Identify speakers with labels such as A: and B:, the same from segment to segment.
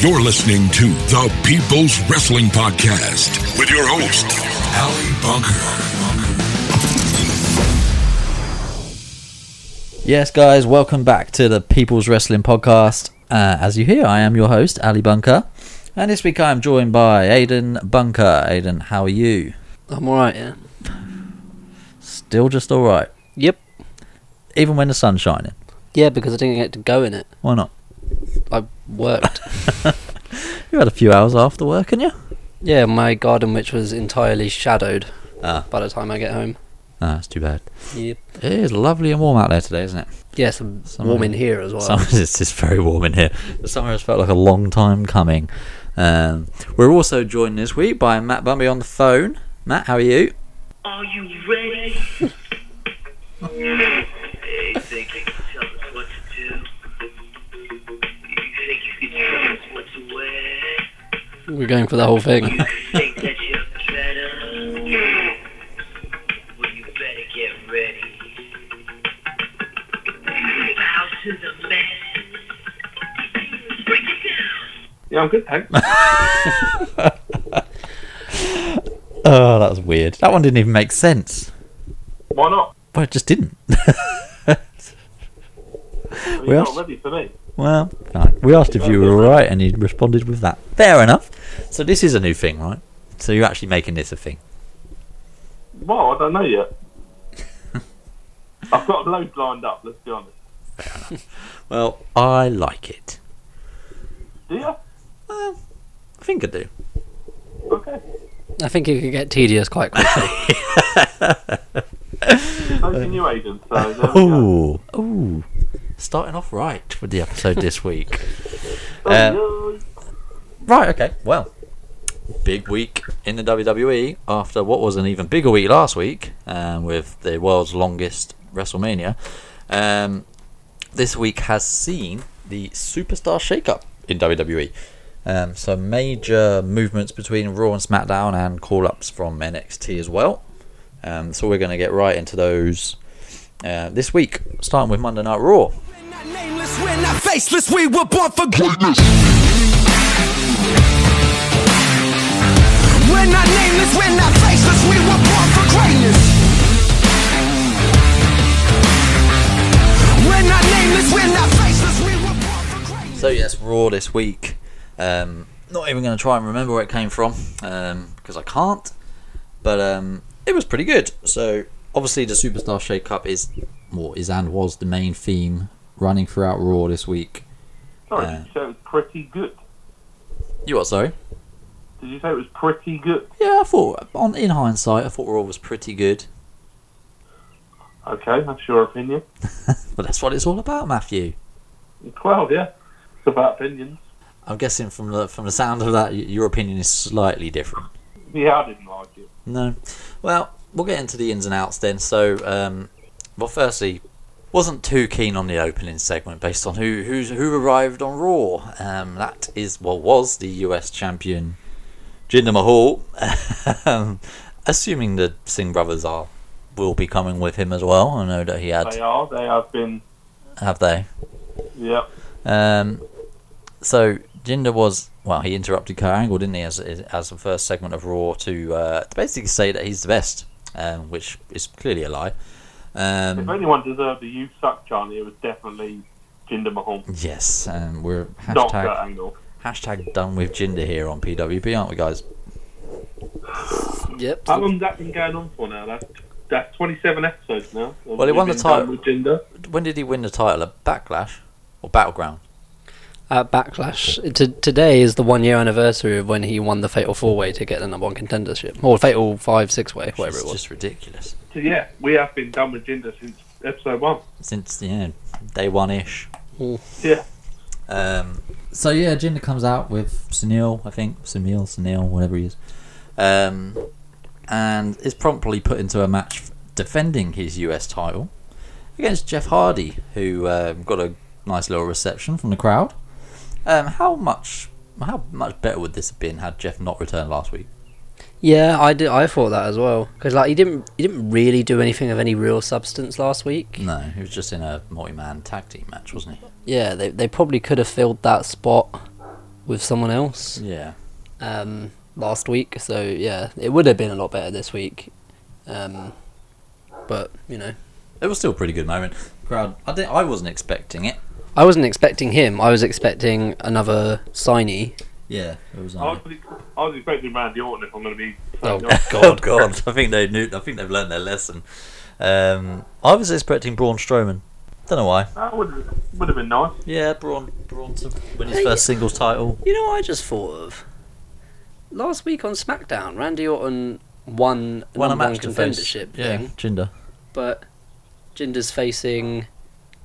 A: You're listening to the People's Wrestling Podcast with your host, Ali Bunker.
B: Yes, guys, welcome back to the People's Wrestling Podcast. Uh, as you hear, I am your host, Ali Bunker. And this week I am joined by Aiden Bunker. Aiden, how are you?
C: I'm alright, yeah.
B: Still just alright.
C: Yep.
B: Even when the sun's shining.
C: Yeah, because I didn't get to go in it.
B: Why not?
C: I worked.
B: you had a few hours after work, hadn't you?
C: Yeah, my garden, which was entirely shadowed
B: Ah.
C: by the time I get home.
B: Ah, it's too bad.
C: Yep.
B: It is lovely and warm out there today, isn't it?
C: Yeah, some
B: Summer-
C: warm in here as well.
B: Summer, it's just very warm in here. The summer has felt like a long time coming. Um, we're also joined this week by Matt Bumby on the phone. Matt, how are you?
D: Are you ready? hey, you think you can tell us what to do? You think you can tell us what to wear?
C: We're going for the whole thing.
D: You think that you're better? Well, you better get ready. You think house is a mess? Break it down.
E: Yeah, I'm good, thanks.
B: Oh, that was weird. That one didn't even make sense.
E: Why not?
B: Well, it just didn't.
E: I mean,
B: We
E: it's
B: asked-
E: not ready for me.
B: well, no, we asked if you were alright and you responded with that. Fair enough. So, this is a new thing, right? So, you're actually making this a thing.
E: Well, I don't know yet. I've got loads lined up, let's be honest.
B: Well, I like it.
E: Do you?
B: Well, I think I do.
E: Okay.
C: I think it could get tedious quite quickly.
B: Uh,
E: Those are new agents, so there we go.
B: Ooh, ooh. Starting off right with the episode this week. Uh,
E: Oh,
B: Right, okay. Well, big week in the WWE after what was an even bigger week last week um, with the world's longest WrestleMania. Um, this week has seen the superstar shakeup in WWE. Um, so, major movements between Raw and SmackDown and call ups from NXT as well. Um, so, we're going to get right into those uh, this week, starting with Monday Night Raw.
F: Not nameless, we're not faceless, we were born for greatness. We're not nameless, we're not faceless, we were born for greatness. We're not nameless, we're not faceless, we were born for greatness.
B: So yes, Raw this week. Um, not even going to try and remember where it came from because I can't. But um, it was pretty good. So obviously the Superstar Shake Up is more is and was the main theme running throughout Raw this week.
E: sorry,
B: Uh,
E: did you say it was pretty good?
B: You what? Sorry.
E: Did you say it was pretty good?
B: Yeah, I thought on in hindsight, I thought Raw was pretty good.
E: Okay, that's your opinion.
B: But that's what it's all about, Matthew.
E: Well, yeah. It's about opinions.
B: I'm guessing from the from the sound of that, y- your opinion is slightly different.
E: Yeah, I didn't like it.
B: No. Well, we'll get into the ins and outs then. So, um, well, firstly, wasn't too keen on the opening segment based on who who's, who arrived on Raw. Um, that is what was the US champion Jinder Mahal. um, assuming the Singh brothers are will be coming with him as well. I know that he
E: They
B: had
E: are, they have been,
B: have they.
E: yeah.
B: Um, so Jinder was well. He interrupted Kurt Angle, didn't he, as as the first segment of Raw to, uh, to basically say that he's the best, um, which is clearly a lie.
E: If
B: Um,
E: anyone deserved a you suck, Charlie, it was definitely Jinder Mahal,
B: yes, um, we're
E: not Kurt
B: hashtag
E: Angle.
B: hashtag done with Jinder here on PWP, aren't we, guys?
C: yep.
E: How
B: Um,
E: long's that been going on for now? That's, that's 27 episodes now.
B: Well, he won the
E: We've been done
B: title.
E: With Jinder.
B: When did he win the title at Backlash or Battleground?
C: At Backlash, t- today is the one year anniversary of when he won the Fatal 4 way to get the number one contendership. Or Fatal 5 6 way, whatever
B: it's
C: it was.
B: just ridiculous.
E: So, yeah, we have been done with Jinder since episode one.
B: Since yeah, day one ish.
E: Yeah.
B: Um, so yeah, Jinder comes out with Sunil, I think Sunil, Sunil, whatever he is, um, and is promptly put into a match defending his US title against Jeff Hardy, who um, got a nice little reception from the crowd. Um, how much, how much better would this have been had Jeff not returned last week?
C: Yeah, I did. I thought that as well because like he didn't he didn't really do anything of any real substance last week.
B: No, he was just in a multi-man tag team match, wasn't he?
C: Yeah, they they probably could have filled that spot with someone else
B: Yeah.
C: um, last week. So yeah, it would have been a lot better this week. Um, but you know,
B: It was still a pretty good moment. Crowd. I didn't. I wasn't expecting it.
C: I wasn't expecting him. I was expecting another signee.
B: Yeah. It was.
E: I was, I was expecting Randy Orton if I'm going to be.
C: Oh
B: Oh
C: God,
B: God! I think they knew. I think they've learned their lesson. Um, I was expecting Braun Strowman. Don't know why.
E: That would would have been nice.
B: Yeah, Braun. Braun to win his first singles title.
C: you know what I just thought of? Last week on SmackDown, Randy Orton won a
B: Won a
C: number one
B: match to face.
C: contendership
B: Yeah,
C: thing,
B: Jinder.
C: but Jinder's facing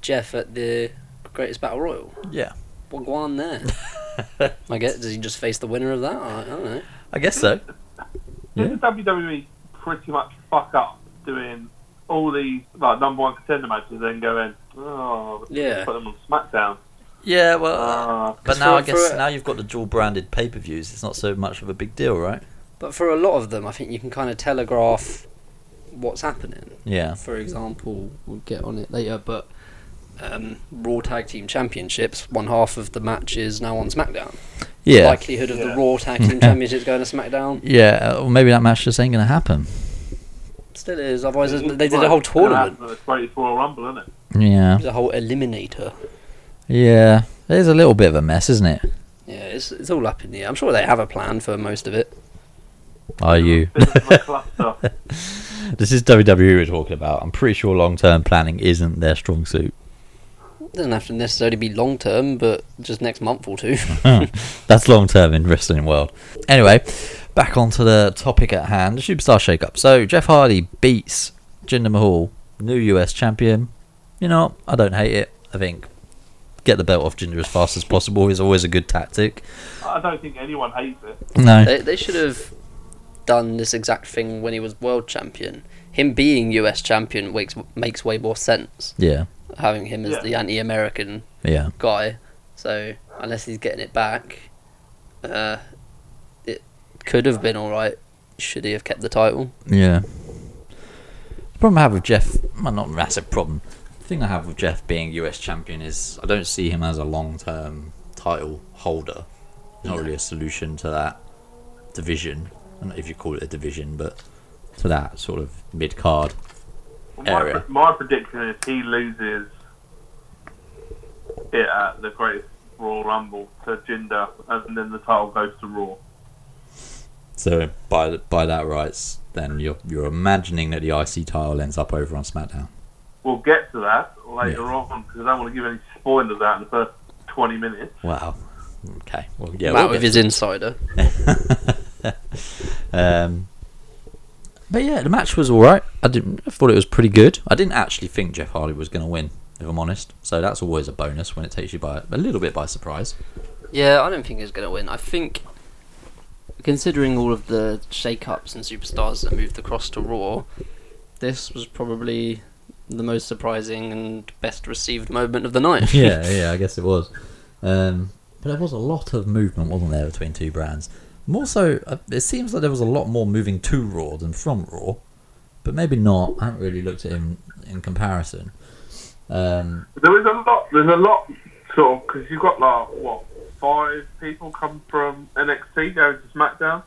C: Jeff at the Greatest Battle Royal.
B: Yeah.
C: What go on there? I guess does he just face the winner of that? I I don't know.
B: I guess so. Yeah.
E: Didn't WWE E pretty much fuck up doing all these like number one contender matches, then going, oh,
C: Yeah.
E: put them on SmackDown.
B: Yeah. Well.
E: Uh,
B: but now I
C: Ah, for-
B: guess
C: for-
B: now you've got the dual branded pay per views. It's not so much of a big deal, right?
C: But for a lot of them, I think you can kind of telegraph what's happening.
B: Yeah.
C: For example, we'll get on it later, but um, Raw Tag Team Championships, one half of the match is now on SmackDown.
B: Yeah.
C: Likelihood of the Raw Tag Team Championships going to SmackDown
B: yeah. Or maybe that match just ain't gonna happen.
C: still is. Otherwise, they did a whole tournament,
E: It's great for a rumble, isn't it?
B: Yeah.
C: There's a whole eliminator.
B: Yeah. It is a little bit of a mess, isn't it?
C: Yeah, it's, it's all up in the air. I'm sure they have a plan for most of it.
B: Are you?
E: Bit of a cluster.
B: This is WWE we're talking about. I'm pretty sure long term planning isn't their strong suit.
C: It doesn't have to necessarily be long term, but just next month or two.
B: That's long term in wrestling world. Anyway, back onto the topic at hand, superstar shake up. So Jeff Hardy beats Jinder Mahal, new US champion. You know, what? I don't hate it. I think get the belt off Jinder as fast as possible is always a good tactic.
E: I don't think anyone hates it.
B: No.
C: They, they should have done this exact thing when he was world champion. Him being US champion makes makes way more sense.
B: Yeah.
C: Having him as
E: Yeah.
C: the anti-American
B: Yeah.
C: guy, so unless he's getting it back, uh, it could have been all right. Should he have kept the title?
B: Yeah. The problem I have with Jeff, well, not massive problem. The thing I have with Jeff being US champion is I don't see him as a long term title holder. Not really a solution to that division. I don't know if you call it a division, but to that sort of mid card.
E: My,
B: Area.
E: my prediction is he loses it at the Greatest Royal Rumble to Jinder, and then the title goes to Raw.
B: So by by that rights, then you're you're imagining that the IC title ends up over on SmackDown.
E: We'll get to that later on 'cause on because I don't want to give any spoilers out in the first 20 minutes.
B: Wow. Okay. Well, yeah.
C: Matt
B: we'll
C: with
B: get
C: his insider.
B: Um, but yeah, the match was all right. I didn't. I thought it was pretty good. I didn't actually think Jeff Hardy was going to win, if I'm honest. So that's always a bonus when it takes you by a little bit by surprise.
C: Yeah, I don't think he's going to win. I think, considering all of the shake-ups and superstars that moved across to Raw, this was probably the most surprising and best received moment of the night.
B: yeah, yeah. I guess it was. Um, but there was a lot of movement, wasn't there, between two brands? More so, uh, it seems like there was a lot more moving to Raw than from Raw, but maybe not. I haven't really looked at him in comparison. Um,
E: There is a lot, there's a lot sort of, because you've got like, what, five people come from NXT going to SmackDown?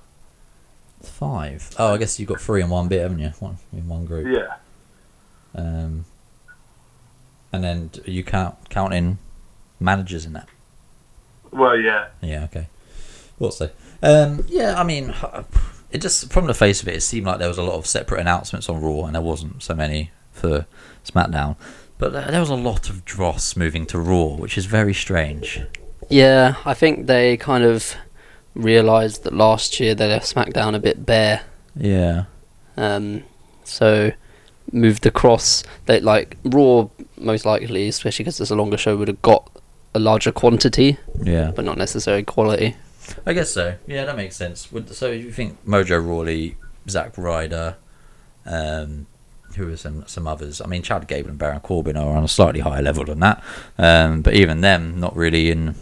B: five. Oh, I guess you got three in one bit, haven't you? One in one group.
E: Yeah.
B: Um, and then d- you count counting managers in that.
E: Well, yeah.
B: Yeah, okay. Also, um, yeah, I mean, it just from the face of it, it seemed like there was a lot of separate announcements on Raw, and there wasn't so many for SmackDown. But there there was a lot of dross moving to Raw, which is very strange.
C: Yeah, I think they kind of realised that last year they left SmackDown a bit bare,
B: Yeah,
C: um, so moved across. They like Raw most likely, especially because it's a longer show, would have got a larger quantity,
B: yeah.
C: but not necessarily quality.
B: I guess so. Yeah, that makes sense. Would- So you think Mojo Rawley, Zack Ryder, um, who are some some others? I mean, Chad Gable and Baron Corbin are on a slightly higher level than that, um, but even them, not really in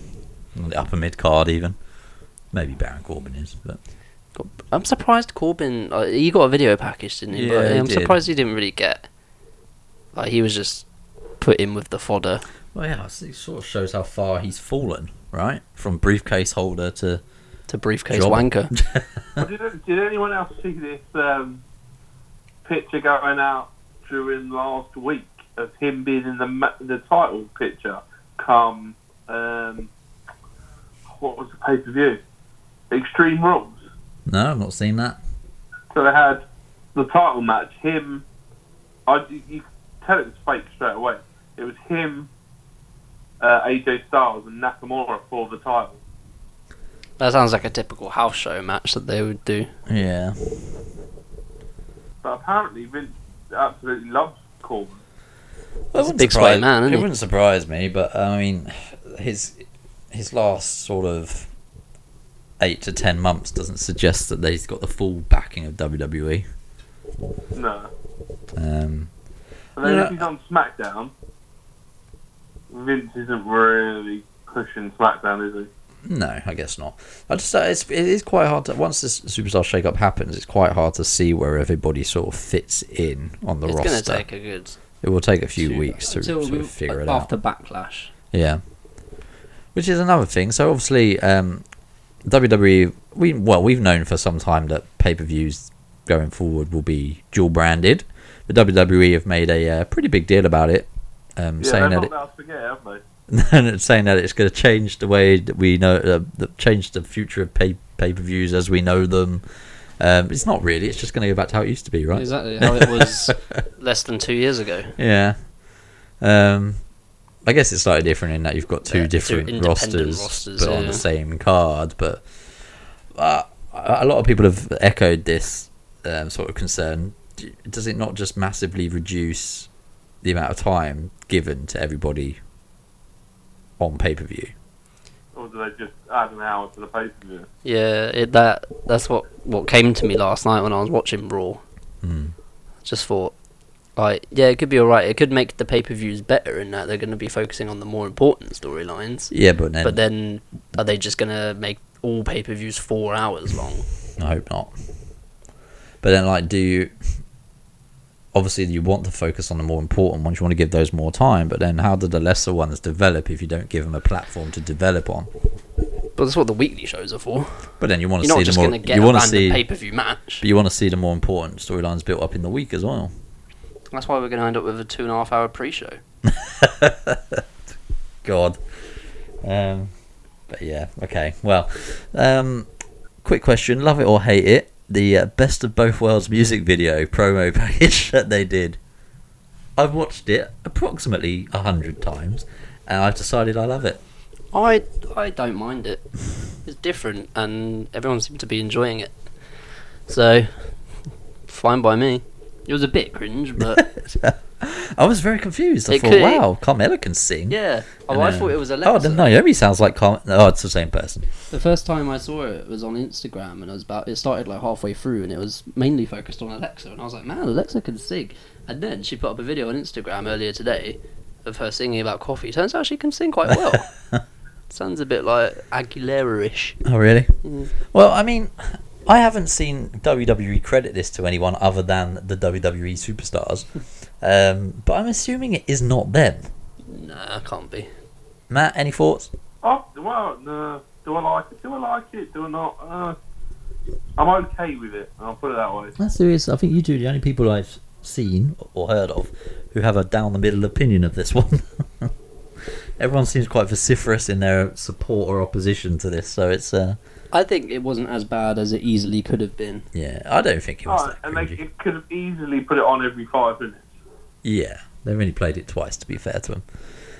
B: the upper mid card. Even maybe Baron Corbin is, but
C: Got- I'm surprised Corbin. Uh, he got a video package, didn't he?
B: Yeah,
C: but
B: he
C: I'm
B: did.
C: surprised he didn't really get. Like he was just put in with the fodder.
B: well, yeah, it sort of shows how far he's fallen right? From briefcase holder to
C: to briefcase
B: Job.
C: wanker.
E: Did, did anyone else see this um, picture going out during last week of him being in the ma- the title picture? Come, um, what was the pay per view? Extreme Rules.
B: no, I've not seen that.
E: So they had the title match. Him, I you, you could tell it was fake straight away. It was him, uh, AJ Styles, and Nakamura for the title.
C: That sounds like a typical house show match that they would do.
B: Yeah,
E: But apparently Vince absolutely loves Corbin.
C: That's a big sway man, isn't
B: It
C: he?
B: wouldn't surprise me, but I mean, his his last sort of eight to ten months doesn't suggest that he's got the full backing of WWE.
E: No.
B: Um,
E: And then
B: Yeah.
E: if he's on SmackDown, Vince isn't really pushing SmackDown, is he?
B: no, I guess not. I just uh, it's, it is quite hard to once this superstar shakeup happens. It's quite hard to see where everybody sort of fits in on the
C: it's
B: roster.
C: gonna take a good
B: it will take a few
C: two-
B: weeks to
C: until
B: sort
C: we-
B: of figure it out.
C: after backlash.
B: Yeah. Which is another thing. So obviously, um, WWE. We well, we've known for some time that pay per views going forward will be dual branded. The WWE have made a uh, pretty big deal about it, um,
E: Yeah,
B: saying
E: they've
B: that it,
E: not let us forget, have they?
B: and saying that it's going to change the way that we know, uh, the, change the future of pay pay per views as we know them. Um, it's not really. It's just going to go back to how it used to be, right?
C: Exactly how it was less than two years ago.
B: Yeah. Um, I guess it's slightly different in that you've got two
C: Yeah, two
B: different
C: independent
B: rosters,
C: rosters,
B: but on
C: yeah.
B: the same card. But uh, a lot of people have echoed this um, sort of concern. D- Does it not just massively reduce the amount of time given to everybody on pay per view?
E: Or do they just add an hour to the pay per view?
C: Yeah, it, that that's what what came to me last night when I was watching Raw.
B: Mm.
C: Just thought, like, yeah, it could be alright. It could make the pay per views better in that they're going to be focusing on the more important storylines.
B: Yeah, but then,
C: But then, are they just going to make all pay per views four hours long?
B: I hope not. But then, like, do you? Obviously, you want to focus on the more important ones. You want to give those more time. But then, how do the lesser ones develop if you don't give them a platform to develop on?
C: But that's what the weekly shows are for.
B: But then you want to
C: You're not
B: see
C: just
B: the
C: going
B: more.
C: to get
B: You
C: a
B: want to
C: random
B: see.
C: pay per view match.
B: But you want to see the more important storylines built up in the week as well.
C: That's why we're going to end up with a two and a half hour pre show.
B: God. Um, but yeah, okay. Well, um, quick question: love it or hate it? The uh, best of both worlds music video promo package that they did. I've watched it approximately a hundred times, and I've decided I love it.
C: I I don't mind it. It's different, and everyone seemed to be enjoying it. So, fine by me. It was a bit cringe, but
B: I was very confused. I
C: It
B: thought,
C: could-
B: wow, Carmella can sing.
C: yeah. Oh,
B: And
C: I
B: then-
C: thought it was
B: Oh,
C: Alexa.
B: then Naomi sounds like Carmella. Oh, it's the same person.
C: The first time I saw it was on Instagram, and I was about. It started like halfway through, and it was mainly focused on Alexa, and I was like, man, Alexa can sing. And then she put up a video on Instagram earlier today of her singing about coffee. Turns out she can sing quite well. Sounds a bit like Aguilera-ish.
B: Oh, really? Well, I mean, I haven't seen WWE credit this to anyone other than the WWE superstars, um, but I'm assuming it is not them.
C: Nah, can't be.
B: Matt, any thoughts?
E: Oh, well, no. Do I like it? Do I like it? Do I not? Uh, I'm okay with it. I'll put it that way.
B: That's serious. I think you two are the only people I've seen or heard of who have a down the middle opinion of this one. Everyone seems quite vociferous in their support or opposition to this, so it's uh,
C: I think it wasn't as bad as it easily could have been.
B: yeah. I don't think it was.
E: Oh,
B: that
E: and they
B: cringy.
E: it could have easily put it on every five minutes.
B: Yeah, they've only played it twice. To be fair to them.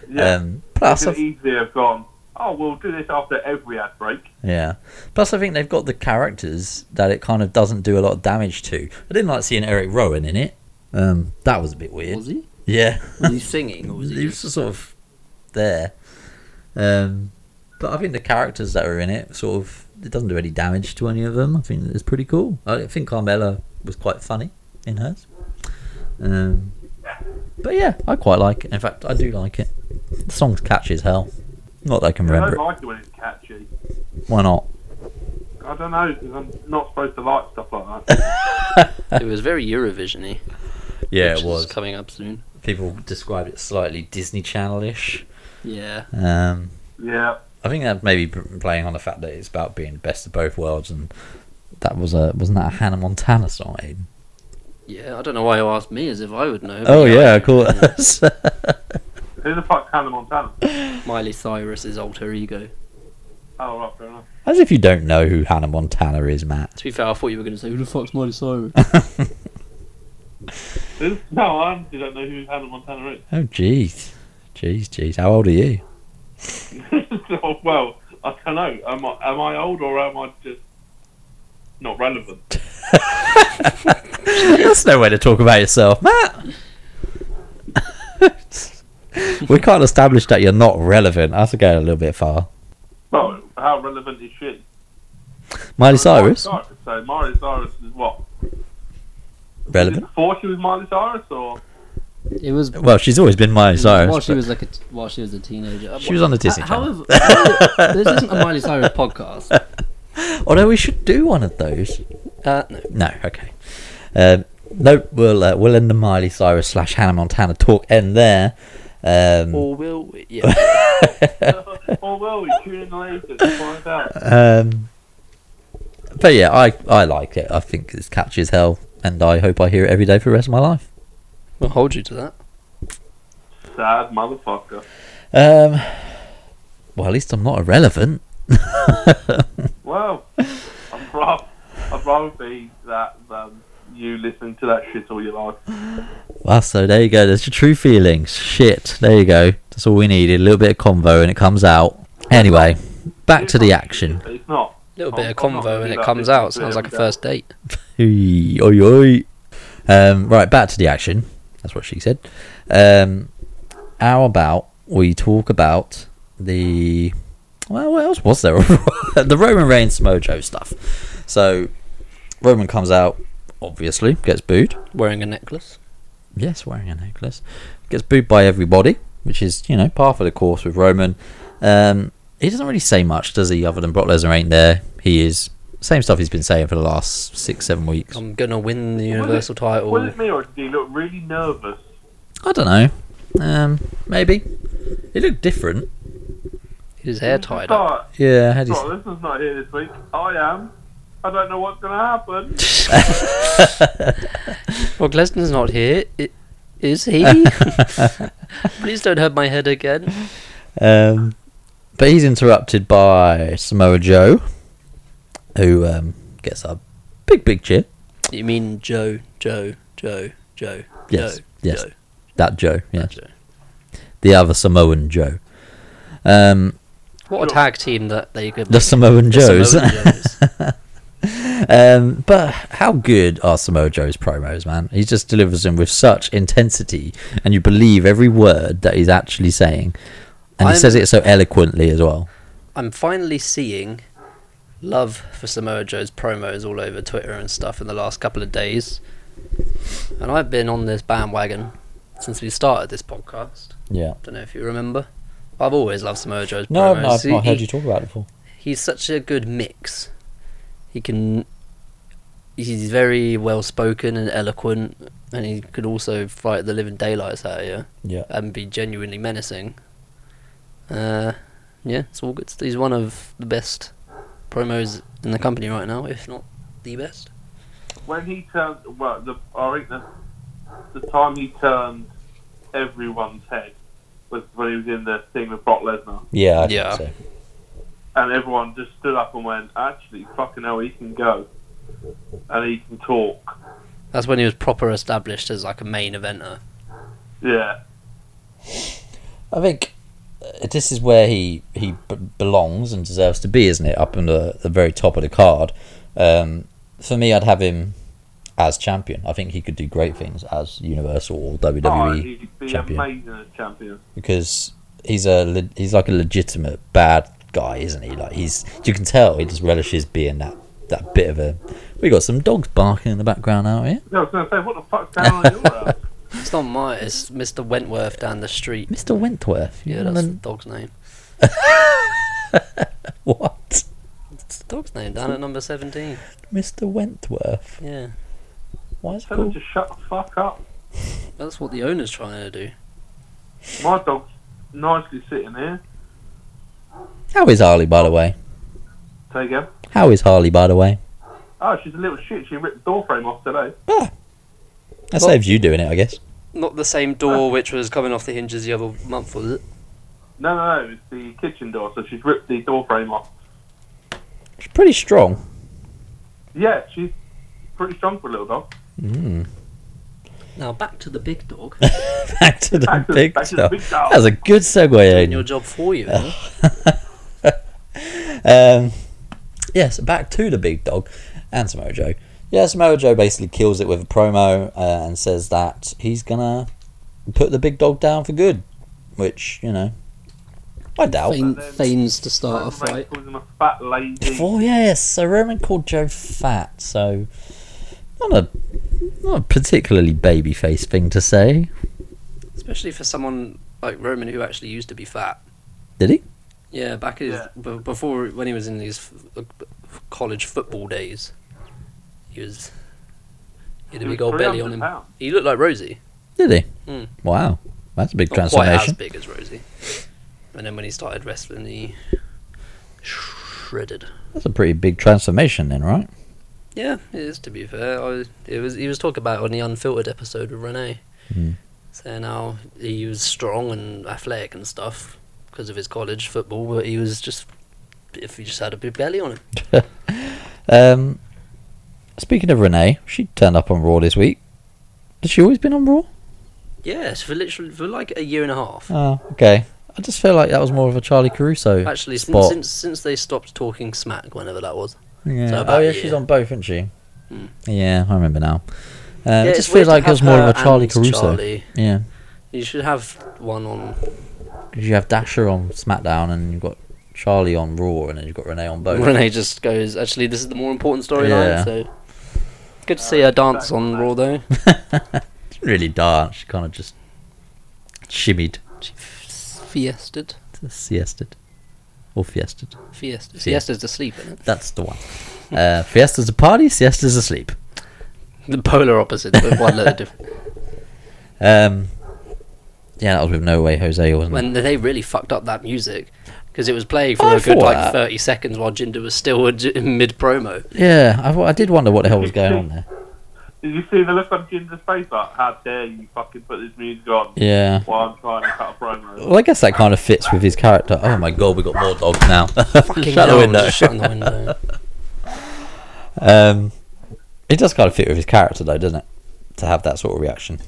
E: Yeah.
B: Um, plus,
E: could
B: I've,
E: easily have gone, oh, we'll do this after every ad break.
B: Yeah. Plus, I think they've got the characters that it kind of doesn't do a lot of damage to. I didn't like seeing Eric Rowan in it. Um, that was a bit weird.
C: Was he?
B: Yeah.
C: Was he singing? Or was he
B: he was
C: just...
B: just sort of there. Um, but I think the characters that are in it sort of it doesn't do any damage to any of them. I think it's pretty cool. I think Carmella was quite funny in hers. Um, but yeah, I quite like it. In fact, I do like it. The song's catchy as hell. Not that I can
E: I don't
B: remember.
E: like it when it's catchy.
B: it. Why not?
E: I don't know, 'cause I'm not supposed to like stuff like that.
C: It was very Eurovision-y.
B: Yeah,
C: which Is coming up soon.
B: people describe it slightly Disney Channel ish.
C: Yeah.
B: Um,
E: yeah.
B: I think that maybe p- playing on the fact that it's about being best of both worlds, and that was a wasn't that a Hannah Montana song? Aiden?
C: Yeah, I don't know why you asked me as if I would know. but
B: Oh yeah, cool.
E: Who the fuck's Hannah Montana?
C: Miley Cyrus's alter ego.
E: Oh, right, fair enough.
B: As if you don't know who Hannah Montana is, Matt.
C: To be fair, I thought you were going to say, who the fuck's Miley Cyrus?
E: Who- No, I honestly don't know who Hannah Montana is.
B: Oh jeez, jeez, jeez. How old are you?
E: so, well, I don't know. Am I, am I old or am I just not relevant?
B: That's no way to talk about yourself, Matt. we can't establish that you're not relevant. That's going a little bit far.
E: Well, how relevant is she?
B: Miley Cyrus,
E: Miley Cyrus. So Miley Cyrus is what? Is it
B: relevant.
E: Before she was Miley Cyrus, or
C: It was
B: Well, she's always been Miley Cyrus.
C: while she
B: but-
C: was like a t- while she was a teenager.
B: She was on the Disney
C: However, this isn't a Miley Cyrus podcast.
B: Although we should do one of those.
C: Uh, no,
B: No, okay. Um, no, we'll uh, we'll end the Miley Cyrus slash Hannah Montana talk end there. Um,
C: or will we? Yeah,
E: or will we tune in later to find out?
B: um, but yeah, I I like it. I think it's catchy as hell, and I hope I hear it every day for the rest of my life.
C: we'll hold you to that.
E: Sad motherfucker.
B: Um, well, at least I'm not irrelevant.
E: Well, I'd rather, I'd rather be that than you listening to that shit all your life.
B: Well, so there you go. There's your true feelings. Shit, there you go. That's all we needed. A little bit of convo, and it comes out. Anyway, back to the action.
E: It's not.
C: A little
E: bit
C: bit
E: of
C: of
E: I'm
C: convo
E: not convo gonna
C: and
E: and do
C: it
E: it that.
C: comes
E: comes This out.
C: out.
E: is
C: Sounds
E: Sounds really
C: like
E: like
C: a
E: a bad. first
C: first date.
B: Hey, oi, oi. Um, right, back to the action. That's what she said. Um, how about we talk about the. Well, what else was there? the Roman Reigns Mojo stuff. So, Roman comes out, obviously, gets booed.
C: Wearing a necklace.
B: Yes, wearing a necklace. Gets booed by everybody, which is, you know, par for the course with Roman. Um, he doesn't really say much, does he, other than Brock Lesnar ain't there. He is. Same stuff he's been saying for the last six, seven weeks.
C: I'm gonna win the universal title.
E: Was it me or did he look really nervous?
B: I don't know. Um, maybe. It looked different.
C: His hair
E: Mm-hmm.
C: tied up.
E: Right,
B: Yeah, had his...
E: right, this is not here this week. I am. I don't know what's going to happen.
B: Oh.
C: Well, Lesnar's not here. I- Is he? Please don't hurt my head again.
B: um, but he's interrupted by Samoa Joe, who um, gets a big, big cheer.
C: You mean Joe, Joe, Joe, Joe?
B: Yes,
C: Joe,
B: yes.
C: Joe,
B: That Joe, yeah.
C: Joe.
B: The other Samoan Joe. Um,
C: What a tag team that they could.
B: the Samoan
C: the Samoan
B: Joes.
C: Joes.
B: um, but how good are Samoa Joe's promos, man? He just delivers them with such intensity, and you believe every word that he's actually saying. And he
C: I'm-
B: says it so eloquently as well.
C: I'm finally seeing love for Samoa Joe's promos all over Twitter and stuff in the last couple of days, and I've been on this bandwagon since we started this podcast.
B: Yeah.
C: Don't know if you remember. I've always loved Samoa Joe's
B: No,
C: promos.
B: no, I've
C: He-
B: not heard
C: he-
B: you talk about it before.
C: he's such a good mix. He can. He's very well spoken and eloquent, and he could also fight the living daylights out of you
B: Yeah.
C: and be genuinely menacing. Uh, yeah, it's all good. He's one of the best promos in the company right now, if not the best.
E: When he turned, well, the, I think the, the time he turned everyone's head was when he was in the thing with Brock Lesnar.
B: Yeah. I
C: Yeah.
B: Think so.
E: and everyone just stood up and went, actually, fucking hell, he can go. And he can talk.
C: That's when he was proper established as like a main eventer.
E: Yeah.
B: I think uh, this is where he he b- belongs and deserves to be, isn't it? Up in the, the very top of the card. Um, for me, I'd have him as champion. I think he could do great things as Universal or
E: Oh,
B: WWE
E: he'd be
B: E champion
E: amazing as champion.
B: because he's a le- he's like a legitimate bad guy, isn't he? Like he's you can tell he just relishes being that that bit of a. We got some dogs barking in the background out here.
E: No, I was going to say, what the fuck's going on in your house?
C: It's not my, it's Mr. Wentworth down the street.
B: Mr. Wentworth. you
C: Yeah,
B: wanna-
C: that's the dog's name.
B: What?
C: It's the dog's name down at number 17.
B: Mr. Wentworth.
C: Yeah.
B: Why is it
E: Tell him
B: called?
E: to shut the fuck up.
C: That's what the owner's trying to do.
E: My dog's nicely sitting here.
B: How is Harley, by the way?
E: Say again.
B: How is Harley, by the way?
E: Oh, she's a little shit. She ripped the door frame off today.
B: That saves you doing it, I guess.
C: Not the same door which was coming off the hinges the other month, was it?
E: No, no, no. It's the kitchen door. So she's ripped the door frame off.
B: It's pretty strong.
E: Yeah, she's pretty strong for a little dog.
C: Now back to the big dog.
B: Back to the
E: Back to-
B: big
E: back to the
B: dog.
E: big dog.
B: That was a good segue,
C: Doing your
B: Aidan.
C: job for you. huh?
B: Um, yes, back to the big dog and Samoa Joe. Yeah, Samoa Joe basically kills it with a promo uh, and says that he's gonna put the big dog down for good, which you know, I doubt.
C: Feign,
E: then-
C: feigns to start a
E: Roman Reigns
C: fight.
E: calls him a fat lady.
B: Oh yes, a Roman called Joe fat, so not a not a particularly babyface thing to say,
C: Especially for someone like Roman who actually used to be fat.
B: did he?
C: Yeah, back in his,
E: Yeah.
C: b- before when he was in his f- f- college football days, he was he had a
E: He
C: big
E: was
C: old belly on
E: 300
C: him.
E: pounds.
C: He looked like Rosie,
B: Did he?
C: Mm.
B: Wow, that's a big
C: not quite as
B: transformation.
C: big as Rosie. And then when he started wrestling, he shredded.
B: That's a pretty big transformation, then, right?
C: Yeah, it is to be fair. I was, it was he was talking about it on the unfiltered episode with Renee,
B: Mm.
C: saying how he was strong and athletic and stuff because of his college football, but he was just if he just had a big belly on him.
B: Um, speaking of Renee, she turned up on Raw this week. Has she always been on Raw?
C: Yes, for literally for like a year and a half.
B: Oh, okay. I just feel like that was more of a Charlie Caruso.
C: Actually, since,
B: spot.
C: since since they stopped talking smack, whenever that was.
B: yeah.
C: so about
B: oh yeah,
C: a
B: she's
C: year.
B: on both, isn't she?
C: Mm.
B: Yeah, I remember now. Um,
C: Yeah,
B: it
C: it's
B: just feels
C: weird to
B: like it
C: have
B: was more of
C: her
B: a Charlie
C: and
B: Caruso.
C: Charlie.
B: Yeah,
C: You should have one on.
B: 'Cause you have Dasher on SmackDown, and you've got Charlie on Raw, and then you've got Renee on both.
C: Renee just goes. Actually, this is the more important storyline.
B: Yeah.
C: So good to see her dance on Raw though.
B: She didn't really dance. She kind of just shimmied,
C: Fiested,
B: siested, or fiested.
C: fiested,
B: Fie-
C: fiesta's asleep. Isn't it?
B: Oh, That's the one. Uh, fiesta's a party, siesta's asleep.
C: The polar opposite, but one letter different.
B: Um, yeah, that was with No Way Jose, wasn't it?
C: When they really fucked up that music because it was playing for
B: I
C: a good
B: thought
C: like
B: that.
C: thirty seconds while Jinder was still in mid promo.
B: Yeah, I, wa- I did wonder what the hell was going on there.
E: Did you see the look on Ginger's face? Like, how dare you fucking put this music on
B: Yeah. Oh,
E: while I'm trying to cut a promo?
B: Well, I guess that kind of fits with his character. Oh my god, we got more dogs now. Fucking Shut the
C: hell,
B: window.
C: just Shutting the window.
B: Um, it does kind of fit with his character, though, doesn't it? To have that sort of reaction.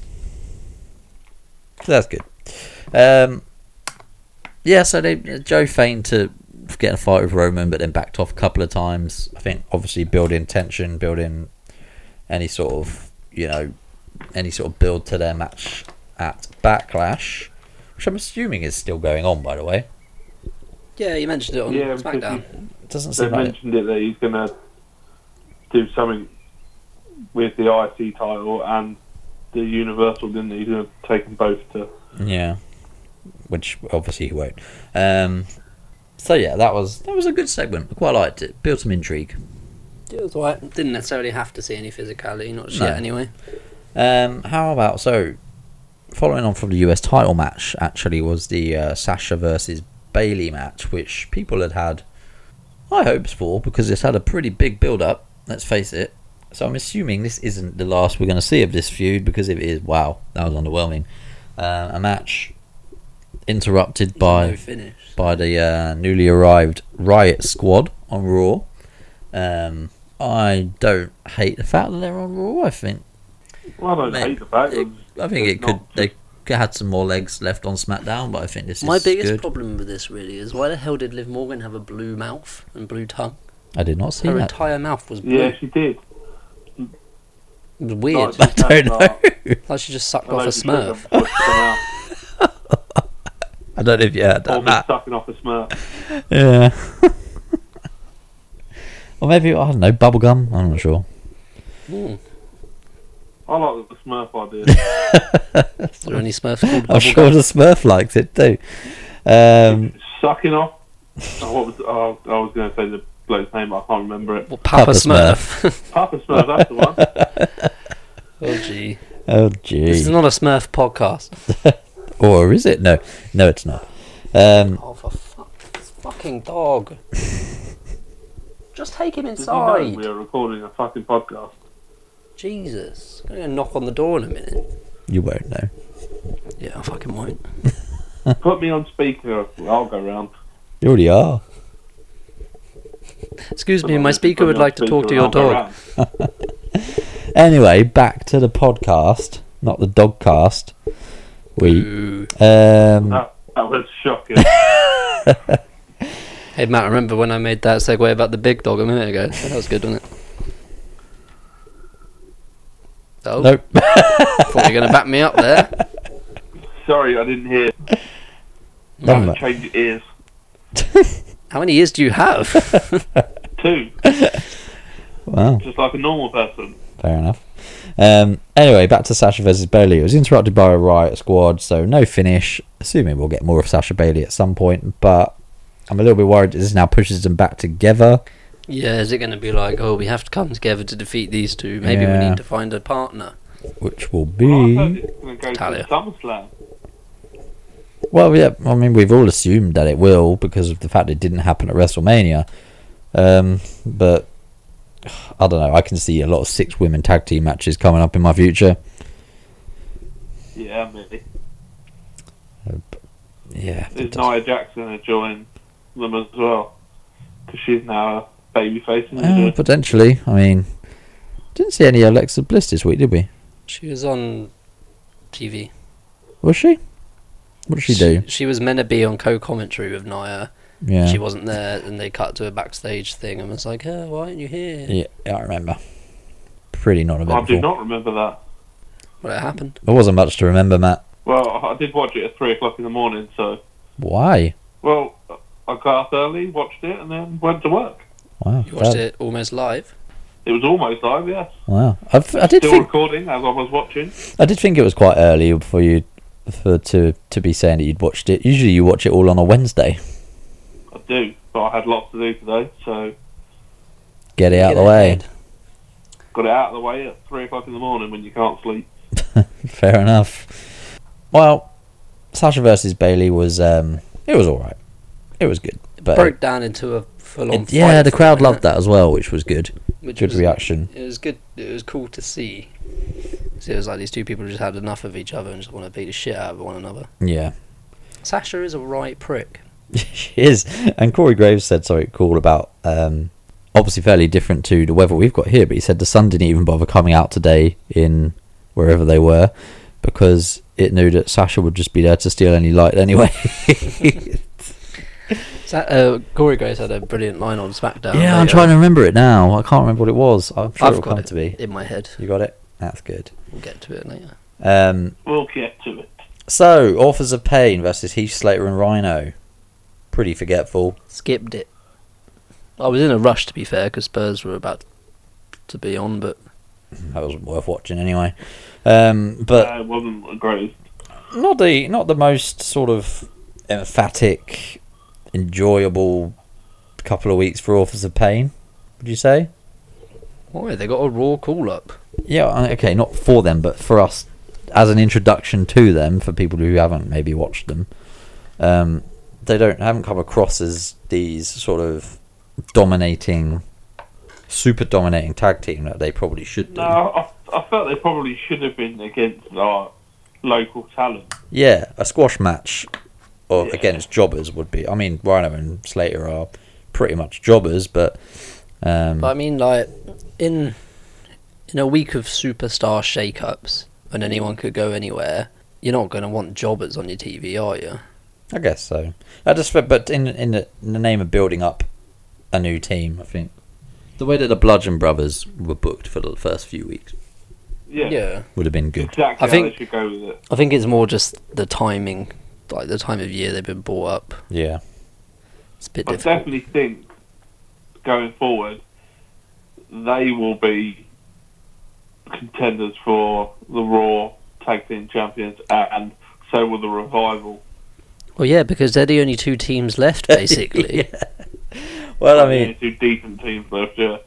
B: So that's good. Um, yeah, so they, uh, Joe feigned to get in a fight with Roman, but then backed off a couple of times. I think, obviously, building tension, building any sort of, you know, any sort of build to their match at Backlash, which I'm assuming is still going on, by the way.
C: Yeah, you mentioned it on
E: Yeah, because
C: SmackDown.
B: It doesn't
E: They
B: seem like it.
E: mentioned it that he's going to do something with the IC title and the Universal, didn't he? He's going to take them both to.
B: Yeah, which obviously he won't. Um, so yeah, that was that was a good segment. I quite liked it. Built some intrigue.
C: Yeah, it was alright. Didn't necessarily have to see any physicality, not shit
B: No.
C: anyway.
B: Um, how about so? Following on from the US title match, actually was the uh, Sasha versus Bailey match, which people had had high hopes for because it's had a pretty big build up. Let's face it. So I'm assuming this isn't the last we're going to see of this feud because if it is, wow, that was underwhelming. Uh, a match interrupted by
C: No finish.
B: by the uh, newly arrived Riot Squad on Raw. Um, I don't hate the fact that they're on Raw. I think
E: Well, I don't
B: Mate,
E: hate the fact.
B: it- I think it
E: it's
B: could
E: not-
B: they could had some more legs left on SmackDown, but I think this is
C: My biggest
B: good.
C: problem with this really is why the hell did Liv Morgan have a blue mouth and blue tongue?
B: I did not see
C: Her
B: that.
C: entire mouth was blue.
E: Yeah, she did.
C: It was weird.
E: Like,
B: I don't know.
E: That's
C: Like she just sucked
E: I
C: off a
E: know she should have
C: smurf.
E: pushed them out.
B: I don't know if you heard that.
E: Or
B: Matt.
E: been sucking off a smurf.
B: Yeah. or maybe I don't know bubblegum. I'm not sure.
C: Mm.
E: I like the smurf idea.
C: Is there any smurfs called
B: I'm sure
C: Bubblegum?
B: the Smurf likes it too. Um,
E: sucking off. Oh, what was, oh, I was going to say the bloke's name, but I can't remember it.
C: Well, Papa,
B: Papa
C: Smurf.
E: Papa Smurf, that's the one.
C: oh gee.
B: oh
C: This is
B: gee.
C: not a Smurf podcast.
B: Or is it? No, no, it's not. Um,
C: Oh for fuck. Fucking dog. Just take him
E: Did you know
C: inside.
E: we are recording a fucking podcast?
C: Jesus. I'm going to knock on the door in a minute.
B: You won't know.
C: Yeah, I fucking won't.
E: Put me on speaker. I'll go round.
B: You already are.
C: Excuse me,
E: Put
C: my
E: me
C: speaker would
E: on
C: like to talk
E: speaker
C: to
E: and
C: your
E: I'll go
C: dog.
E: round.
B: Anyway, back to the podcast, not the dogcast. We
C: Ooh.
B: um
E: That, that was shocking.
C: Hey, Matt, remember when I made that segue about the big dog a minute ago? That was good, wasn't it? Oh,
B: nope.
C: thought you were going to back me up there.
E: Sorry, I didn't hear.
B: Never
E: Right,
B: mind.
E: change your ears.
C: How many ears do you have?
E: Two,
B: Wow,
E: just like a normal person.
B: fair enough. Um anyway, back to Sasha versus Bailey. It was interrupted by a riot squad, so no finish. Assuming we'll get more of Sasha Bailey at some point, but I'm a little bit worried that this now pushes them back together.
C: yeah, is it going to be like, oh, we have to come together to defeat these two? Maybe we
B: Yeah.
C: need to find a partner.
B: Which will
E: Oh, I heard
B: be
E: it's going to go
C: Talia.
E: to SummerSlam.
B: well, yeah. I mean, we've all assumed that it will because of the fact it didn't happen at WrestleMania. Um, but I don't know. I can see a lot of six women tag team matches coming up in my future.
E: Yeah, maybe.
B: Yeah, it
E: Is
B: does-
E: Nia Jackson going to join them as well? Because she's now a babyface. isn't
B: Uh,
E: she?
B: potentially. I mean, didn't see any Alexa Bliss this week, did we?
C: She was on TV.
B: Was she? What did she do?
C: She, was meant to be on co-commentary with Naya.
B: Yeah,
C: She wasn't there, and they cut to a backstage thing, and was like, "Oh, why aren't you here?"
B: yeah, yeah, I remember. Pretty not
E: I do
B: eventful.
E: not remember that.
C: Well, it happened.
B: There wasn't much to remember, Matt.
E: Well, I did watch it at 3 o'clock in the morning, so.
B: Why?
E: Well, I got up early, watched it, and then went to work.
B: Wow,
C: You watched
B: fair-
C: it almost live.
E: It was almost live, yes.
B: wow. I, f- I did
E: Still
B: think
E: recording as I was watching.
B: I did think it was quite early for you for to to be saying that you'd watched it. Usually, you watch it all on a Wednesday.
E: I do, but I had lots to do today, so
B: Get it out
C: Get
B: the way.
C: ahead.
E: got it out of the way at 3 o'clock in the morning when you can't sleep.
B: Fair enough. Well, Sasha versus Bailey was um, it was all right. It was good, but
C: Broke down into a full-on.
B: it- yeah,
C: fight
B: the
C: for a
B: crowd loved
C: minute,
B: that as well, which was good.
C: Which
B: Good
C: was,
B: reaction.
C: It was good. It was cool to see. 'Cause it was like these two people just had enough of each other and just want to beat the shit out of one another.
B: Yeah,
C: Sasha is a right prick.
B: she is. And Corey Graves said something cool about um, obviously fairly different to the weather we've got here, but he said the sun didn't even bother coming out today in wherever they were because it knew that Sasha would just be there to steal any light anyway.
C: Sa- uh, Corey Graves had a brilliant line on SmackDown.
B: yeah, I'm
C: later.
B: trying to remember it now. I can't remember what it was. I'm sure
C: I've
B: it'll
C: got
B: come
C: it
B: to be.
C: in my head.
B: You got it. That's good.
C: We'll get to it later.
B: Um,
E: We'll get to it.
B: so, Authors of Pain versus Heath Slater and Rhino. Pretty forgetful.
C: Skipped it. I was in a rush to be fair because Spurs were about to be on, but
B: That wasn't worth watching anyway. Um, but
E: Uh, it wasn't the greatest.
B: not the not the most sort of emphatic, enjoyable couple of weeks for Authors of Pain. Would you say?
C: why they got a raw call up?
B: Yeah. I- Okay. Not for them, but for us as an introduction to them for people who haven't maybe watched them. Um, they don't haven't come across as these sort of dominating, super dominating tag team that they probably should do.
E: No, I, I felt they probably should have been against our local talent.
B: Yeah, a squash match or
E: Yeah.
B: against jobbers would be. I mean, Rhino and Slater are pretty much jobbers, but um,
C: But I mean, like in in a week of superstar shake-ups when anyone could go anywhere, you're not going to want jobbers on your TV, are you?
B: I guess so. I just fe- but in in the, in the name of building up a new team, I think the way that the Bludgeon Brothers were booked for the first few weeks
E: Yeah,
B: would have been good.
E: exactly.
C: I
E: how
C: think-
E: they should go with it.
C: I think it's more just the timing, like the time of year they've been brought up.
B: Yeah,
C: It's a bit
E: I
C: different.
E: definitely think going forward they will be contenders for the Raw Tag Team Champions, and so will the Revival.
C: Well, yeah, because they're the only two teams left, basically.
B: Yeah. Well, I mean,
E: two decent teams uh, left. Yeah,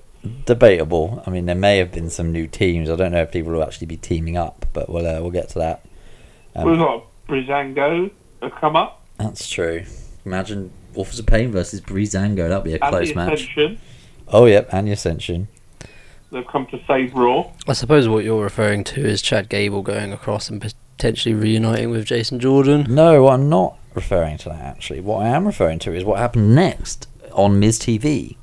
B: debatable. I mean, there may have been some new teams. I don't know if people will actually be teaming up, but we'll uh, we'll get to that. Um,
E: we've got Brizango have uh, come up.
B: That's true. Imagine Authors of Pain versus Breezango. That'd be a
E: And
B: close
E: the
B: match.
E: Ascension,
B: Oh, yep, and the Ascension.
E: they've come to save Raw.
C: I suppose what you're referring to is Chad Gable going across and potentially reuniting with Jason Jordan.
B: No, I'm not referring to that actually. What I am referring to is what happened next on Miz TV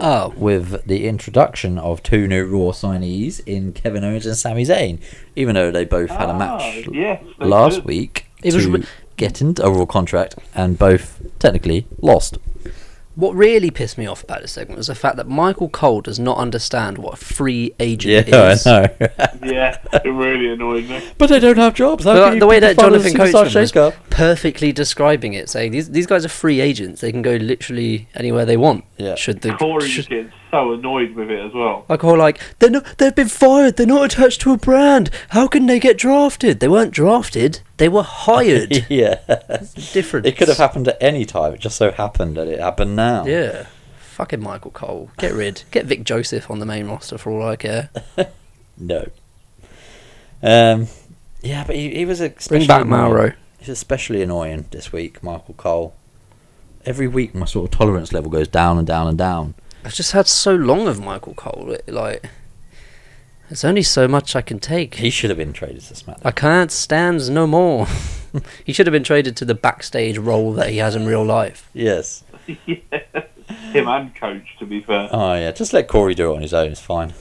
C: Oh,
B: with the introduction of two new Raw signees in Kevin Owens and Sami Zayn. Even though they both had a
E: Ah,
B: match l-
E: yes, they
B: last
E: did.
B: week
C: It
B: to
C: was re-
B: get into a Raw contract, and both technically lost.
C: what really pissed me off about this segment was the fact that Michael Cole does not understand what a free agent is.
B: I know.
E: Yeah, it really annoyed me.
B: but they don't have jobs. How
C: The,
B: can you
C: the way
B: keep
C: that
B: the fun of
C: Jonathan
B: superstar
C: Coachman was
B: shake-up?
C: perfectly describing it, saying these these guys are free agents; they can go literally anywhere they want.
B: Yeah.
C: Should the
E: Corey was
C: should,
E: getting so annoyed with it as well.
C: I call like they're not, they've been fired. They're not attached to a brand. How can they get drafted? They weren't drafted. They were hired.
B: yeah,
C: Different.
B: it could have happened at any time. It just so happened that it happened now.
C: Yeah. Fucking Michael Cole. Get rid. Get Vic Joseph on the main roster for all I care.
B: No. Um. Yeah, but he, he was especially
C: Bring back
B: annoying-
C: Mauro.
B: He's especially annoying this week, Michael Cole. Every week, my sort of tolerance level goes down and down and down.
C: I've just had so long of Michael Cole. It, like, there's only so much I can take.
B: He should have been traded to SmackDown.
C: I can't stand no more. he should have been traded to the backstage role that he has in real life.
B: Yes.
E: Him and Coach, to be fair.
B: Oh yeah, just let Corey do it on his own. It's fine.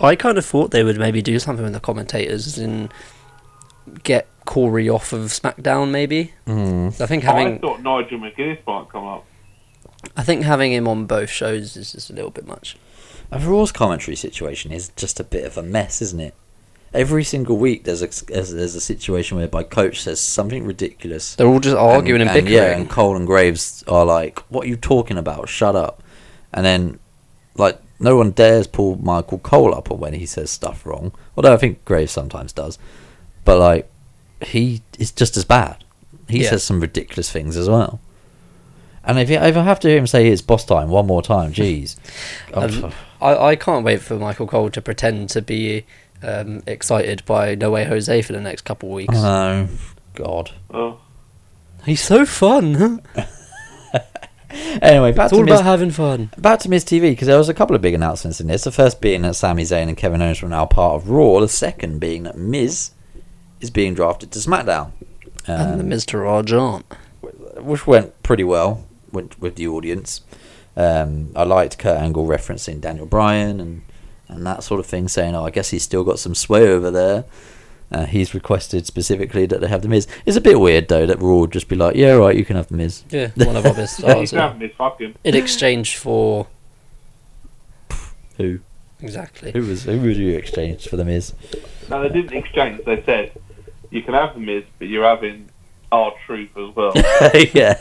C: I kind of thought they would maybe do something with the commentators and get Corey off of SmackDown. Maybe I think having
E: I thought Nigel McGuinness might come up.
C: I think having him on both shows is just a little bit much.
B: And Raw's commentary situation is just a bit of a mess, isn't it? Every single week, there's a there's, there's a situation whereby coach says something ridiculous.
C: They're all just arguing and, bickering.
B: Yeah, and Cole and Graves are like, "What are you talking about? Shut up!" And then, like, no one dares pull Michael Cole up when he says stuff wrong. Although I think Graves sometimes does, but like, he is just as bad. He
C: Yeah.
B: says some ridiculous things as well. And if, you, if I have to hear him say it's boss time one more time, jeez, I'm-
C: Um, I, I can't wait for Michael Cole to pretend to be um, excited by No Way Jose for the next couple of weeks.
B: oh God.
E: Oh,
C: He's so fun. Huh?
B: Anyway, back
C: It's
B: to
C: all
B: Miz,
C: about having fun.
B: back to Miz TV because there was a couple of big announcements in this. The first being that Sami Zayn and Kevin Owens were now part of Raw. The second being that Miz is being drafted to SmackDown,
C: and the
B: um,
C: Miz Taraj aren't.
B: which went pretty well with, with the audience. Um, I liked Kurt Angle referencing Daniel Bryan and and that sort of thing, saying, "Oh, I guess he's still got some sway over there." Uh, he's requested specifically that they have the Miz. It's a bit weird though that Raw would just be like, "Yeah, right, you can have the Miz."
C: Yeah, one of our best stars.
E: he's having this fucking.
C: In exchange for.
B: Who?
C: Exactly.
B: Who was who would you exchange for the Miz?
E: No, they didn't exchange. They said, you can have the Miz, but you're having our truth as well.
B: yeah.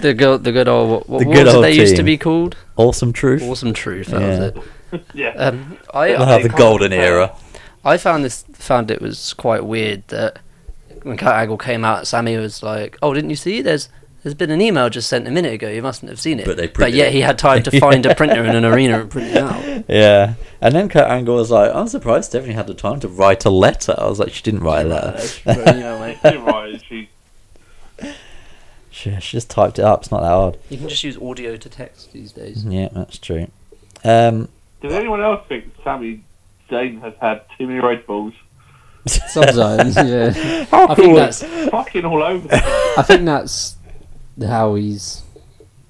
C: The, go- the good old. What, what
B: The
C: what
B: good
C: was
B: old
C: it they used to
B: team.
C: be called?
B: Awesome truth.
C: Awesome Truth, that
B: Yeah.
C: was it.
E: yeah.
G: Uh,
C: Um, I,
B: We'll have the
E: Iconic
B: golden
E: fan.
B: era.
C: I found this found it was quite weird that when Kurt Angle came out, Sammy was like, "Oh, didn't you see? There's there's been an email just sent a minute ago. You mustn't have seen it."
B: But they
C: but
B: printed
C: yet
B: it.
C: he had time to find a printer in an arena and print it out.
B: Yeah. And then Kurt Angle was like, I'm surprised Stephanie had the time to write a letter. I was like, she didn't write a letter.
E: You're right, she-
B: She, she just typed it up. It's not that hard.
C: You can just use audio to text these days.
B: Yeah, that's true. Um,
E: Does anyone else think Sammy Zayn has had too many Red Bulls?
G: Sometimes, yeah.
B: how
G: I think that's
E: fucking all over the place.
G: I think that's how he's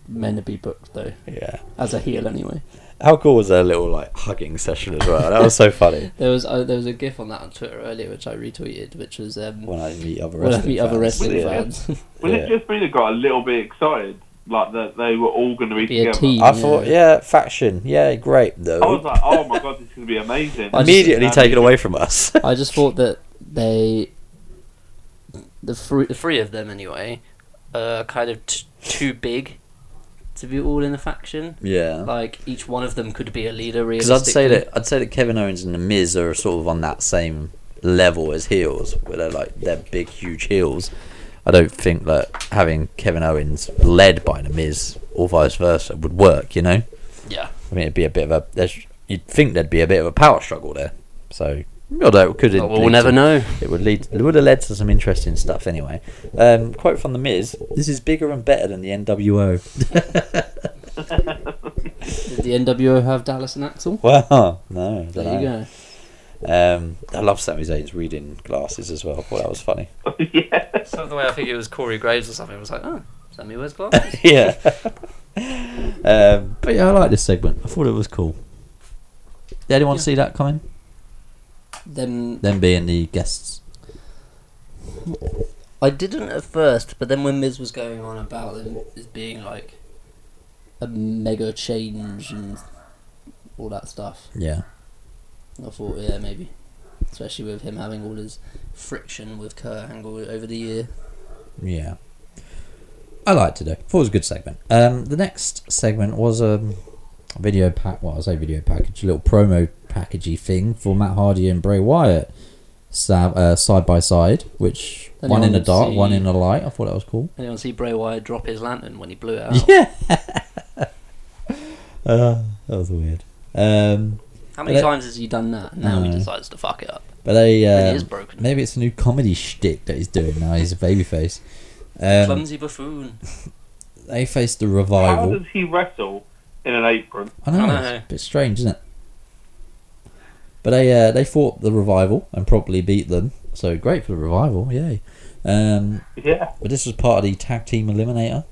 G: meant to be booked, though,
B: yeah.
G: as a heel anyway.
B: How cool was their little like hugging session as well? That was so funny.
G: There was uh, there was a gif on that on Twitter earlier, which I retweeted, which was um,
B: When I meet other
G: when I
B: wrestling
G: meet other
B: fans.
G: wrestling
B: Yeah.
G: fans.
E: Would
B: Yeah.
E: it just mean they got a little bit excited? Like that they were all going to be,
G: Be a
E: together?
G: team.
B: I thought, yeah, faction. Yeah, great though.
E: I was like, oh my god, this is going to be amazing.
G: I just-
B: Immediately taken away from us.
G: I just thought that they the free
C: The three of them, anyway, are kind of t- too big to be all in a faction.
G: Oh.
B: yeah.
C: Like each one of them could be a leader.
B: Because I'd say
C: realistically.
B: that I'd say that Kevin Owens and the Miz are sort of on that same level as heels, where they're like they're big, huge heels. I don't think that having Kevin Owens led by the Miz or vice versa would work. You know,
C: Yeah.
B: I mean it'd be a bit of a there's, you'd think there'd be a bit of a power struggle there. So God, that could
C: Oh, Well, we'll
B: lead
C: never
B: to-
C: know.
B: It would lead it would have led to some interesting stuff anyway. Um, quote from the Miz: "This is bigger and better than the NWO."
G: Did the NWO have Dallas and Axel?
B: wow, no, I don't
G: There you
B: know.
G: go.
B: Um, I love Sami Zayn's reading glasses as well. I thought that was funny.
E: yeah.
C: Some of the way I think it was Corey Graves or something was like, oh, Sammy wears glasses.
B: yeah. um, but yeah, I like this segment. I thought it was cool. Did anyone see that coming?
G: Then
B: Them being the guests.
C: I didn't at first, but then when Miz was going on about them as being like,
G: a mega change and all that stuff.
B: Yeah.
G: I thought, yeah, maybe. Especially with him having all his friction with Kurt Angle over the year.
B: Yeah. I liked it though. Thought it was a good segment. Um, the next segment was um, a video pack. Well, I say video package, a little promo packagey thing for Matt Hardy and Bray Wyatt, sa- uh, side by side, which
G: Then
B: one
G: you
B: in the
G: would
B: dark,
G: see-
B: one in the light. I thought that was cool.
C: anyone see Bray Wyatt drop his lantern when he blew it out?
B: Yeah. uh, that was weird. Um,
C: How
B: But
C: many
B: it-
C: times has he done that? Now he
B: No.
C: decides to fuck it up.
B: but they
C: And he
B: uh,
C: is broken.
B: maybe it's a new comedy shtick that he's doing now. He's a babyface. Um,
C: Clumsy buffoon.
B: they faced the
E: How
B: revival.
E: does he wrestle in an apron?
B: I know,
C: I know.
B: it's a bit strange, isn't it? But they uh, they fought the revival and probably beat them. So great for the revival, yay! Um,
E: Yeah.
B: but this was part of the tag team eliminator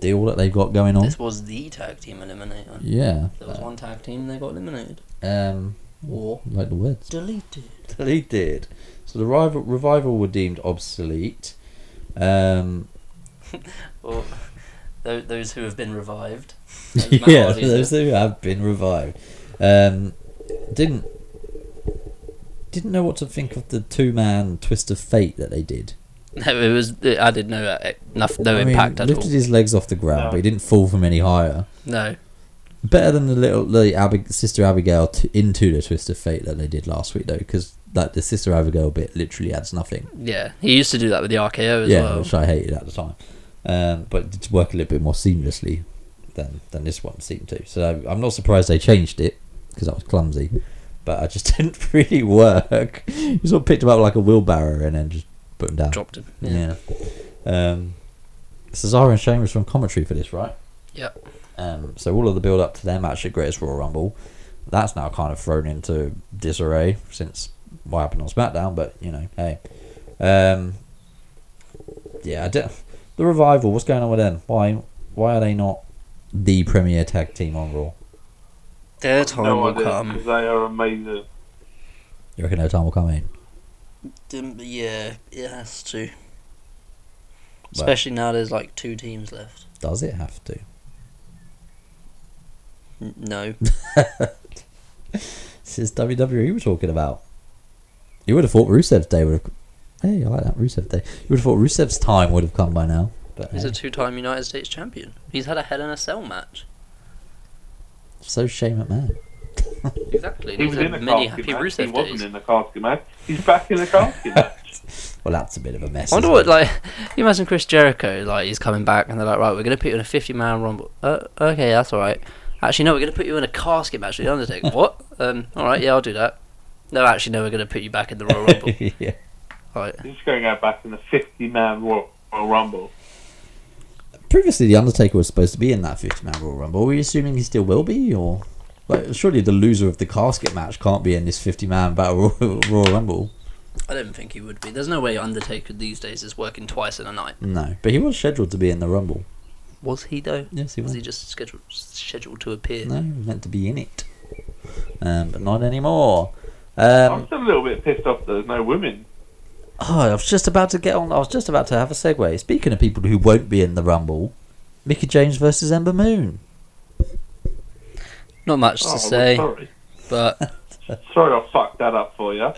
B: deal that they've got going on.
C: This was the tag team eliminator.
B: yeah,
C: There was one tag team they got eliminated.
B: um,
C: Or
B: like the words.
C: deleted.
B: They did. So the rival, revival were deemed obsolete. Um,
C: Or tho- those who have been revived. Those Matt
B: yeah,
C: Hardys
B: those
C: that-
B: who have been revived um, didn't didn't know what to think of the two man twist of fate that they did.
C: No, it was. I did no, no, no
B: I mean,
C: impact at all.
B: lifted his legs off the ground,
E: No.
B: but he didn't fall from any higher.
C: No,
B: Better than the little the Abig- sister Abigail t- into the twist of fate that they did last week though, because like the sister Abigail bit literally adds nothing.
C: yeah, he used to do that with the RKO as
B: yeah,
C: well.
B: which I hated at the time. Um, but it did work a little bit more seamlessly than than this one seemed to. So I'm not surprised they changed it because that was clumsy. But I just didn't really work. You sort of picked him up like a wheelbarrow and then just put him down.
C: Dropped him.
B: Yeah. Um, Cesaro and Shane was from commentary for this, right?
C: Yep.
B: Um, so all of the build up to their match at Greatest Royal Rumble, that's now kind of thrown into disarray since what happened on SmackDown. But you know, hey, um, yeah, I don't- the revival. What's going on with them? Why, why are they not the premier tag team on Raw?
C: Their time
E: no
C: will
E: idea,
C: come.
E: 'cause They are amazing.
B: You reckon no time will come in?
C: Dim- Yeah, it has to. Especially now there's like two teams left.
B: Does it have to?
C: N- No,
B: This is WWE E we're talking about. You would have thought Rusev's day would have. Hey, I like that Rusev day. You would have thought Rusev's time would have come by now. But
C: he's
B: hey,
C: a two-time United States champion. He's had a Hell in a Cell match.
B: so shame at man.
C: Exactly.
E: He
C: He's
E: was in
C: had
E: the
C: many
E: casket
C: happy
E: match. He
C: Rusev
E: wasn't
C: days.
E: in the casket match. He's back in the casket match.
B: Well, that's a bit of a mess.
C: I wonder
B: isn't
C: what
B: it?
C: like you imagine Chris Jericho like he's coming back and they're like right we're gonna put you in a fifty man rumble. Uh, okay, that's all right. Actually, no, we're gonna put you in a casket match with the Undertaker. what? Um, all right, yeah, I'll do that. No, actually, no, we're gonna put you back in the Royal Rumble.
B: yeah.
C: all right.
E: He's going out back in the 50 man Royal Royal Rumble.
B: Previously, the Undertaker was supposed to be in that 50-man Royal Rumble. Are we assuming he still will be, or like surely the loser of the casket match can't be in this 50-man battle Royal, Royal Rumble?
C: I don't think he would be. There's no way Undertaker these days is working twice in a night.
B: No, but he was scheduled to be in the Rumble.
C: Was he though?
B: Yes, he
C: Was
B: was.
C: he just scheduled scheduled to appear?
B: No, he was meant to be in it, um, but not anymore. Um,
E: I'm still a little bit pissed off that there's no women.
B: Oh, I was just about to get on. I was just about to have a segue. Speaking of people who won't be in the Rumble, Mickey James versus Ember Moon.
C: Not much
E: Oh,
C: to
E: well,
C: say,
E: sorry.
C: but
E: Sorry I fucked that up for you.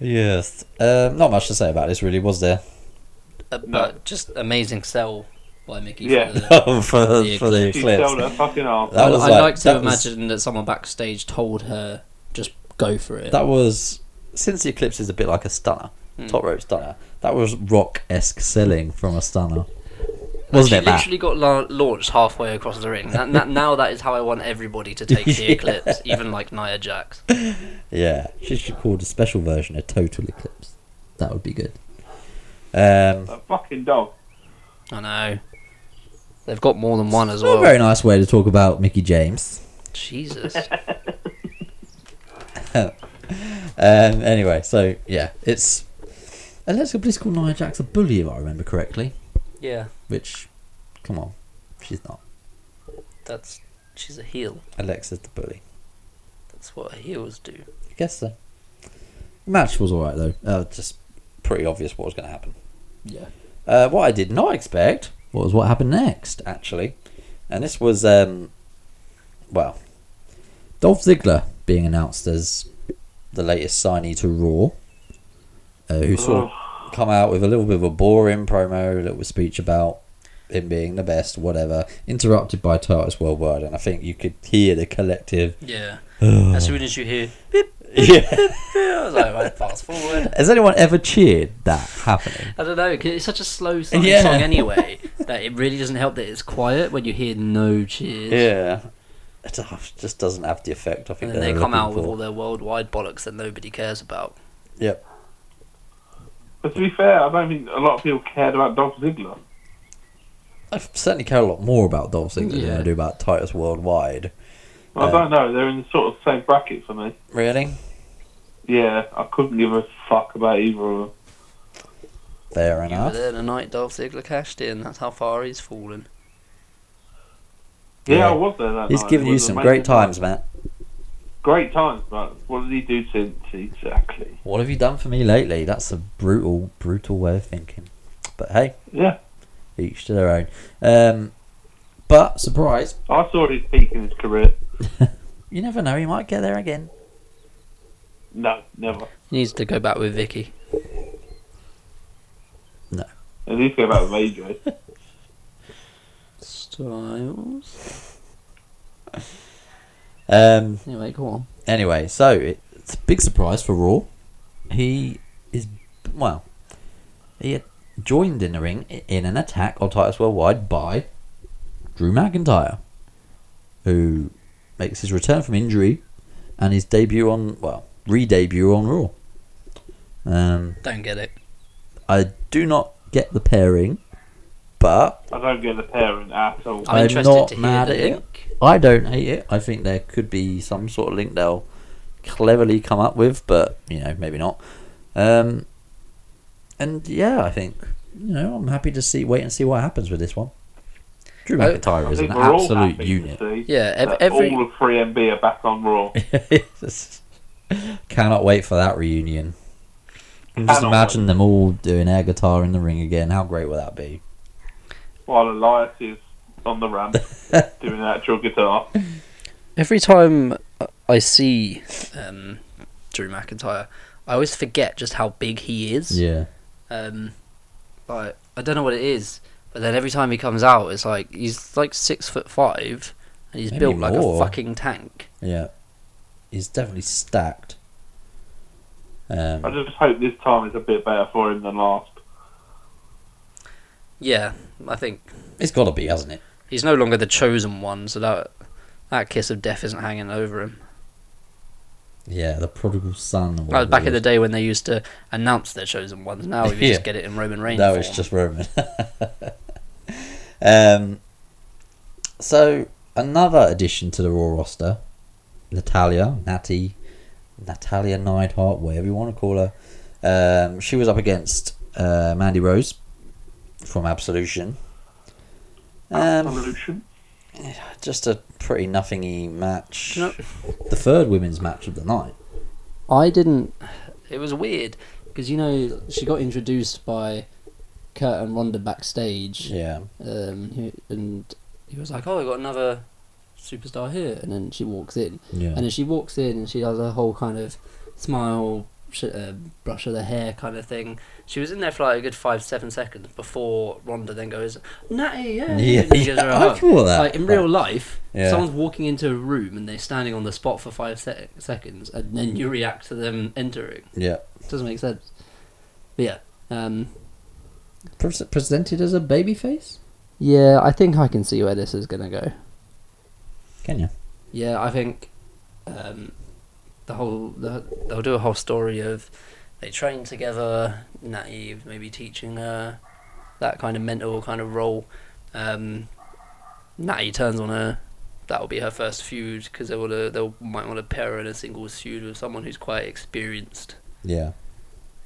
B: Yes. Um, not much to say about this, really, was there?
C: uh,
E: No.
C: but just amazing sell by Mickey.
E: Yeah.
C: For
B: for,
C: the,
B: for
C: Yeah,
B: the
E: She
B: clips.
E: sold her fucking ass.
B: That
G: I-
B: was
G: I'd
B: like-
G: like, to
B: that was-
G: imagine that someone backstage told her, just go for it.
B: That was since the eclipse is a bit
C: Hmm.
B: like a stunner, top rope stunner. That was rock esque selling from a stunner. Wasn't it,
C: She
B: Matt?
C: literally got la- launched halfway across the ring. That, that, now that is how I want everybody to take the
B: Yeah.
C: Eclipse, even like Nia Jax.
B: Yeah, she should call the special version a total eclipse. That would be good. Um,
E: A fucking dog.
C: I know. They've got more than one as
B: not a
C: well.
B: very nice way to talk about Mickey James.
C: Jesus.
B: Um, anyway, so yeah, it's Alexa Bliss called Nia Jax a bully, if I remember correctly.
C: yeah,
B: Which, come on, she's not.
C: that's she's a heel.
B: Alexa's the bully.
C: That's what heels do.
B: I guess so. Match was alright though. Uh, just pretty obvious what was going to happen.
G: Yeah.
B: Uh, what I did not expect was what happened next, actually. And this was, um, well, Dolph Ziggler being announced as the latest signee to Raw, uh, who sort of come out with a little bit of a boring promo, a little speech about him being the best, whatever, interrupted by Titus Worldwide. And I think you could hear the collective.
C: Yeah. as soon as you hear,
B: Oh. Yeah.
C: I was like, right, fast forward.
B: Has anyone ever cheered that happening?
C: I don't know. 'cause it's such a slow starting
B: Yeah.
C: song anyway that it really doesn't help that it's quiet when you hear no cheers.
B: Yeah. It just doesn't have the effect I think
C: And then
B: they
C: they come out with all their worldwide bollocks that nobody cares about.
B: Yep.
E: But to be fair, I don't think a lot of people cared about Dolph Ziggler.
B: I certainly care a lot more about Dolph Ziggler than I do about Titus Worldwide.
E: I
B: Uh,
E: don't know. They're in sort of the same bracket for me.
B: Really?
E: Yeah, I couldn't give a fuck about either of them.
B: Fair
C: But
B: enough.
C: then the night Dolph Ziggler cashed in. That's how far he's fallen.
E: Yeah,
B: Yeah.
E: I was there that
B: He's
E: night.
B: given
E: It
B: you
E: was
B: some
E: amazing.
B: great times, Matt.
E: Great times, but what did he do since exactly?
B: What have you done for me lately? That's a brutal, brutal way of thinking. But hey,
E: Yeah,
B: each to their own. Um, but surprise,
E: I saw his peak in his career.
B: you never know. He might get there again.
E: No, never.
C: He needs to go back with Vicky.
E: At least go back with AJ.
C: Styles.
B: Um,
C: Anyway, go on.
B: Anyway, so it's a big surprise for Raw. He is well. He had joined in the ring i- in an attack on Titus Worldwide by Drew McIntyre, who makes his return from injury and his debut on well re-debut on Raw. Um,
C: Don't get it.
B: I do not get the pairing, but
E: I don't get the pairing at all.
B: I'm
C: I'm, interested
B: not
C: to hear
B: mad
C: the
B: at it.
C: link.
B: I don't hate it. I think there could be some sort of link they'll cleverly come up with, but you know, maybe not. Um, and yeah, I think you know I'm happy to see wait and see what happens with this one. Drew
C: I-
B: McIntyre
E: I
B: is an
E: think we're all
B: absolute
E: happy
B: unit.
E: To see
C: Yeah, ev-
E: that
C: every
E: all of 3MB are back on Raw.
B: It's- Cannot wait for that reunion. And Just
E: Cannot
B: imagine them all doing air guitar in the ring again. How great would that be?
E: While Elias is on the ramp doing actual guitar.
C: Every time I see um, Drew McIntyre, I always forget just how big he is.
B: Yeah,
C: Um, like I don't know what it is, but then every time he comes out, it's like he's like six foot five, and he's
B: Maybe
C: built like a
B: more.
C: fucking tank.
B: yeah. He's definitely stacked.
E: I
B: Um,
E: just hope this time is a bit better for him than last.
C: Yeah, I think
B: it's got to be, hasn't it?
C: he's no longer the chosen one, so that that kiss of death isn't hanging over him.
B: Yeah, the prodigal son. Or
C: That was
B: whatever
C: Oh, back
B: it
C: in the
B: was.
C: day when they used to announce their chosen ones. Now we
B: Yeah.
C: just get it in Roman Reigns.
B: No, it's
C: form.
B: just Roman. um, so another addition to the Raw roster, Natalia, Natty, Natalia Neidhart, whatever you want to call her. Um, she was up against uh, Mandy Rose from Absolution. Um,
E: Evolution.
B: just a pretty nothingy match.
C: Do you
B: The third women's match of the night.
G: I didn't
C: it was weird.
G: because you know she got introduced by Kurt and Ronda backstage,
B: Yeah.
G: um, who- and
C: He was like, "Oh, we got another
G: superstar here, and then she walks in,
B: Yeah.
G: and as she walks in, and she does a whole kind of smile, sh- uh, brush of the hair kind of thing.
C: She was in there for like a good five, seven seconds before Rhonda then goes, Natty, yeah.
B: Yeah,
C: and gives her a
B: yeah, I
C: hug.
B: saw that.
C: Like, in real life,
B: Yeah.
C: someone's walking into a room and they're standing on the spot for five sec seconds and then you react to them entering.
B: Yeah.
C: It doesn't make sense.
G: But yeah, um,
B: Pres- presented as a baby face.
C: Yeah, I think I can see where this is gonna go.
B: Can you?
C: Yeah, I think um, the whole the, they'll do a whole story of they train together, Natty maybe teaching her that kind of mentor kind of role. Um, Natty turns on her. That'll be her first feud because they wanna they might want to pair her in a singles feud with someone who's quite experienced
B: Yeah.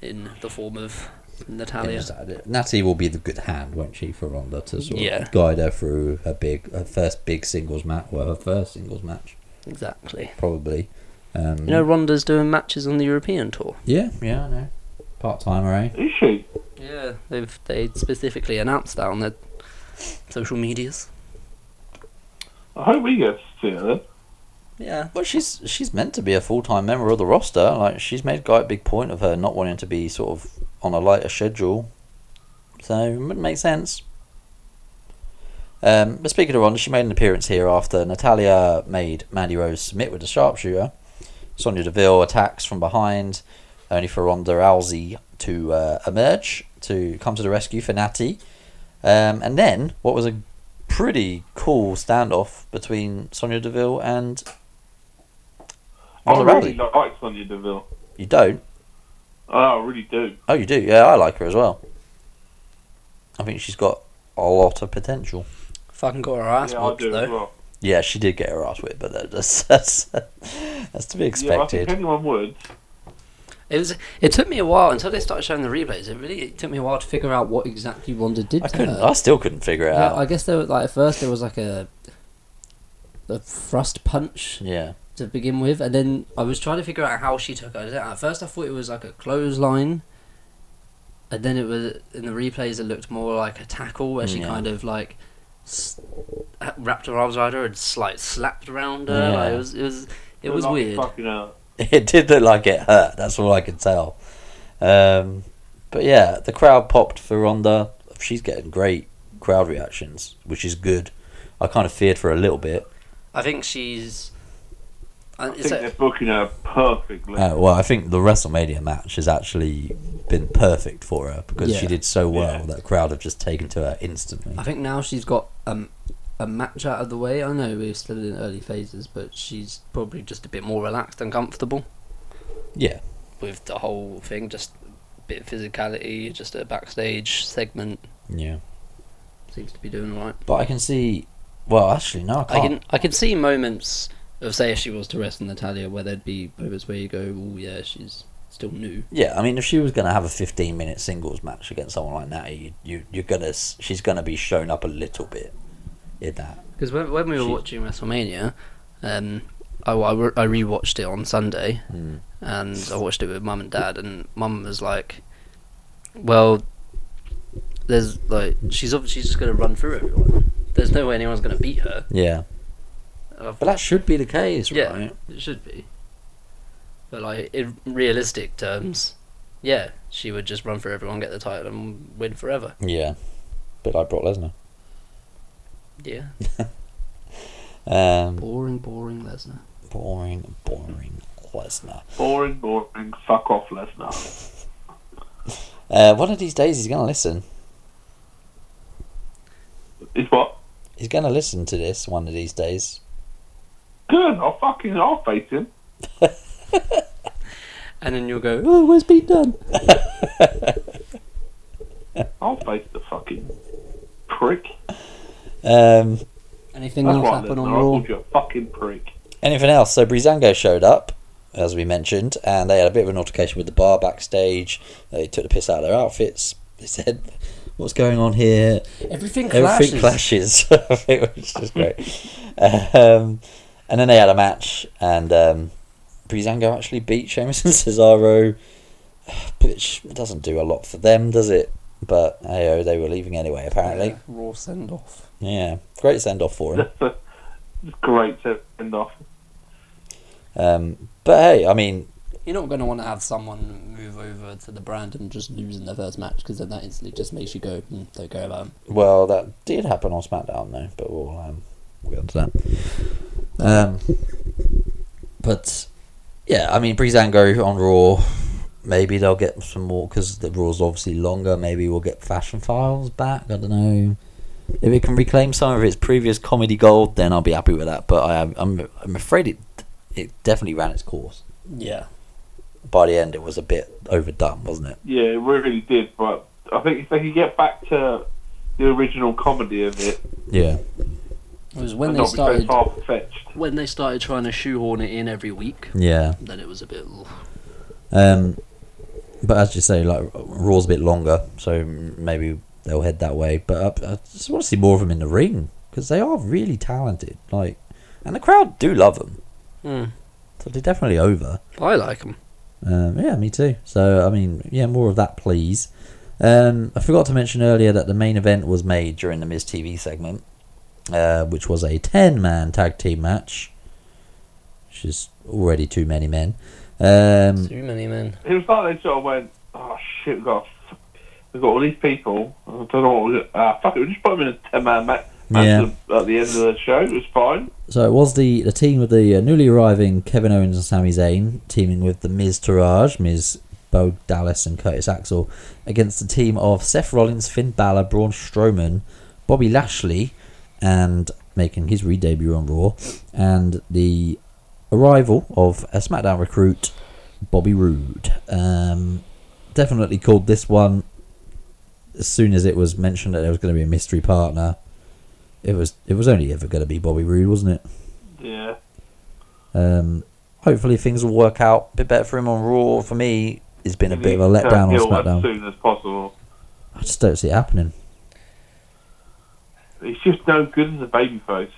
C: in the form of
B: Yeah,
C: Natalia.
B: just add it. Natty will be the good hand, won't she, for Ronda to sort
C: Yeah.
B: of guide her through her big, her first big singles match, well, her first singles match,
C: Exactly.
B: probably. Um,
C: You know, Ronda's doing matches on the European tour.
B: yeah, yeah, I know. Part timer, eh?
E: Is she?
C: Yeah, they've they specifically announced that on their social medias.
E: I hope we get to see her then.
C: Yeah,
B: Well, she's she's meant to be a full time member of the roster. Like she's made quite a big point of her not wanting to be sort of on a lighter schedule, so it would make sense. Um, but speaking of Ronda, she made an appearance here after Natalia made Mandy Rose submit with a sharpshooter. Sonia Deville attacks from behind, only for Ronda Rousey to uh, emerge to come to the rescue for Natty. Um, and then what was a pretty cool standoff between Sonia Deville and
E: I
B: Ronda
E: really
B: Rousey.
E: like Sonya Deville.
B: You don't?
E: I really do.
B: Oh, you do? Yeah, I like her as well. I think she's got a lot of potential.
C: fucking got her ass
E: yeah, I
C: whooped
E: do as
C: though.
E: well.
B: Yeah, she did get her ass whipped, but that- that's that's, that's to be
E: Yeah, I think
B: expected.
E: anyone would.
C: It was. It took me a while until they started showing the replays. It really it took me a while to figure out what exactly Ronda did.
B: I
G: to
B: couldn't.
G: her.
B: I still couldn't figure it
G: Yeah,
B: out.
G: I guess there was like at first there was like a a thrust punch
B: yeah,
G: to begin with, and then I was trying to figure out how she took it. At first, I thought it was like a clothesline,
C: And then it was in the replays. It looked more like a tackle where she
B: Mm, Yeah.
C: kind of like s- wrapped her arms around her and s- like slapped around her.
B: Yeah.
C: Like, it was. It was. It was
E: Like,
C: weird.
E: Fucking hell.
B: it did look like it hurt. That's all I could tell. Um, but yeah, the crowd popped for Ronda. She's getting great crowd reactions, which is good. I kind of feared for a little bit.
C: I think she's. uh, I
E: I think they're booking her perfectly.
B: Uh, well, I think the WrestleMania match has actually been perfect for her because she
G: Yeah.
B: did so well
E: Yeah.
B: that the crowd have just taken to her instantly.
G: I think now she's got um, a match out of the way. I know we're still in early phases, but she's
C: probably just a bit more relaxed and comfortable.
B: Yeah,
C: with the whole thing, just a bit of physicality, just a backstage segment
B: yeah.
C: seems to be doing all right.
B: But I can see. Well, actually, no, I
C: I
B: can't.
C: can I can see moments of say if she was to wrestle Natalia where there'd be moments where you go, Oh yeah, she's still new.
B: Yeah, I mean, if she was going to have a fifteen-minute singles match against someone like Natty, you, you you're gonna s- she's gonna be shown up a little bit in that.
C: Because when, when we were
B: She-
C: watching WrestleMania, um, I, I, re- I rewatched it on Sunday,
G: Hmm.
B: Mm.
C: and I watched it with mum and dad, and mum was like, "Well, there's like she's obviously just gonna run through everyone. There's no way anyone's gonna beat her."
B: Yeah,
C: And I've
B: but that should be the case,
C: Yeah.
B: right?
C: It should be. But like in realistic terms, yeah, she would just run for everyone, get the title, and win forever.
B: Yeah, but like Brock Lesnar.
C: Yeah.
B: Um,
G: boring, boring Lesnar.
B: boring, boring Lesnar.
E: Boring, boring. Fuck off, Lesnar.
B: Uh, one of these days, he's gonna listen.
E: It's what?
B: He's gonna listen to this one of these days.
E: Good. I'll fucking I'll face him.
C: And then you'll go.
G: Oh, where's Pete done?
E: I'll face the fucking prick.
B: Um,
G: Anything
E: That's
G: else
E: what
G: happen
E: Lesnar.
G: on
E: I
G: Raw?
E: called you a fucking prick.
B: anything else? So Brizango showed up, as we mentioned, and they had a bit of an altercation with the bar backstage. They took the piss out of their outfits. They said, "What's going on here?"
G: Everything
B: Everything clashes. it was just great. um, and then they had a match, and um, Breezango actually beat Sheamus and Cesaro, which doesn't do a lot for them, does it? But hey, oh, they were leaving anyway. Apparently,
G: Raw send off.
B: yeah, great send off for him.
E: It's great to end off.
B: Um, but hey, I mean,
G: You're not going to want to have someone move over to the brand and just lose in their first match because then that instantly just makes you go, mm, don't care about 'em."
B: Well, that did happen on SmackDown, though, but we'll, um, we'll get to that. Um, but, yeah, I mean, Breezango on Raw, maybe they'll get some more, because the Raw's obviously longer, maybe we'll get Fashion Files back, I don't know. If it can reclaim some of its previous comedy gold, then I'll be happy with that. But I, I'm I'm afraid it it definitely ran its course.
G: Yeah.
B: By the end, it was a bit overdone, wasn't it?
E: Yeah, it really did. But I think if they could get back to the original comedy of it,
B: Yeah.
G: It was when
E: and
G: they
E: not be so
G: started.
E: far fetched.
H: When they started trying to shoehorn it in every week,
B: Yeah.
H: then it was a bit.
B: Um, but as you say, like Raw's a bit longer, so maybe they'll head that way. But uh, I, I just want to see more of them in the ring because they are really talented. Like, and the crowd do love them,
H: Mm.
B: so they're definitely over.
H: I like them.
B: Um, yeah, me too. So I mean, yeah, more of that, please. Um, I forgot to mention earlier that the main event was made during the Miz TV segment, uh, which was a ten-man tag team match, which is already too many men. Um,
G: Too many men.
E: It was like they sort of went, oh shit, we've got, f- we've got all these people. I don't know what we uh, Fuck it, we just put them in a 10 man match
B: Yeah.
E: at the- at the end of the show. It was fine.
B: So it was the, the team of the uh, newly arriving Kevin Owens and Sami Zayn teaming with the Miz Taraj, Miz Bo Dallas and Curtis Axel against the team of Seth Rollins, Finn Balor, Braun Strowman, Bobby Lashley, and making his re-debut on Raw, and the arrival of a SmackDown recruit, Bobby Roode. Um, definitely called this one as soon as it was mentioned that there was going to be a mystery partner. It was it was only ever going to be Bobby Roode, wasn't it?
E: Yeah.
B: Um, hopefully things will work out a bit better for him on Raw. For me, it's been a
E: He
B: bit of a
E: needs to turn
B: letdown on
E: heel As
B: SmackDown.
E: soon as possible.
B: I just don't see it happening.
E: He's just no good as a babyface.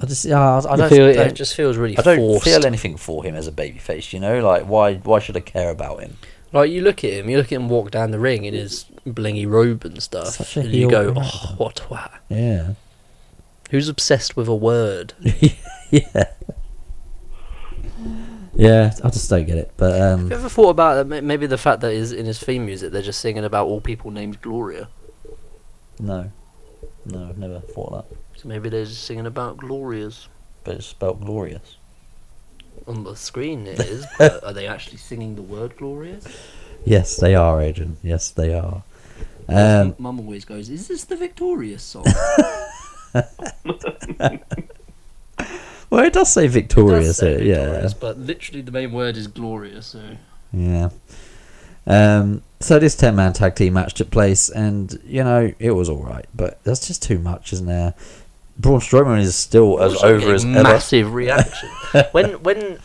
B: I just, yeah, I, I
C: You
B: don't,
C: feel it-
B: don't-
C: it just feels really
B: I don't
C: forced.
B: feel anything for him as a babyface. You know, like why, why should I care about him?
C: Like you look at him, you look at him walk down the ring in his blingy robe and stuff,
B: Such a
C: and you
B: heel
C: go,
B: character.
C: "Oh, what a twat!
B: Yeah,
C: Who's obsessed with a word?"
B: yeah, yeah. I just don't get it. But um,
C: Have you ever thought about that? May- Maybe the fact that is in his theme music, they're just singing about all people named Gloria.
B: no, no, I've never thought that.
C: So maybe they're just singing about Glorias
B: But it's spelled glorious.
C: on the screen. It is, but are they actually singing the word Glorias?
B: Yes, they are, Adrian. Yes, they are.
G: Um,
B: Um,
G: Mum always goes, "Is this the Victorious song?"
B: well, it does say victorious.
H: That's
B: it- yeah,
H: victorious, But literally, the main word is Gloria. So
B: Yeah. Um, so this ten man tag team match took place, and you know it was all right, but that's just too much, isn't there? Braun Strowman is still as
C: Also
B: over as
C: getting
B: ever.
C: massive reaction. when when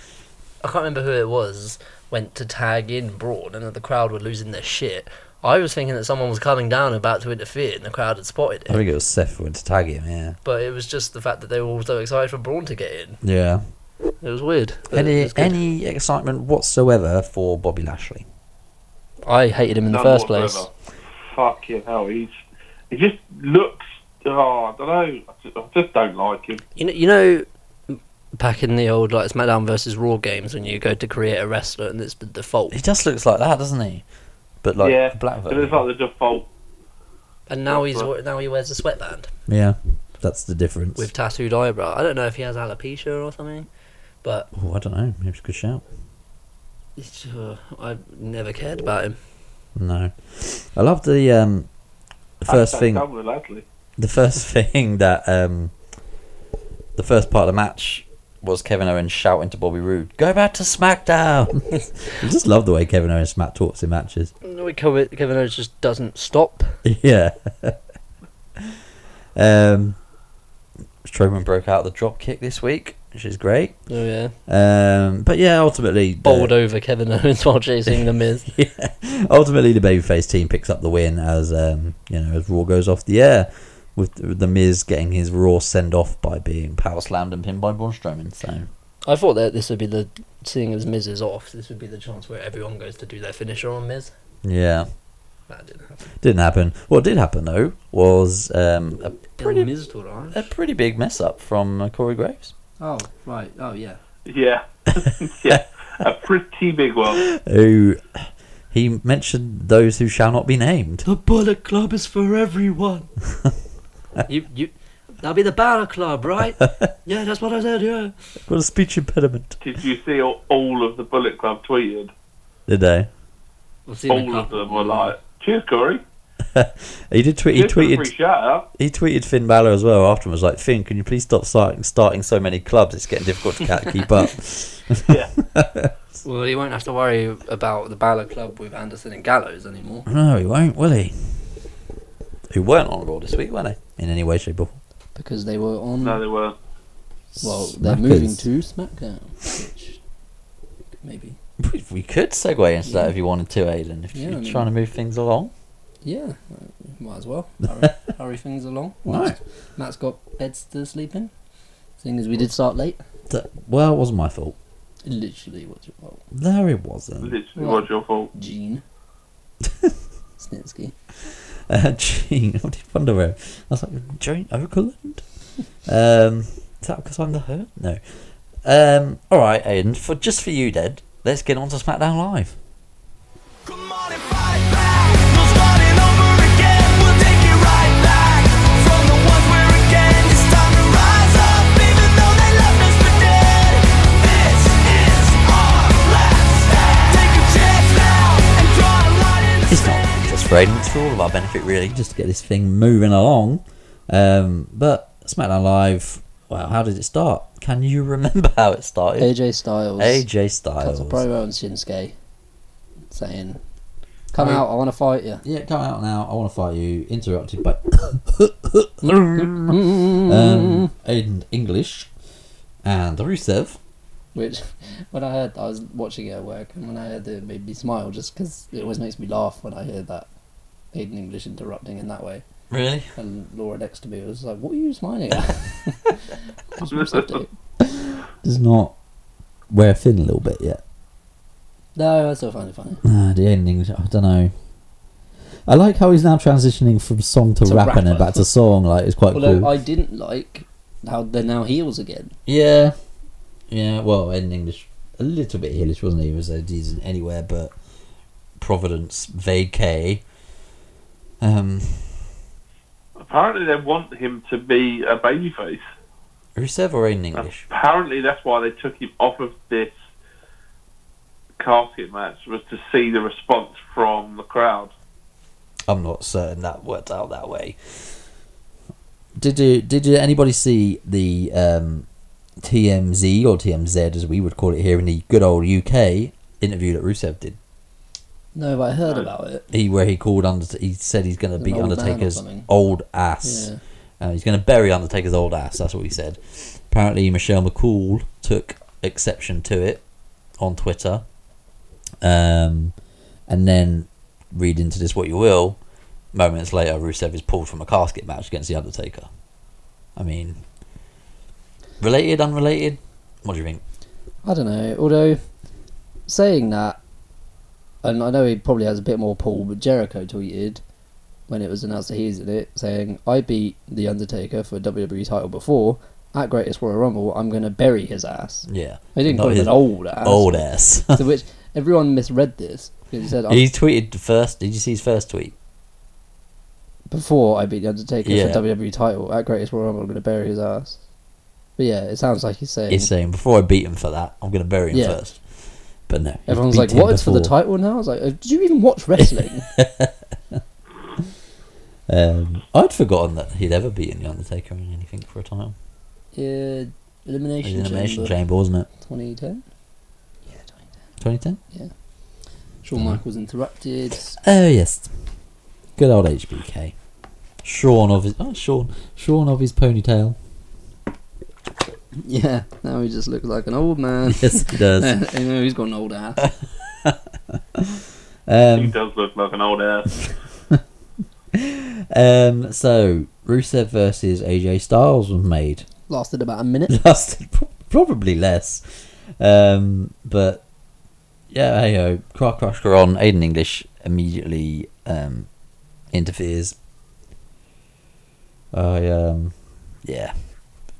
C: I can't remember who it was went to tag in Braun and the crowd were losing their shit. I was thinking that someone was coming down about to interfere and the crowd had spotted
B: I
C: it.
B: think it was Seth who went to tag him. Yeah,
C: But it was just the fact that they were all so excited for Braun to get in.
B: yeah.
C: It was weird. but it
B: Any
C: was good.
B: any excitement whatsoever for Bobby Lashley?
C: I hated him in the
E: None
C: first place.
E: whatsoever. Fucking hell. He's, he just looks. Oh, I don't know. I just, I just don't like him.
C: You know, you know, back in the old like SmackDown versus Raw games when you go to create a wrestler and it's the default.
B: He just looks like that, doesn't he? But like
E: yeah.
B: black
E: It looks
B: version.
E: like the default.
C: And now he's
E: Right.
C: now he wears a sweatband.
B: Yeah, that's the difference.
C: with tattooed eyebrow. I don't know if he has alopecia or something, but
B: Oh, I don't know. Maybe it's a good shout.
C: it's, uh, I've never cared about him.
B: No, I love the um the first
E: Hashtag
B: thing.
E: done with Lashley.
B: the first thing that um, the first part of the match was Kevin Owens shouting to Bobby Roode, "Go back to SmackDown." I just love the way Kevin Owens smack talks in matches.
C: No, Kevin Kevin Owens just doesn't stop.
B: yeah. um, Strowman broke out the drop kick this week, which is great.
C: Oh yeah,
B: Um, but yeah, ultimately, the-
C: bowled over Kevin Owens while chasing the Miz.
B: yeah. Ultimately, the babyface team picks up the win as um, you know as Raw goes off the air, with the Miz getting his Raw send off by being power slammed and pinned by Braun Strowman. So
C: I thought that this would be the seeing as Miz is off, this would be the chance where everyone goes to do their finisher on Miz.
B: yeah,
C: That didn't happen.
B: didn't happen. What did happen though was um, a
H: El
B: pretty
H: Miz Taraj.
B: a pretty big mess up from uh, Corey Graves.
G: oh right. Oh yeah.
E: Yeah. yeah. A pretty big one.
B: Who he mentioned those who shall not be named.
H: The Bullet Club is for everyone. you, you, that'll be the Battle Club, right? yeah, that's what I said. Yeah.
B: Got a speech impediment.
E: Did you see all, all of the Bullet Club tweeted?
B: Did they?
H: I've seen a
E: all of
H: couple.
E: them were like, "Cheers, Corey."
B: he did tweet. He
E: Good for a free
B: tweeted.
E: shout out.
B: He tweeted Finn Balor as well. After and was like, Finn, can you please stop starting starting so many clubs? It's getting difficult to ca- keep up.
E: Yeah.
I: Well, he won't have to worry about the Balor Club with Anderson and Gallows anymore.
B: No, he won't, will he? Who weren't on Raw this week, were they? In any way, shape, or form.
C: because they were on.
E: No, they were.
C: well, they're
B: Smackers.
C: moving to SmackDown. Which maybe.
B: We- We could segue into that if you wanted to, Aiden. If
C: Yeah,
B: you're
C: I mean-
B: trying to move things along.
C: Yeah, uh, might as well. Hurry, hurry things along. whilst Matt's got beds to sleep in. Seeing as we did start late.
B: Th- Well, it wasn't my fault.
C: It Literally, what's your fault?
B: No, it wasn't.
E: Literally
C: Right.
E: was your fault.
C: Gene. Snitsky.
B: Uh, Gene, what did you wonder where? I was like, Jane Oakland? um, is that because I'm the hurt? No. Um, all right, Aiden, for, just for you, Dead, let's get on to SmackDown Live.
F: Come on and fight back. We'll start it over again. We'll take it right back from the ones we're against. It's time to rise up, even though they left us for dead. This is our last stand. Take a chance now and draw a line in the
B: It's not
F: sand.
B: just for Aiden, it's for all of our benefit, really, just to get this thing moving along. Um, but SmackDown Live, well, how did it start? Can you remember how it started?
C: AJ Styles.
B: AJ
C: Cuts
B: Styles.
C: a promo on Shinsuke. Saying, Come out, I want to fight you.
B: Yeah, come out now. I want to fight you. Interrupted by
C: Mm.
B: um, Aiden English and Rusev.
C: Which, when I heard, I was watching it at work, and when I heard it, it made me smile just because it always makes me laugh when I hear that Aiden English interrupting in that way.
B: Really?
C: And Laura next to me was like, "What are you smiling at?" What's up,
E: That's
C: dude?
B: Does not wear thin a little bit yet.
C: no, I still find it funny.
B: Ah, the Aiden English, I don't know. I like how he's now transitioning from song to,
C: To
B: rap, and then
C: rapper.
B: back to song. Like it's quite
C: Although
B: cool.
C: I didn't like how they're now heels again.
B: Yeah, yeah. Well, Aiden English, a little bit heelish, wasn't he? He Was a decent anywhere, but Providence vacay. Um,
E: Apparently, they want him to be a babyface.
B: Rusev or Aiden English?
E: Apparently, that's why they took him off of this casket match was to see the response from the crowd.
B: I'm not certain that worked out that way. Did you, did you, anybody see the um, TMZ or TMZ as we would call it here in the good old UK interview that Rusev did?
C: No, but I heard about it.
B: He where he called under he said he's going to
C: An
B: beat
C: old man or
B: Undertaker's
C: something.
B: old ass.
C: Yeah,
B: Uh, he's going to bury Undertaker's old ass. That's what he said. Apparently, Michelle McCool took exception to it on Twitter. Um, and then read into this what you will. Moments later, Rusev is pulled from a casket match against the Undertaker. I mean, related, unrelated. What do you think?
C: I don't know. Although saying that, and I know he probably has a bit more pull, but Jericho tweeted when it was announced that he's in it, saying, "I beat the Undertaker for a WWE title before." At Greatest Royal Rumble, I'm going to bury his ass.
B: Yeah,
C: They didn't
B: Not
C: call him
B: his
C: an old ass.
B: old ass.
C: to which everyone misread this because he said "I'm-
B: he tweeted the first. Did you see his first tweet?
C: before I beat the Undertaker
B: Yeah.
C: for WWE title at Greatest Royal Rumble, I'm going to bury his ass. But yeah, it sounds like he's saying
B: He's saying before I beat him for that, I'm going to bury him
C: Yeah.
B: first. But no, he
C: everyone's
B: beat
C: like,
B: him
C: "What? It's for the
B: before.
C: title now." I was like, "Uh, "Did you even watch wrestling?"
B: Um, I'd forgotten that he'd ever beaten the Undertaker in anything for a title.
C: yeah,
B: It was
C: Elimination,
B: in Elimination
C: Chamber,
B: Chamber, wasn't it?
C: 2010. Yeah, 2010.
B: 2010.
C: Shawn Michaels interrupted.
B: Oh yes, good old HBK. Sean of his oh Sean Sean of his ponytail.
C: Yeah, now he just looks like an old man.
B: Yes, he does.
C: you know, he's got an old ass.
E: he
B: um,
E: does look like an old ass.
B: um, so Rusev versus AJ Styles was made.
C: Lasted about a minute.
B: lasted pro- probably less. Um, but yeah, hey ho, Car Crash on. Aiden English immediately um, interferes. I um, yeah,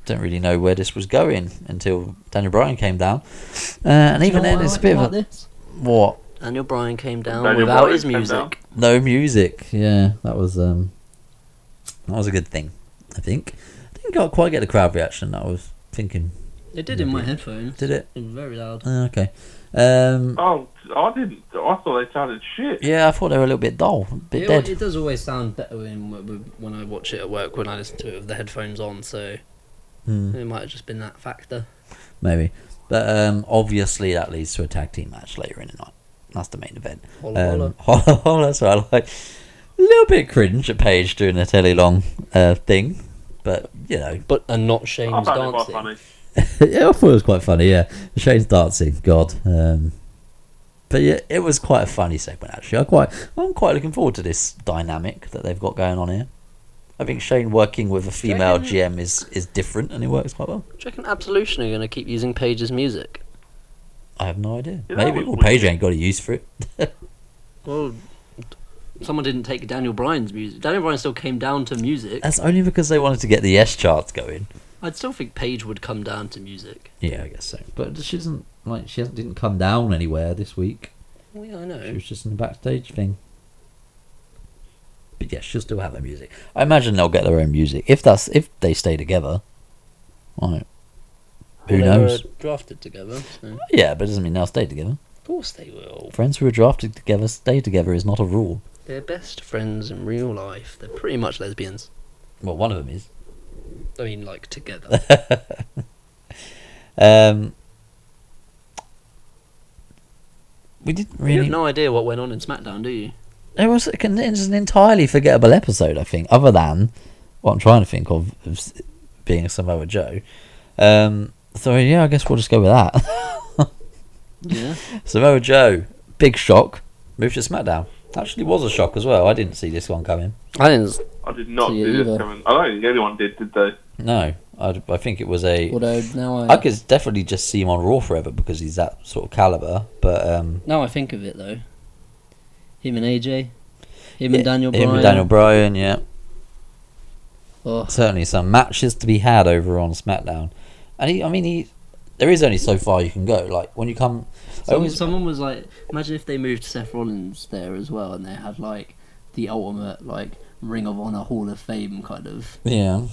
B: don't really know where this was going until Daniel Bryan came down, uh, and even then, it's a bit of a
C: this.
B: what
I: Daniel Bryan came down
E: Daniel
I: without
E: Bryan
I: his
E: came down.
I: music.
B: no music. Yeah, that was um, that was a good thing. I think I didn't quite get the crowd reaction that I was thinking.
H: It did in my headphone.
B: Did it?
H: It was very loud.
B: Uh, okay. Um,
E: Oh, I didn't. I thought they sounded shit.
B: yeah, I thought they were a little bit dull, a bit
H: It,
B: dead.
H: it does always sound better when when I watch it at work when I listen to it with the headphones on. So
B: Hmm.
H: it might have just been that factor.
B: maybe. But um, obviously, that leads to a tag team match later in the night. That's the main event.
H: Holla,
B: Um, holla, holla, that's what I like. A little bit cringe at Paige doing the telly long uh, thing, but you know,
H: But and not
E: I
H: Shane's
E: found it quite
H: dancing.
E: funny.
B: yeah, I thought it was quite funny. Yeah, Shane's dancing, God. Um, but yeah, it was quite a funny segment actually. I quite, I'm quite looking forward to this dynamic that they've got going on here. I think Shane working with a female GM is is different, and it works quite well.
C: Do you reckon Absolution are going to keep using Paige's music?
B: I have no idea.
E: Yeah, that
B: Maybe
E: was
B: well,
E: weird.
B: Paige ain't got a use for it.
C: Well, someone didn't take Daniel Bryan's music. Daniel Bryan still came down to music.
B: That's only because they wanted to get the S charts going.
C: I'd still think Paige would come down to music.
B: Yeah, I guess so. But she doesn't like she hasn't didn't come down anywhere this week.
C: Well, yeah, I
B: She
C: know.
B: was just in the backstage thing. But yeah, she'll still have her music. I imagine they'll get their own music if that's if they stay together. Right. Who
H: Well, they were
B: knows?
H: Drafted together. So.
B: Yeah, but it doesn't mean they'll stay together.
H: Of course they will.
B: Friends who are drafted together stay together is not a rule.
H: They're best friends in real life. They're pretty much lesbians.
B: Well, one of them is.
H: I mean, like together.
B: Um, we didn't
C: You
B: really
C: have no idea what went on in SmackDown, do you?
B: It was it can- it's an entirely forgettable episode, I think, other than what I'm trying to think of, of s- being Samoa Joe. Um, so, yeah, I guess we'll just go with that.
C: Yeah.
B: Samoa Joe, big shock, moved to SmackDown. Actually, was a shock as well. I didn't see this one coming.
C: I didn't.
E: I did not
G: So
E: see
G: you
E: this
G: either.
E: coming. I don't think anyone did, did they?
B: No, I, I think it was a.
G: Although now I,
B: I could definitely just see him on Raw forever because he's that sort of caliber. But um,
H: now I think of it though.
C: Him and AJ.
G: him and Daniel
B: him
G: Bryan.
B: and Daniel Bryan, yeah,
G: Oh,
B: certainly some matches to be had over on SmackDown. And he, I mean, he, there is only so far you can go. Like when you come, oh, I
C: Someone,
B: always-
C: someone was like, imagine if they moved Seth Rollins there as well, and they had like the ultimate like Ring of Honor Hall of Fame kind of
B: yeah,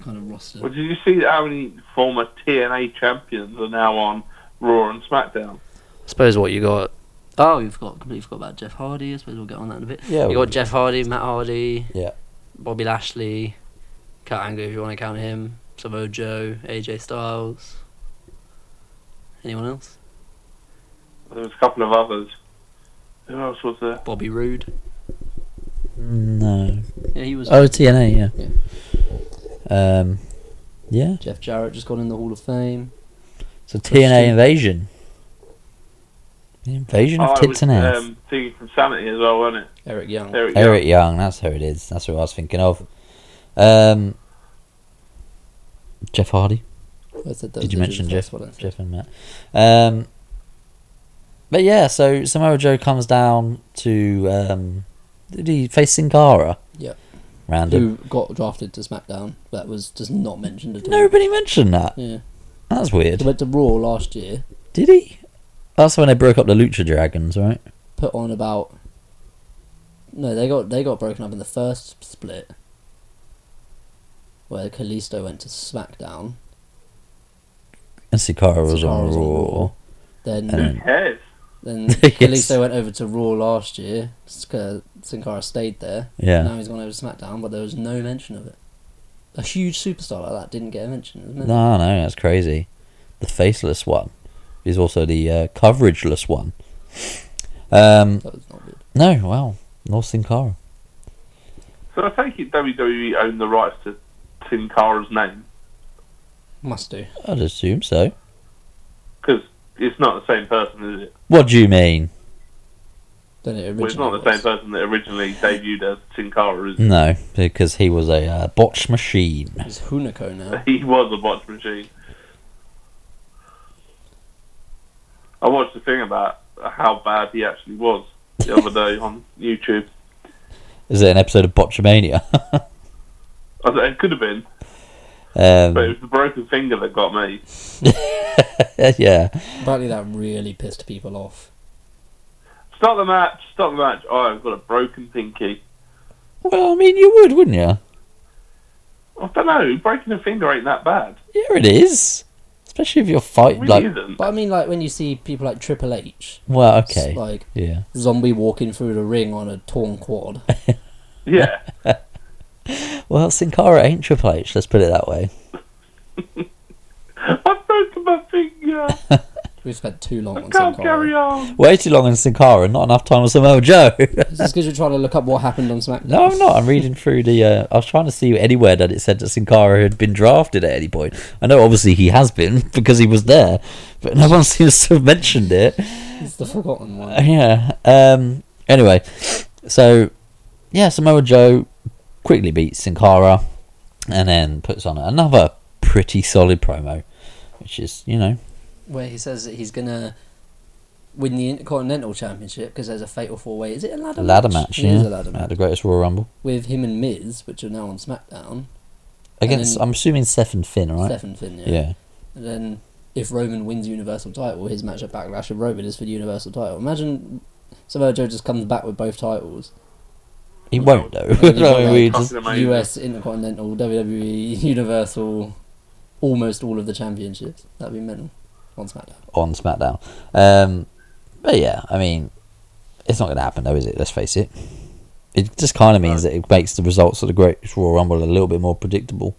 C: kind of roster.
E: Well, did you see how many former TNA champions are now on Raw and SmackDown?
C: I suppose what you got. Oh, you've got completely forgot about Jeff Hardy. I suppose we'll get on that in a bit.
B: Yeah,
C: you
B: we'll-
C: got Jeff Hardy, Matt Hardy,
B: Yeah.
C: Bobby Lashley, Cat Angle if you want to count him, Samoa Joe, AJ Styles. Anyone else?
E: There was a couple of others. Who else was there?
C: Bobby Roode.
B: No.
C: Yeah, he was.
B: Oh, TNA, yeah. Um, yeah.
G: Jeff Jarrett just got in the Hall of Fame.
B: So TNA invasion. The invasion of
E: Oh, it
B: tits
E: was,
B: and ass.
E: Um, Thingy from Sanity as well, wasn't it?
G: Eric Young.
E: There it goes.
B: Eric Young, that's who it is. That's who I was thinking of. Um, Jeff Hardy.
G: I said those
B: Did you
G: are
B: mention
G: the
B: Jeff?
G: first one I said.
B: Jeff and Matt. Um, but yeah, so Samoa Joe comes down to um, did he face Sin Cara?
G: Yeah.
B: Random.
G: Who got drafted to SmackDown? That was just not mentioned at all.
B: Nobody mentioned that.
G: Yeah.
B: That's weird.
G: He went to Raw last year,
B: Did he? That's when they broke up the Lucha Dragons, right?
G: put on about. No, they got they got broken up in the first split, where Kalisto went to SmackDown.
B: And Sikara was
G: Cesaro
B: on
G: was on
B: Raw.
G: Raw. Then
B: And-
E: Who cares?
G: then
B: Yes.
G: Kalisto went over to Raw last year. Ska- Sin Cara stayed there.
B: Yeah.
G: Now he's gone over to SmackDown, but there was no mention of it. A huge superstar like that didn't get a mention. Isn't it?
B: No, no, that's crazy. The faceless one is also the uh, coverageless one. Um,
G: That was not good.
B: no, wow. North Sin Cara.
E: So I take it WWE owned the rights to Sin Cara's name
G: Must do.
B: I'd assume so.
E: because it's not the same person, is it?
B: What do you mean?
G: Then it originally
E: Well, it's not the
G: was.
E: same person that originally debuted as Sin Cara, is it?
B: No, because he was a uh, botch machine.
G: It's Hunako now.
E: He was a botch machine. I watched the thing about how bad he actually was the other day on YouTube.
B: Is it an episode of Botchamania?
E: I thought it could have been, but it
B: um,
E: was the broken finger that got me.
B: yeah.
G: Apparently that really pissed people off.
E: Stop the match! Stop the match! Oh, I've got a broken pinky.
B: Well, I mean, you would, wouldn't you?
E: I don't know. Breaking a finger ain't that bad.
B: Yeah, it is. Especially if you're fighting
E: Really
B: like
E: isn't.
C: But I mean, like when you see people like Triple H,
B: well,
C: it's
B: okay,
C: like
B: yeah.
C: zombie walking through the ring on a torn quad.
E: Yeah.
B: Well, Sin Cara ain't Triple H. Let's put it that way.
E: I've broken my finger.
C: We've spent too long
E: I
C: on Sin
E: can't carry
C: Cara.
E: on.
B: Way too long on Sin Cara, not enough time on Samoa Joe.
C: Is this because you're trying to look up what happened on SmackDown?
B: no, I'm not. I'm reading through the. Uh, I was trying to see anywhere that it said that Sin Cara had been drafted at any point. I know, obviously, he has been because he was there, but no one seems to have mentioned it.
C: It's the forgotten one.
B: Uh, yeah. Um. Anyway, so yeah, Samoa Joe quickly beats Sin Cara, and then puts on another pretty solid promo, which is you know
C: where he says that he's gonna win the Intercontinental Championship because there's a fatal four way. Is it a ladder?
B: a ladder match.
C: It is
B: Yeah,
C: a ladder
B: at
C: match
B: the Greatest Royal Rumble
C: with him and Miz, which are now on SmackDown.
B: against.
C: then-
B: I'm assuming Seth and Finn, right?
C: Steph and Finn. Yeah.
B: Yeah.
C: And then if Roman wins the Universal title, his match at Backlash with Roman is for the Universal title. Imagine Samoa Joe just comes back with both titles.
B: He won't though.
C: And then you've
B: I
C: got,
B: mean,
C: like,
B: we just-
E: amazing.
C: US Intercontinental, WWE Universal, almost all of the championships. That'd be mental on SmackDown.
B: on SmackDown. Um, but yeah, I mean, it's not going to happen though, is it? Let's face it. It just kind of means that it makes the results of the Great Royal Rumble a little bit more predictable.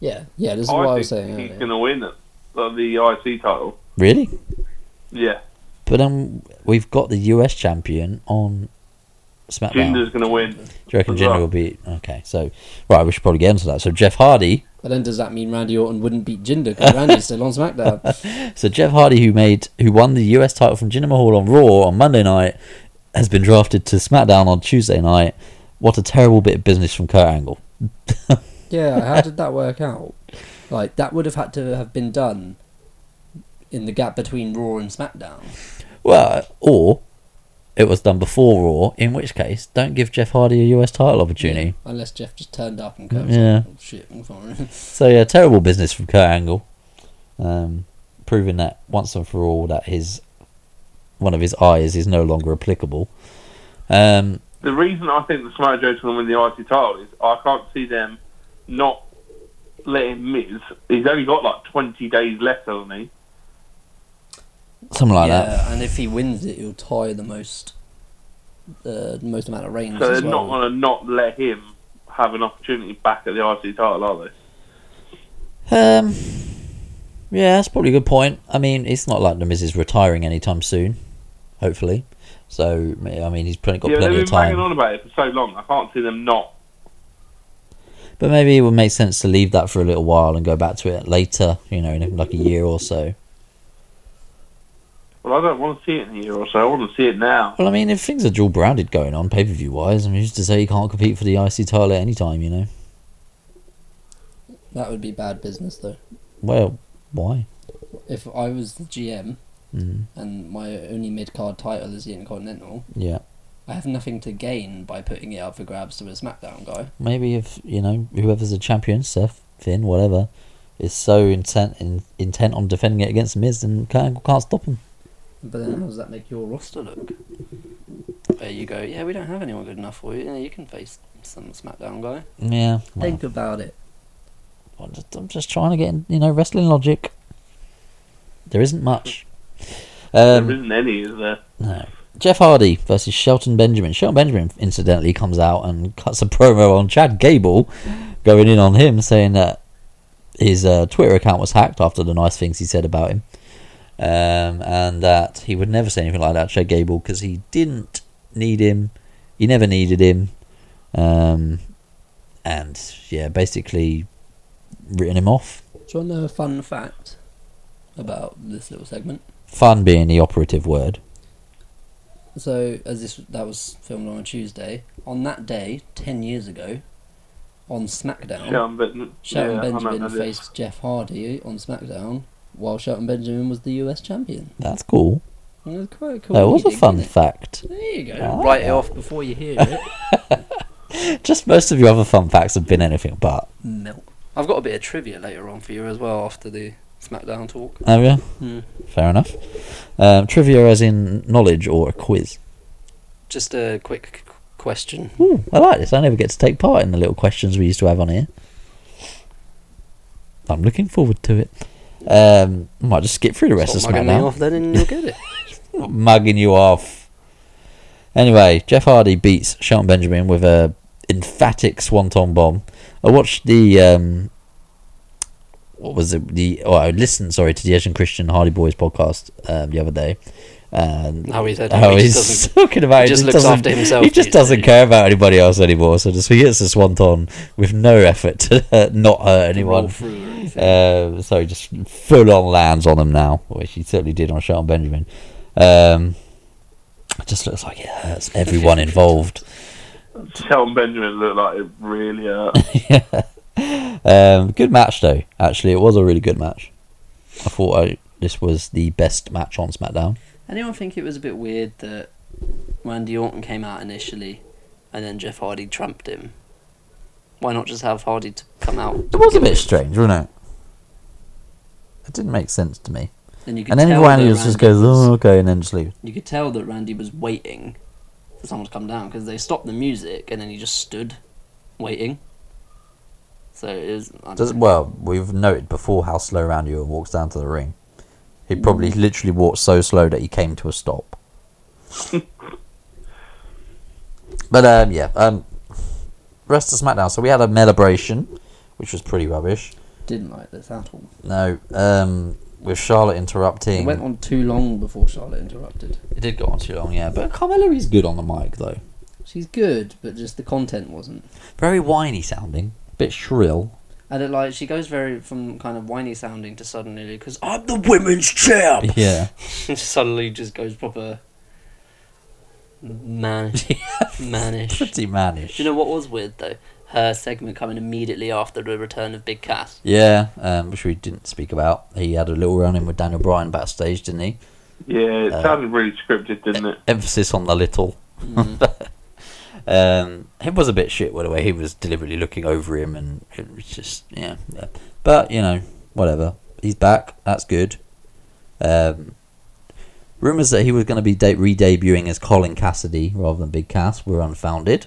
C: Yeah, yeah. This is
E: Oh, I
C: what I
E: think
C: was saying.
E: he's
C: earlier.
E: going to win it, uh, the IC title.
B: Really?
E: Yeah.
B: But then we've got the US champion on SmackDown.
E: Jinder's going to win.
B: Do you reckon
E: as
B: Jinder
E: well.
B: will be okay? So right, we should probably get into that. So Jeff Hardy,
C: But then does that mean Randy Orton wouldn't beat Jinder because Randy's still on SmackDown?
B: so Jeff Hardy, who made who won the US title from Jinder Mahal on Raw on Monday night, has been drafted to SmackDown on Tuesday night. What a terrible bit of business from Kurt Angle.
C: Yeah, how did that work out? Like, that would have had to have been done in the gap between Raw and SmackDown.
B: Well, or it was done before Raw, in which case, don't give Jeff Hardy a US title opportunity.
C: Unless Jeff just turned up and goes,
B: Yeah.
C: yeah. oh, shit, I'm sorry.
B: So, yeah, terrible business from Kurt Angle. Um, proving that once and for all that his one of his eyes is no longer applicable. Um,
E: The reason I think the Samoa Joe's going to win the IC title is I can't see them not letting Miz. He's only got like 20 days left, hasn't he?
B: something like that.
C: yeah, and if he wins it, he'll tie the most, uh, the most amount of reigns
E: So
C: as
E: they're not
C: well.
E: going to not let him have an opportunity back at the IC title, are they?
B: Um, yeah, that's probably a good point. I mean, it's not like the Miz is retiring anytime soon, hopefully. So, I mean, he's plenty, got
E: yeah, they've
B: plenty
E: been
B: of time.
E: banging on about it for so long. I can't see them not.
B: But maybe it would make sense to leave that for a little while and go back to it later, you know, in like a year or so.
E: Well, I don't want to see it in a year or so. I want to see it now.
B: Well, I mean, if things are dual branded going on pay per view wise, I mean, who's to say you can't compete for the IC title at any time, you know?
C: That would be bad business, though.
B: Well, why?
C: If I was the GM
B: Mm,
C: and my only mid-card title is the Intercontinental,
B: yeah.
C: I have nothing to gain by putting it up for grabs to a SmackDown guy.
B: Maybe if, you know, whoever's the champion, Seth, Finn, whatever, is so intent in, intent on defending it against Miz, then Kurt Angle can't stop him.
C: But then how does that make your roster look? Where you go, yeah, we don't have anyone good enough for you. Yeah, you can face some SmackDown guy.
B: Yeah. Well,
C: Think about it.
B: I'm, just, I'm just trying to get, in, you know, wrestling logic. There isn't much. Um,
E: there isn't any, is there?
B: No. Jeff Hardy versus Shelton Benjamin. Shelton Benjamin, incidentally, comes out and cuts a promo on Chad Gable, going in on him, saying that his uh, Twitter account was hacked after the nice things he said about him, um, and that he would never say anything like that to Chad Gable because he didn't need him, he never needed him, um, and yeah, basically written him off.
C: Do you want to know a fun fact about this little segment?
B: Fun being the operative word.
C: So, as this that was filmed on a Tuesday, on that day, 10 years ago, on SmackDown,
E: Sharon, Ben-
C: Shelton
E: yeah, I remember
C: oh. Benjamin
E: this.
C: faced Jeff Hardy on SmackDown while Shelton Benjamin was the US champion.
B: That's cool.
C: It was quite a cool.
B: That was a
C: meeting,
B: fun
C: wasn't it?
B: fact.
C: There you go.
B: Ah.
C: Write it off before you hear it.
B: Just most of your other fun facts have been anything but.
C: Milk.
J: I've got a bit of trivia later on for you as well after the SmackDown talk.
B: Oh yeah,
J: Hmm.
B: fair enough. Um, trivia, as in knowledge or a quiz.
J: Just a quick c- question.
B: Ooh, I like this. I never get to take part in the little questions we used to have on here. I'm looking forward to it. Um, I might just skip through the rest
C: Stop
B: of
C: mugging me
B: SmackDown.
C: off then and you'll get it.
B: Not mugging you off. Anyway, Jeff Hardy beats Shelton Benjamin with a emphatic swanton bomb. I watched the um, what was it? The oh, I listened sorry to the Edge and Christian Hardy Boys podcast um, the other day. And
C: How he said how
B: how Oh,
C: he just
B: he's
C: doesn't-
B: talking about
C: he just looks
B: doesn't-
C: after himself
B: He just
C: these
B: doesn't
C: days.
B: care about anybody else anymore. So just he gets a swanton with no effort to hurt- not hurt anyone. Uh, so he just full on lands on him now, which he certainly did on Shelton Benjamin. Um, it just looks like it hurts everyone involved.
E: Shelton Benjamin looked like it really hurt.
B: Um, good match though. Actually, it was a really good match. I thought I, this was the best match on SmackDown.
C: Anyone think it was a bit weird that Randy Orton came out initially and then Jeff Hardy tramped him? Why not just have Hardy to come out?
B: It was a bit strange, wasn't it? It didn't make sense to me.
C: Then you could
B: And then
C: tell
B: Randy
C: that
B: was just
C: Randy
B: goes,
C: was-
B: "Oh, okay," and then just leaves.
C: You could tell that Randy was waiting for someone to come down because they stopped the music and then he just stood waiting. So it was. I don't
B: Does,
C: know.
B: well, we've noted before how slow Randy Orton walks down to the ring. He probably literally walked so slow that he came to a stop. but um, yeah, um, rest of SmackDown. So we had a celebration, which was pretty rubbish.
G: Didn't like this at all.
B: No, um, with Charlotte interrupting,
G: It went on too long before Charlotte interrupted.
B: it did go on too long. Yeah, but Carmelo is good on the mic though.
G: She's good, but just the content wasn't.
B: Very whiny sounding, bit shrill.
C: And it like she goes very from kind of whiny sounding to suddenly because I'm the women's champ.
B: Yeah,
C: And suddenly just goes proper man manish. Do
B: pretty mannish.
C: you know what was weird though? Her segment coming immediately after the return of Big Cass.
B: Yeah, um, which we didn't speak about. He had a little run in with Daniel Bryan backstage, didn't he?
E: Yeah, it
B: Uh,
E: sounded really scripted, didn't it?
B: Emphasis on the little. um, it was a bit shit, by the way. He was deliberately looking over him, and it was just yeah. yeah. But you know, whatever. He's back. That's good. Um, rumors that he was going to be de- re-debuting as Colin Cassidy rather than Big Cass were unfounded.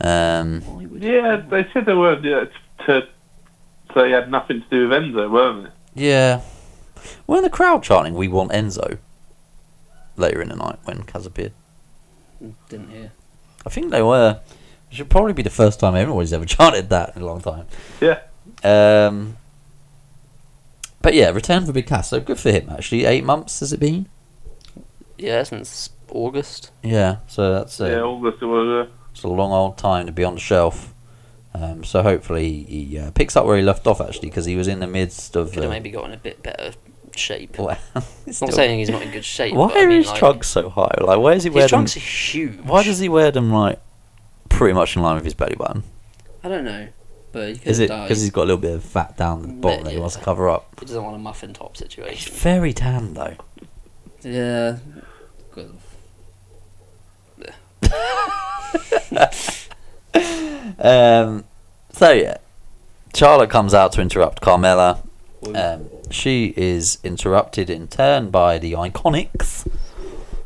B: Um,
E: Yeah, they said they were yeah, t- to say had nothing to do with Enzo, weren't it?
B: yeah. Were the crowd chanting "We want Enzo" later in the night when Kaz appeared?
C: Didn't hear.
B: I think they were. It should probably be the first time everyone's ever chanted that in a long time.
E: Yeah.
B: Um, but yeah, return for Big Cass. So good for him, actually. Eight months has it been?
C: Yeah, since August.
B: Yeah. So that's a,
E: yeah, August it was. Uh,
B: it's a long old time to be on the shelf. Um, so hopefully he uh, picks up where he left off, actually, because he was in the midst of.
C: Could
B: Uh,
C: have maybe got in a bit better shape.
B: well,
C: not
B: still-
C: saying he's not in good shape.
B: Why
C: but I
B: are
C: mean,
B: his
C: like,
B: trunks so high? Like, where is he
C: His
B: wearing them?
C: trunks are huge.
B: Why does he wear them like pretty much in line with his belly button?
C: I don't know, but he could
B: Is it
C: die.
B: because he's got a little bit of fat down the bottom that he wants to cover up?
C: He doesn't want a muffin top
B: He's
C: situation.
B: very tan though.
C: Yeah.
B: Um, so yeah, Charlotte comes out to interrupt Carmella. Um, she is interrupted in turn by the Iconics.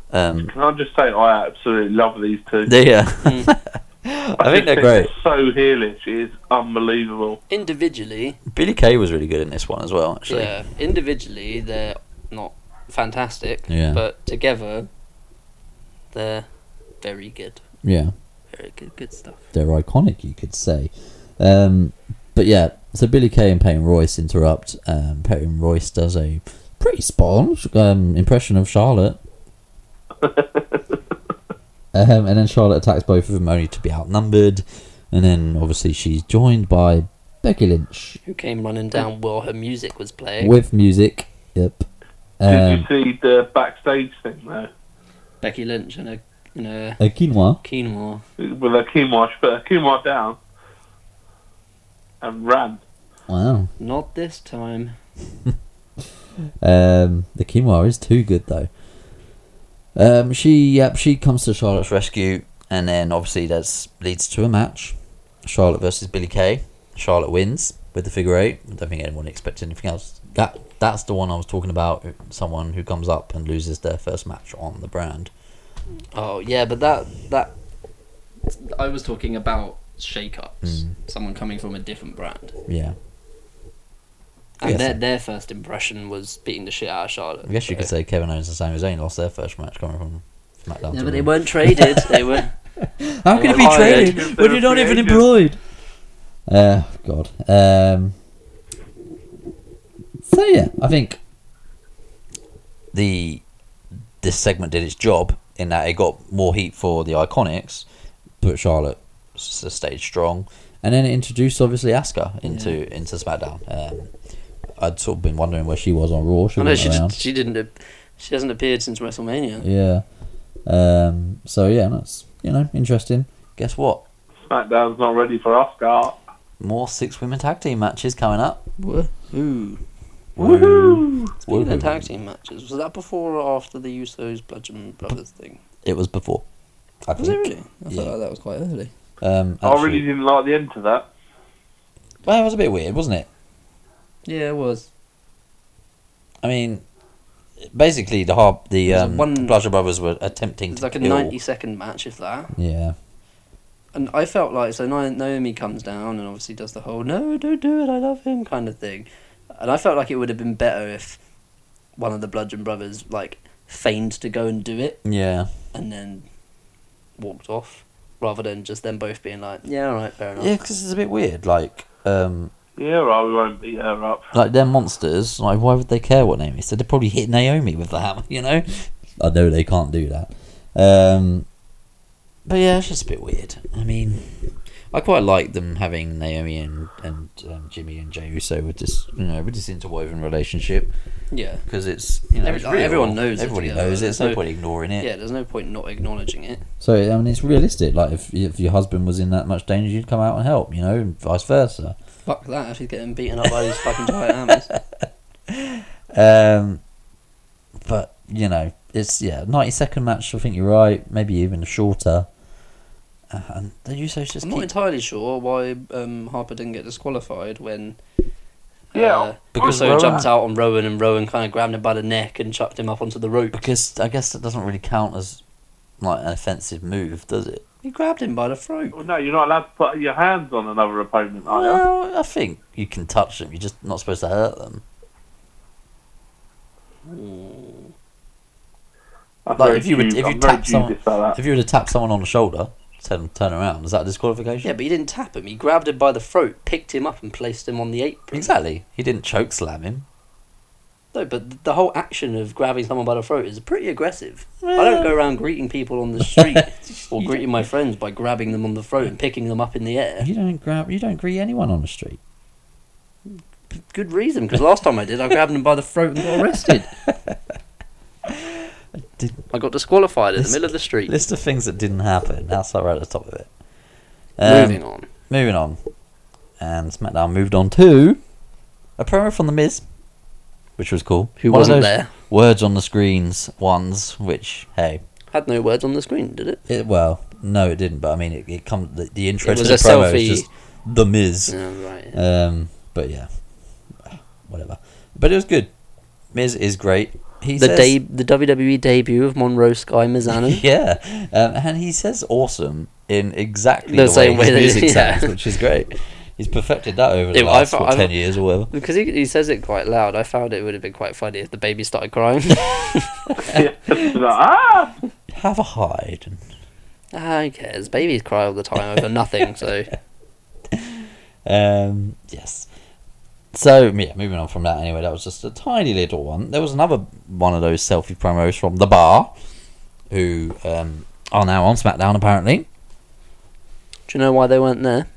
B: Um,
E: can I just say I absolutely love these two.
C: Mm.
B: they, uh, I think
E: just
B: they're great.
E: So heelish, it is unbelievable.
C: Individually,
B: Billy Kay was really good in this one as well. Actually,
C: Yeah, individually they're not fantastic,
B: Yeah.
C: but together they're very good.
B: yeah.
C: Very good, good stuff.
B: they're iconic, you could say. Um, but yeah, so Billy Kay and Peyton Royce interrupt. Um, Peyton Royce does a pretty sponge um, impression of Charlotte. um, and then Charlotte attacks both of them only to be outnumbered. And then obviously she's joined by Becky Lynch
C: Who came running down while her music was playing?
B: with music. Yep.
E: Did
B: Um,
E: you see the backstage thing though?
C: Becky Lynch and a and a
B: a quinoa.
C: quinoa.
E: With a quinoa, she put a quinoa down and ran.
B: Wow.
C: Not this time.
B: Um, the quinoa is too good though. Um, she yep, she comes to Charlotte's rescue, and then obviously that leads to a match. Charlotte versus Billy Kay. Charlotte wins with the figure eight. I don't think anyone expected anything else. That that's the one I was talking about. Someone who comes up and loses their first match on the brand.
C: Oh yeah, but that that I was talking
B: Hmm.
C: about shake ups. Someone coming from a different brand.
B: Yeah.
C: And
B: Yes.
C: their their first impression was beating the shit out of Charlotte.
B: I guess you could
C: so-
B: say Kevin Owens and Sami Zayn lost their first match coming from SmackDown.
C: Yeah,
B: to
C: but they
B: Raw.
C: weren't traded. They were.
B: How can it be
C: Oh, yeah,
B: traded when
E: they're
B: you're not
E: free
B: even
E: agents.
B: employed? Uh, God. Um, so yeah, I think the this segment did its job in that it got more heat for the Iconics, but Charlotte s- stayed strong, and then it introduced obviously Asuka into into SmackDown. Um, I'd sort of been wondering where she was on Raw. She
C: I know
B: wasn't
C: she
B: around.
C: did, she didn't. ap- She hasn't appeared since WrestleMania.
B: Yeah. Um, so yeah, that's you know interesting. Guess what?
E: SmackDown's not ready for Oscar.
B: more six women tag team matches coming up.
C: Woohoo!
B: Woohoo!
C: Speaking of tag team matches, was that before or after the Usos Bludgeon Brothers thing?
B: It was before. I
C: Was it
B: think.
C: really? I
B: yeah.
C: thought that was quite early.
B: Um,
E: I really
B: actually,
E: didn't like the end to that.
B: well, it was a bit weird, wasn't it?
C: Yeah, it was.
B: I mean, basically the hard, the
C: There's a
B: um,
C: one-
B: Bludgeon Brothers were attempting
C: It's
B: to
C: like a
B: kill.
C: ninety-second match, if that.
B: Yeah,
C: And I felt like so Na- Naomi comes down and obviously does the whole "No, don't do it, I love him" kind of thing. And I felt like it would have been better if one of the Bludgeon Brothers like feigned to go and do it
B: yeah,
C: and then walked off, rather than just them both being like, "Yeah, all right, fair enough."
B: yeah, because it's a bit weird. Like, um,
E: Yeah, right, we won't beat her up.
B: like they're monsters. Like, why would they care what Naomi said? They'd probably hit Naomi with the hammer, you know. I know they can't do that. Um, but yeah, it's just a bit weird. I mean, I quite like them having Naomi and and um, Jimmy and Jey Uso with this, you know, with this interwoven relationship
C: Yeah.
B: because it's you know
C: Every-
B: it's real.
C: everyone knows it
B: everybody
C: together.
B: knows it. There's no
C: So-
B: point ignoring it.
C: Yeah, there's no point not acknowledging it.
B: So I mean, it's realistic. Like if if your husband was in that much danger, you'd come out and help, you know, and vice versa.
C: Fuck that if he's getting beaten up by these fucking giant hammers.
B: Um, but you know, it's yeah, ninety second match. I think you're right. Maybe even shorter. Uh, and the Usos just
C: I'm
B: keep
C: not entirely sure why um, Harper didn't get disqualified when.
E: Yeah,
C: uh,
B: because
C: Uso
B: Rowan-
C: jumped out on Rowan and Rowan kind of grabbed him by the neck and chucked him up onto the rope.
B: because I guess that doesn't really count as like an offensive move, does it?
C: He grabbed him by the throat.
E: Well, no, you're not allowed to put your hands on another opponent,
B: Oh,
E: are you?
B: Well, I think you can touch them. You're just not supposed to hurt them.
E: That's
B: Like
E: very
B: if you would,
E: Jew-
B: if you
E: I'm very
B: tap someone,
E: Jewish about that.
B: if you were to tap someone on the shoulder, tell them to turn around. Is that a disqualification?
C: Yeah, but he didn't tap him. He grabbed him by the throat, picked him up, and placed him on the apron.
B: Exactly. He didn't choke slam him.
C: No, but the whole action of grabbing someone by the throat is pretty aggressive. I don't go around greeting people on the street or greeting my friends by grabbing them on the throat and picking them up in the air.
B: You don't grab. You don't greet anyone on the street.
C: Good reason, because last time I did, I grabbed him by the throat and got arrested.
B: Did-
C: I got disqualified in the
B: List-
C: middle of the street.
B: List of things that didn't happen. That's right at the top of it.
C: Moving
B: um,
C: on.
B: Moving on. And SmackDown moved on to a promo from The Miz, which was cool.
C: Who
B: One of
C: wasn't
B: those
C: there?
B: Words on the screens ones, which, hey,
C: Had no words on the screen, did it?
B: it, well, no, it didn't, but I mean, it, it comes, the, the intro
C: It
B: to
C: was
B: the
C: a
B: promo
C: selfie.
B: is just The Miz.
C: No, right.
B: Um, but yeah, whatever. But it was good. Miz is great. He
C: the
B: says,
C: de- the WWE debut of Monroe Sky Mizanin.
B: Yeah, um, and he says awesome in exactly the,
C: The same
B: way,
C: way that-
B: his music
C: yeah.
B: sounds, which is great. He's perfected that over the
C: Yeah,
B: last
C: I've-
B: what,
C: I've-
B: 10 years or whatever.
C: Because he, he says it quite loud, I found it would have been quite funny if the baby started crying.
E: Like, ah!
B: Have a hide. And,
C: ah, who cares? Babies cry all the time over nothing, so
B: um, yes. So, yeah, moving on from that anyway, that was just a tiny little one. There was another one of those selfie promos from The Bar, who um, are now on SmackDown apparently,
C: do you know why they weren't there?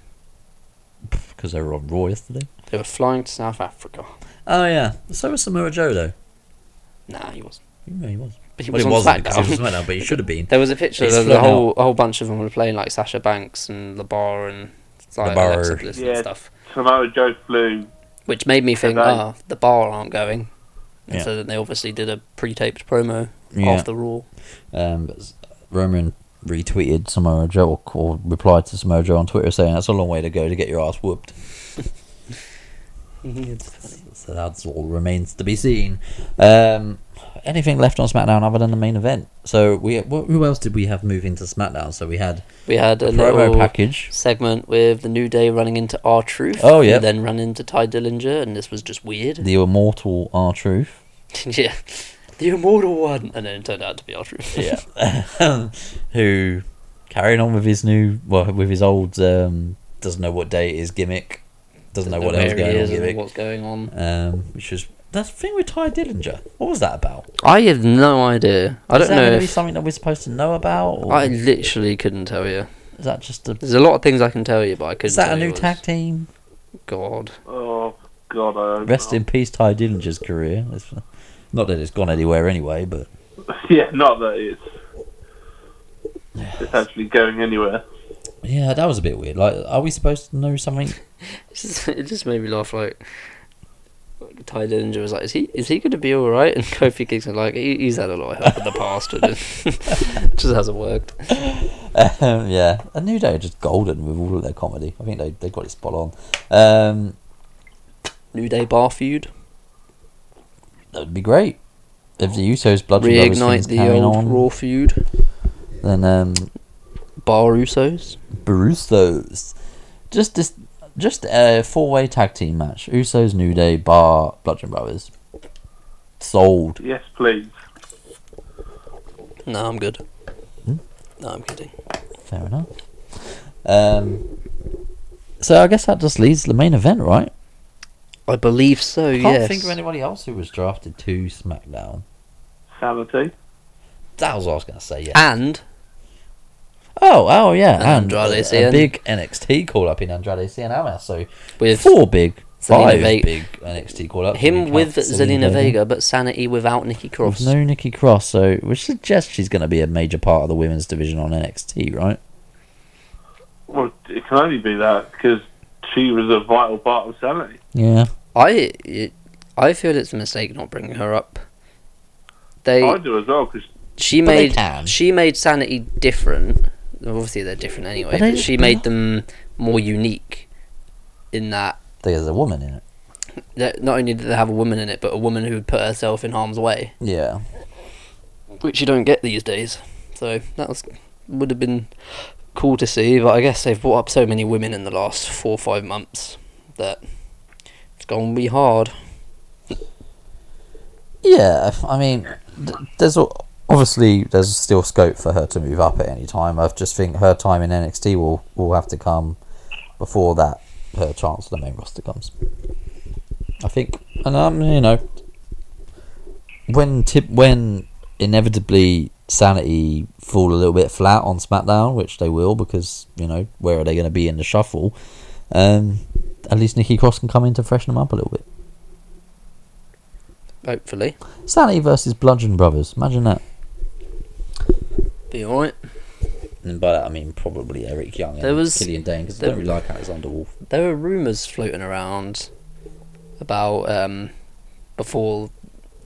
B: because they were on Raw yesterday.
C: They were flying to South Africa.
B: Oh, yeah. So was Samoa Joe, though.
C: Nah, he wasn't.
B: Yeah, he was.
C: But he
B: Well,
C: was
B: he wasn't,
C: on
B: 'cause
C: SmackDown.
B: he was on SmackDown, but he should have been.
C: There was a picture.
B: He's
C: There was a
B: flown
C: whole a whole bunch of them were playing like Sasha Banks and Labar and like
B: Labar.
C: Alexa Bliss and
E: Yeah.
C: stuff,
E: Samoa Joe flew.
C: which made me think,
E: Right.
C: ah, the bar aren't going. And
B: Yeah.
C: so then they obviously did a pre-taped promo
B: Yeah.
C: after Raw.
B: Um, but s- Roman retweeted Samoa Joe or, or replied to Samoa Joe on Twitter saying that's a long way to go to get your ass whooped.
C: it's funny.
B: So that's all remains to be seen. Um, anything left on SmackDown other than the main event. So we wh- who else did we have move into SmackDown? So we had
C: We had
B: a
C: a,
B: promo
C: little
B: package.
C: segment with the New Day running into R Truth.
B: Oh, yeah.
C: Then run into Ty Dillinger, and this was just weird.
B: The immortal R Truth.
C: yeah. The immortal one, and then it turned out to be R Truth.
B: who carried on with his new well with his old um, doesn't know what day it is gimmick. Doesn't know what else
C: Where he
B: going on
C: is and
B: gimmick.
C: what's going on.
B: Um, which was that's the thing with Ty Dillinger. What was that about?
C: I have no idea. I
B: is
C: don't
B: that
C: know
B: gonna be
C: if
B: something that we're supposed to know about? Or
C: I literally couldn't tell you.
B: is that just a
C: There's a lot of things I can tell you, but I couldn't.
B: is that
C: tell
B: a
C: you
B: new
C: what's-
B: tag team?
C: God,
E: Oh God, I hope
B: Rest
E: not.
B: in peace, Ty Dillinger's career. It's, not that it's gone anywhere anyway, but
E: Yeah, not that it's it's actually going anywhere.
B: yeah, that was a bit weird. Like, are we supposed to know something?
C: it just, it just made me laugh. Like Ty Dillinger was like, "Is he? Is he going to be all right?" And Kofi Kingston like, he, "He's had a lot of help in the past, and it just hasn't worked."
B: um, yeah, a new day are just golden with all of their comedy. I think they they got it spot on. Um,
C: New Day bar feud,
B: that would be great if the Usos bludgeon brothers
C: reignite
B: things
C: the
B: carrying
C: old
B: on.
C: Raw feud,
B: Then um,
C: bar Usos.
B: Barustos. Just this, just a four-way tag team match: Usos, New Day, Bar, Bludgeon Brothers. Sold.
E: Yes, please.
C: No, I'm good.
B: Hmm?
C: No, I'm kidding.
B: Fair enough. Um, so I guess that just leads to the main event, right?
C: I believe so.
B: Can't
C: yes.
B: think of anybody else who was drafted to SmackDown.
E: Sanity.
B: That was what I was going to say. Yeah.
C: And
B: oh, oh yeah,
C: And Andrade
B: a- a,
C: Cien.
B: big NXT call up in Andrade Cien Almas. So
C: with
B: four big,
C: Zelina
B: five
C: Vega-
B: big NXT call ups.
C: him with Zelina Vega, but Sanity without Nikki Cross.
B: No Nikki Cross, so which suggests she's going to be a major part of the women's division on NXT, right?
E: Well, it can only be that because she was a vital part of Sanity.
B: Yeah.
C: I it, I feel it's a mistake not bringing her up. They
E: I do as well because
C: she
B: But they
C: made
B: can.
C: she made sanity different. Obviously, they're different anyway.
B: But they
C: But she
B: just-
C: made them more unique in that
B: There's a woman in it.
C: that not only did they have a woman in it, but a woman who would put herself in harm's way,
B: Yeah.
C: which you don't get these days. So that was would have been cool to see. But I guess they've brought up so many women in the last four or five months that it's gonna be hard.
B: Yeah, I mean, th- there's al- obviously there's still scope for her to move up at any time. I just think her time in NXT will will have to come before that her chance on the main roster comes. I think, and um, you know, when tip when inevitably sanity fall a little bit flat on SmackDown, which they will because you know where are they going to be in the shuffle? Um, at least Nikki Cross can come in to freshen them up a little bit.
C: Hopefully,
B: Sanity versus Bludgeon Brothers, imagine that.
C: be alright.
B: And by that I mean probably Eric Young and
C: There was-
B: Killian Dane because I
C: there-
B: don't really like Alexander Wolf.
C: there were rumours floating around about um, before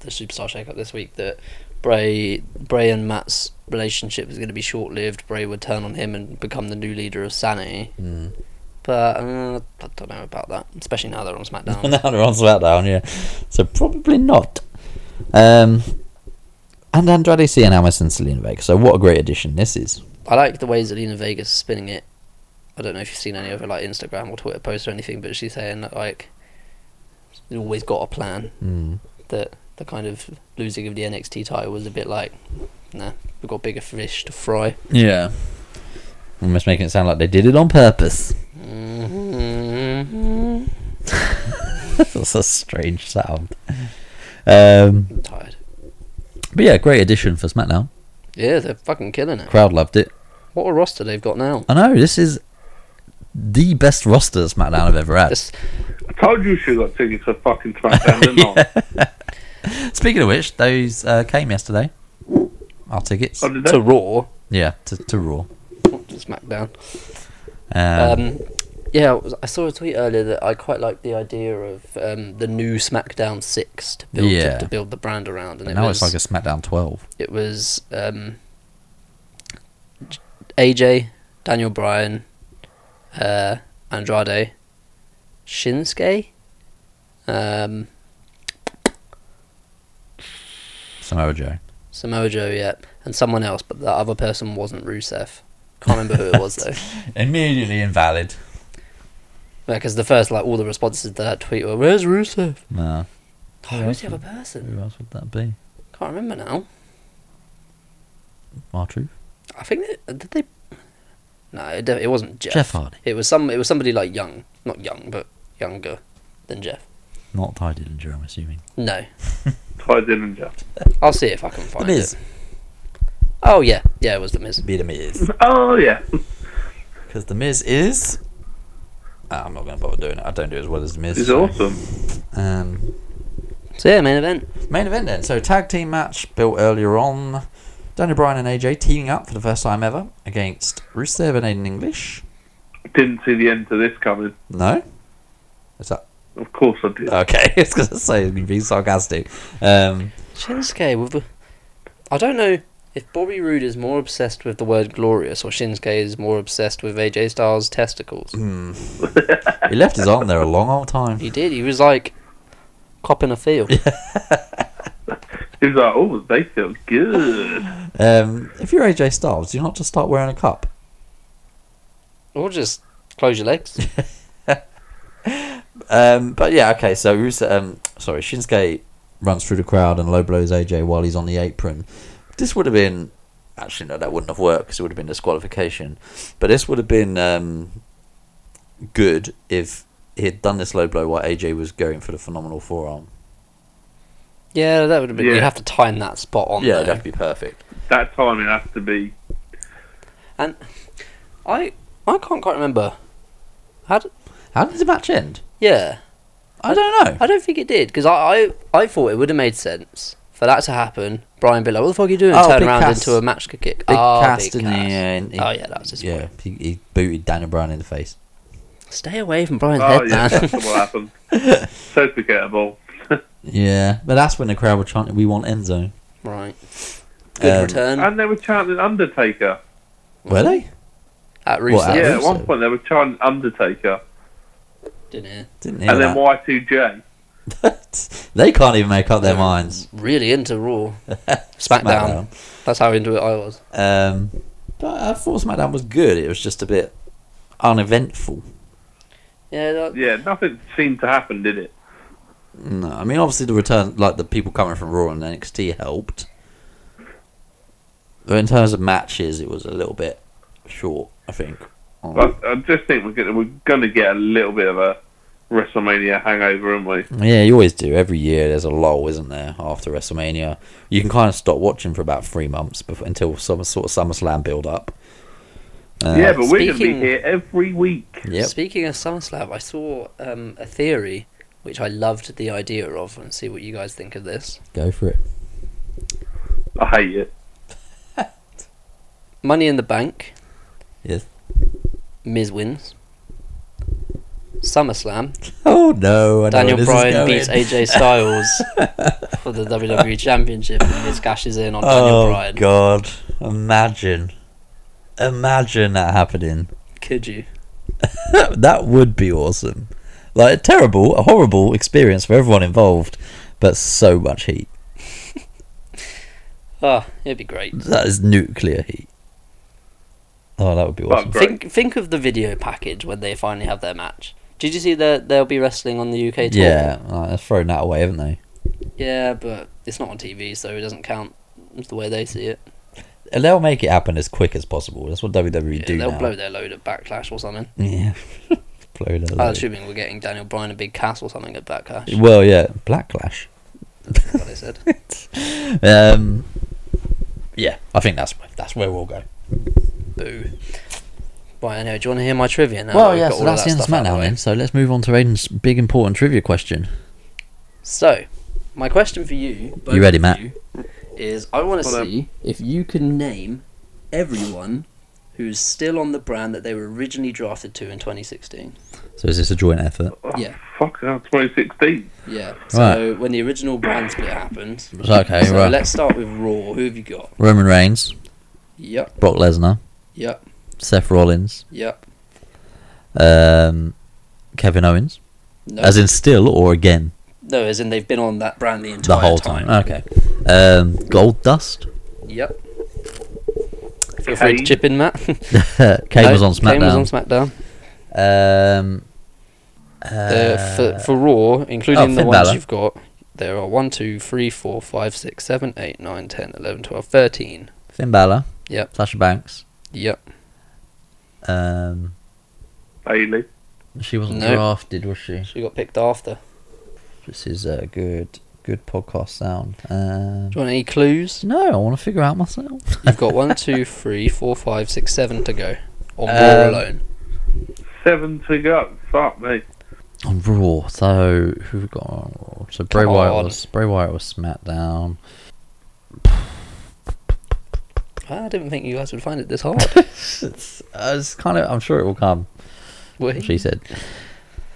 C: the superstar shakeup this week that Bray Bray and Matt's relationship was going to be short lived. Bray would turn on him and become the new leader of Sanity.
B: Mm.
C: But uh, I don't know about that, especially now they're on
B: now
C: SmackDown.
B: they're on SmackDown, yeah. So probably not. Um, and Andrade Cien Amos and Selena Vega. So what a great addition this is.
C: I like the way Zelina Vega's spinning it. I don't know if you've seen any of her like Instagram or Twitter posts or anything, but she's saying that like you always got a plan.
B: Mm.
C: that the kind of losing of the NXT title was a bit like, nah, we've got bigger fish to fry.
B: Yeah. Almost making it sound like they did it on purpose.
C: Mm-hmm. I'm
B: That's a strange sound. Um,
C: tired.
B: but yeah, great addition for SmackDown.
C: Yeah, they're fucking killing it.
B: Crowd loved it.
C: What a roster they've got now.
B: I know this is the best roster SmackDown I've ever had.
C: This,
E: I told you she got tickets for fucking SmackDown, didn't I?
B: Speaking of which, those uh, came yesterday. Our tickets.
E: Oh, did
C: to
E: they?
C: Raw,
B: Yeah, to, to Raw.
C: not to SmackDown.
B: Um,
C: Um, yeah, I was- I saw a tweet earlier that I quite like the idea of um, the new SmackDown six to build
B: Yeah.
C: to, build the brand around, and
B: but
C: it
B: now
C: was
B: it's like a SmackDown 12.
C: it was um, AJ, Daniel Bryan, uh, Andrade, Shinsuke, um,
B: Samoa Joe.
C: Samoa Joe, yeah, and someone else, but that other person wasn't Rusev. Can't remember who it was though.
B: Immediately invalid.
C: Because the first, like, all the responses to that tweet were, "Where's Rusev?
B: No.
C: Oh, who's the other person?
B: Who else would that be?
C: Can't remember now.
B: Martruth?
C: I think that, did they? No, it, de- it wasn't Jeff.
B: Jeff Hardy.
C: It was some. It was somebody like young, not young, but younger than Jeff.
B: Not Ty Dillinger, I'm assuming.
C: No,
E: Ty Dillinger.
C: I'll see if I can find
B: Miz.
C: it. Oh yeah, yeah, it was the Miz.
B: Be the Miz.
E: Oh yeah.
B: Because the Miz is. Ah, I'm not going to bother doing it. I don't do as well as the Miz.
E: He's
B: so-
E: awesome.
B: Um,
C: So yeah, main event.
B: Main event then. So tag team match built earlier on. Daniel Bryan and AJ teaming up for the first time ever against Rusev and Aiden English.
E: Didn't see the end to this coming.
B: No? Is that
E: Of course I did.
B: okay? I was gonna say you'd be sarcastic. Um,
C: Shinsuke with the. I don't know if Bobby Roode is more obsessed with the word glorious or Shinsuke is more obsessed with AJ Styles' testicles.
B: Mm. he left his arm there a long old time.
C: He did. He was like copping a field.
E: He was like, oh, they feel good.
B: Um, if you're AJ Styles, do you not just start wearing a cup?
C: or just close your legs.
B: Um, but yeah, okay. So Rusev, um, sorry, Shinsuke runs through the crowd and low blows AJ while he's on the apron. This would have been actually no, that wouldn't have worked because it would have been disqualification. But this would have been um, good if he had done this low blow while AJ was going for the phenomenal forearm.
C: Yeah, that would have been.
E: Yeah.
C: You'd have to time that spot on.
B: Yeah,
C: though.
B: it'd have to be perfect.
E: That timing has to be.
C: I I can't quite remember.
B: How did the match end?
C: Yeah,
B: I don't know.
C: I don't think it did because I, I I thought it would have made sense for that to happen. Brian be like, "What the fuck are you doing?"
B: Oh,
C: Turn
B: big
C: around
B: cast.
C: into a match kick. Big
B: Big
C: oh,
B: cast
C: big
B: in the
C: cast.
B: end. He-
C: Oh yeah, that was just
B: Yeah, he, he booted Daniel Bryan in the face.
C: Stay away from Brian's
E: Oh
C: head,
E: yeah,
C: man.
E: that's what happened. so forgettable.
B: Yeah, but that's when the crowd were chanting, "We want Enzo."
C: right. Good
B: Um,
C: return
E: And they were chanting Undertaker.
B: Were they?
C: at
B: what,
C: Rusev.
E: yeah,
B: think
E: at one
B: so.
E: point they were chanting Undertaker,
C: Didn't hear.
B: Didn't hear
E: and
B: that.
E: then Y2J.
B: they can't even make up their minds.
C: Really into Raw. SmackDown. That's how into it I was.
B: SmackDown. Um, but I thought SmackDown was good. It was just a bit uneventful.
C: Yeah, that,
E: Yeah, nothing seemed to happen, did it?
B: No, I mean obviously the return, like the people coming from Raw and NXT helped. But in terms of matches, it was a little bit short. I think.
E: I, I just think we're gonna, we're going to get a little bit of a WrestleMania hangover, aren't we?
B: Yeah, you always do. Every year there's a lull, isn't there? After WrestleMania, you can kind of stop watching for about three months before, until some sort of SummerSlam build up. Uh,
E: yeah, but we're going to be
C: speaking-
E: here every week.
B: Yep.
C: Speaking of SummerSlam, I saw um, a theory which I loved the idea of, and see what you guys think of this.
B: Go for it.
E: I hate it.
C: Money in the Bank.
B: Yes.
C: Miz wins. SummerSlam.
B: Oh no! I know where
C: Daniel
B: this is
C: Bryan
B: going.
C: beats AJ Styles for the WWE Championship, and Miz cashes in on Daniel
B: Oh
C: Bryan.
B: God! Imagine, imagine that happening.
C: Could you?
B: that would be awesome. Like a terrible, a horrible experience for everyone involved, but so much heat.
C: Oh, it'd be great.
B: That is nuclear heat. Oh, that would be
E: But
B: awesome.
E: great.
C: Think think of the video package when they finally have their match. Did you see that they'll be wrestling on the UK tour?
B: yeah, uh, they've thrown that away, haven't they?
C: Yeah, but it's not on TV, so it doesn't count the way they see it.
B: And They'll make it happen as quick as possible. That's what WWE
C: Yeah,
B: do
C: they'll
B: now.
C: blow their load at Backlash or something.
B: yeah, blow that.
C: I'm
B: away.
C: assuming we're getting Daniel Bryan a big cast or something at Backlash.
B: Well, yeah, Blacklash.
C: That's what they said.
B: Um, yeah, I think that's that's where we'll go.
C: Boo. Right, anyway, do you want to hear my trivia now? that
B: Well,
C: we've
B: yeah,
C: got
B: so
C: all of
B: that's
C: that
B: the end of
C: stuff out
B: SmackDown
C: the way?
B: then. So let's move on to Aiden's big important trivia question.
C: So, my question for you, both
B: You ready,
C: of
B: Matt?
C: you, is I want to
E: Hold on.
C: see if you can name everyone who's still on the brand that they were originally drafted to in 2016.
B: So is this a joint effort?
C: Yeah,
E: Fuck, hell, 2016.
C: yeah. So when the original brand split happened.
B: Okay,
C: so
B: right.
C: let's start with Raw. Who have you got?
B: Roman Reigns,
C: Yep,
B: Brock Lesnar,
C: yep,
B: Seth Rollins,
C: yep.
B: um, Kevin Owens,
C: No,
B: as in still or again.
C: No, as in they've been on that brand the entire
B: the whole time. Oh. Okay.
C: time.
B: Um, gold dust.
C: Yep. Feel free to chip in, Matt. Kane
B: Kane was on SmackDown.
C: Kane was on SmackDown.
B: Um, uh,
C: Uh, for, for Raw, including the
B: Finn
C: ones
B: Balor.
C: you've got, there are 1, 2, 3, 4, 5, 6, 7, 8, 9, 10, 11, 12, 13.
B: Finn Balor.
C: Yep.
B: Sasha Banks.
C: Yep.
B: Um,
E: Bailey.
B: she wasn't
C: No.
B: drafted, was she?
C: She got picked after.
B: This is a good, good podcast sound. Um,
C: Do you want any clues?
B: no, I want to figure out myself.
C: You've got 1, 2, 3, 4, 5, 6, 7 to go on Raw
B: Um,
C: alone.
E: Seven to go. Fuck me.
B: on Raw. So who we got on Raw? So Bray
C: Come
B: Wyatt
C: on.
B: was Bray Wyatt was SmackDown.
C: I didn't think you guys would find it this hard.
B: It's, uh, it's kind of. I'm sure it will come.
C: Wait.
B: She said.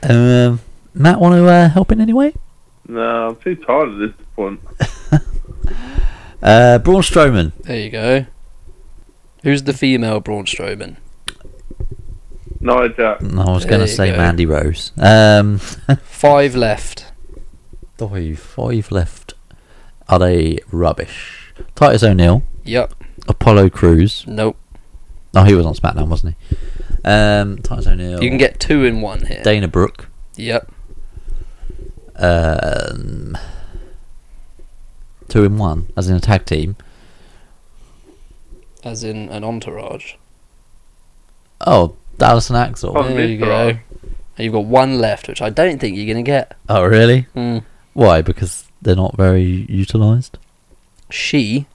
B: Um, Matt, want to uh, help in any way?
E: No, I'm too tired at this point.
B: Uh, Braun Strowman.
C: There you go. Who's the female Braun Strowman?
E: No, Jack.
B: No, I was
C: There
B: going to
C: you
B: say
C: go.
B: Mandy Rose. Um,
C: Five left.
B: five, five left. Are they rubbish? Titus O'Neil,
C: Yep.
B: Apollo Cruz.
C: Nope.
B: Oh, he was on SmackDown, wasn't he? Um, Titus O'Neil.
C: You can get two in one here.
B: Dana Brooke.
C: Yep.
B: Um, two in one, as in a tag team.
C: As in an entourage.
B: Oh, Dallas and Axel.
E: Oh,
C: There you go.
E: entourage.
C: And you've got one left, which I don't think you're going to get.
B: Oh, really?
C: Mm.
B: Why? Because they're not very utilised.
C: She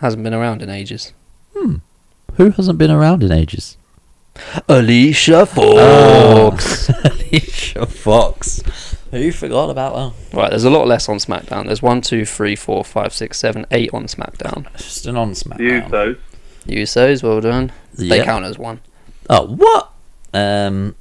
C: hasn't been around in ages.
B: Who hasn't been around in ages?
C: Alicia Fox. Oh.
B: Alicia Fox. Who forgot about
C: Right, there's a lot less on SmackDown. There's one, two, three, four, five, six, seven, eight on SmackDown.
B: that? Just an on
E: The Usos.
C: The Usos, well done. They
B: Yeah.
C: count as one.
B: Oh, what? Um,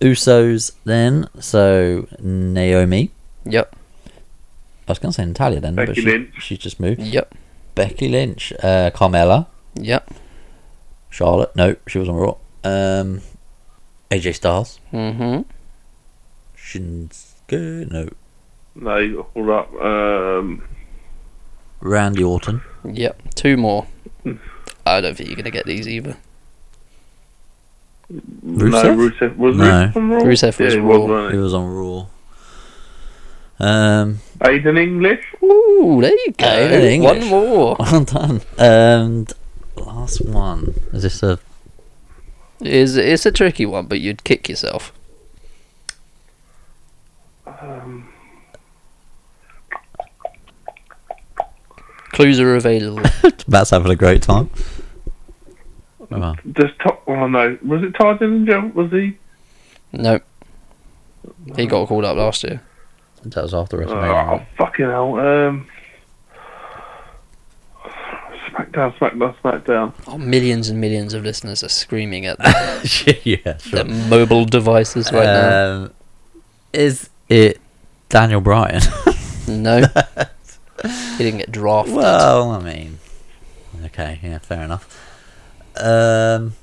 B: Usos then. So Naomi.
C: Yep.
B: I was going to say Natalia then,
E: Becky
B: but
E: Lynch.
B: she, she's just moved.
C: Yep.
B: Becky Lynch. Uh, Carmella.
C: Yep.
B: Charlotte. No, she was on Raw. Um, AJ Styles.
C: Mm-hmm.
B: Shinsuke. No.
E: They all up. Um,
B: Randy Orton.
C: Yep. Two more. I don't think you're going to get these either.
E: No,
B: Rusev?
E: Rusev was
B: No.
E: Rusev on Raw.
C: Rusev was
E: yeah, he
C: Raw.
E: was, wasn't
B: Who was on Raw? Um,
E: he? Aiden English.
C: Ooh, there you go.
B: Oh, in English.
C: One more.
B: well done. And last one. Is this a
C: It's, it's a tricky one, but you'd kick yourself. Clues are available.
B: Matt's having a great time? Well,
E: Just top. Oh no, was it Ty Dillinger? Was he?
C: no. He got called up last year.
B: that was after
E: Oh,
B: WrestleMania.
E: fucking hell. Um, Smackdown, Smackdown, Smackdown.
C: Oh, millions and millions of listeners are screaming at their,
B: yeah, sure.
C: their mobile devices right
B: um, is it Daniel Bryan?
C: now. No. he didn't get drafted.
B: well, I mean, okay, yeah, fair enough. Um,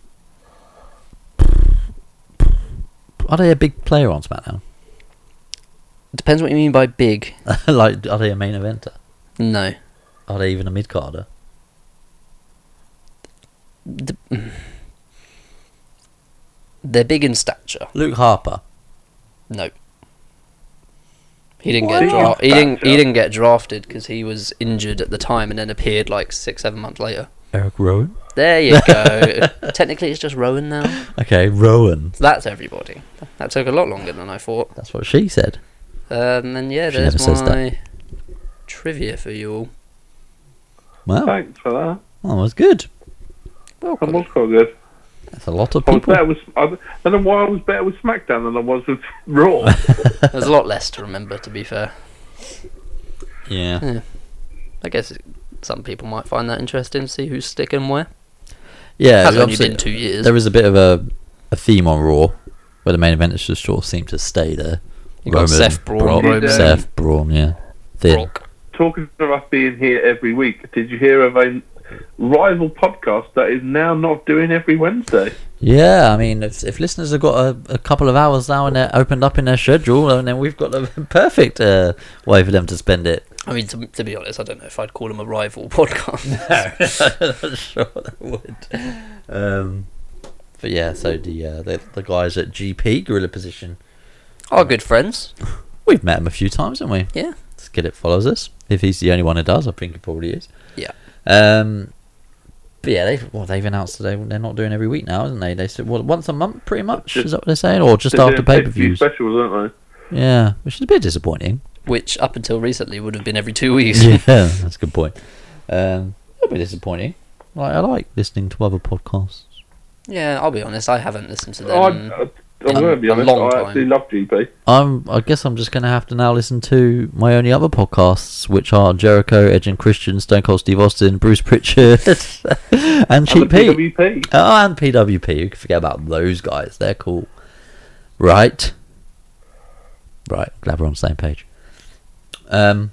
B: are they a big player on SmackDown?
C: Depends what you mean by big.
B: like, are they a main eventer?
C: No.
B: Are they even a mid carder?
C: They're big in stature.
B: Luke Harper.
C: No. He didn't
E: Why
C: get
E: did
C: dra-
E: you
C: he
E: back
C: didn't he
E: up?
C: didn't get drafted because he was injured at the time and then appeared like six seven months later.
B: Eric Rowan.
C: There you go. Technically, it's just Rowan now.
B: Okay, Rowan.
C: That's everybody. That took a lot longer than I thought.
B: That's what she said.
C: Um, and yeah,
B: She
C: there's
B: never says that.
C: my trivia for you all.
B: Wow,
E: Thanks for that.
B: that was good.
E: That was quite good.
B: That's a lot of
E: I was
B: people.
E: better with. I, I don't know why I was better with SmackDown than I was with Raw.
C: There's a lot less to remember, to be fair.
B: Yeah.
C: I guess it, some people might find that interesting. See who's sticking where.
B: Yeah,
C: Hasn't only
B: obviously,
C: been two years.
B: There is a bit of a, a theme on Raw where the main eventers just sort of seem to stay there.
C: You got Seth Braun,
B: Brock-
E: Roman.
B: Seth Braun, yeah. Thin.
C: Brock.
E: Talking of us being here every week, did you hear of a rival podcast that is now not doing every Wednesday.
B: Yeah, I mean, if, if listeners have got a, a couple of hours now and they're opened up in their schedule, and then we've got the perfect uh, way for them to spend it.
C: I mean, to, to be honest, I don't know if I'd call them a rival podcast.
B: I'm not sure that would. Um, but yeah, so the, uh, the the guys at GP Gorilla Position,
C: Are good friends.
B: we've met him a few times, haven't we?
C: Yeah.
B: Skillet follows us. If he's the only one who does, I think he probably is.
C: Yeah.
B: Um, but yeah, they've well, they've announced today they're not doing every week now, isn't they? They said well, once a month, pretty much. Is that what they're saying, or just
E: They're
B: after
E: doing
B: pay per
E: pay-per-view
B: views?
E: specials, aren't
B: Yeah, which is a bit disappointing.
C: Which up until recently would have been every two weeks.
B: yeah, that's a good point. Um, a bit disappointing. Like I like listening to other podcasts.
C: Yeah, I'll be honest, I haven't listened to
E: they? I'm,
C: them.
E: I'm going to be
C: a
E: honest.
C: long
E: I
C: time.
E: actually love GP.
B: I'm. I guess I'm just gonna have to now listen to my only other podcasts, which are Jericho, Edge and Christian, Stone Cold Steve Austin, Bruce Pritchard, and
E: And the
B: Cheap Pete.
E: PWP.
B: Oh, and PWP. You can forget about those guys. They're cool. Right. Right. Glad we're on the same page. Um.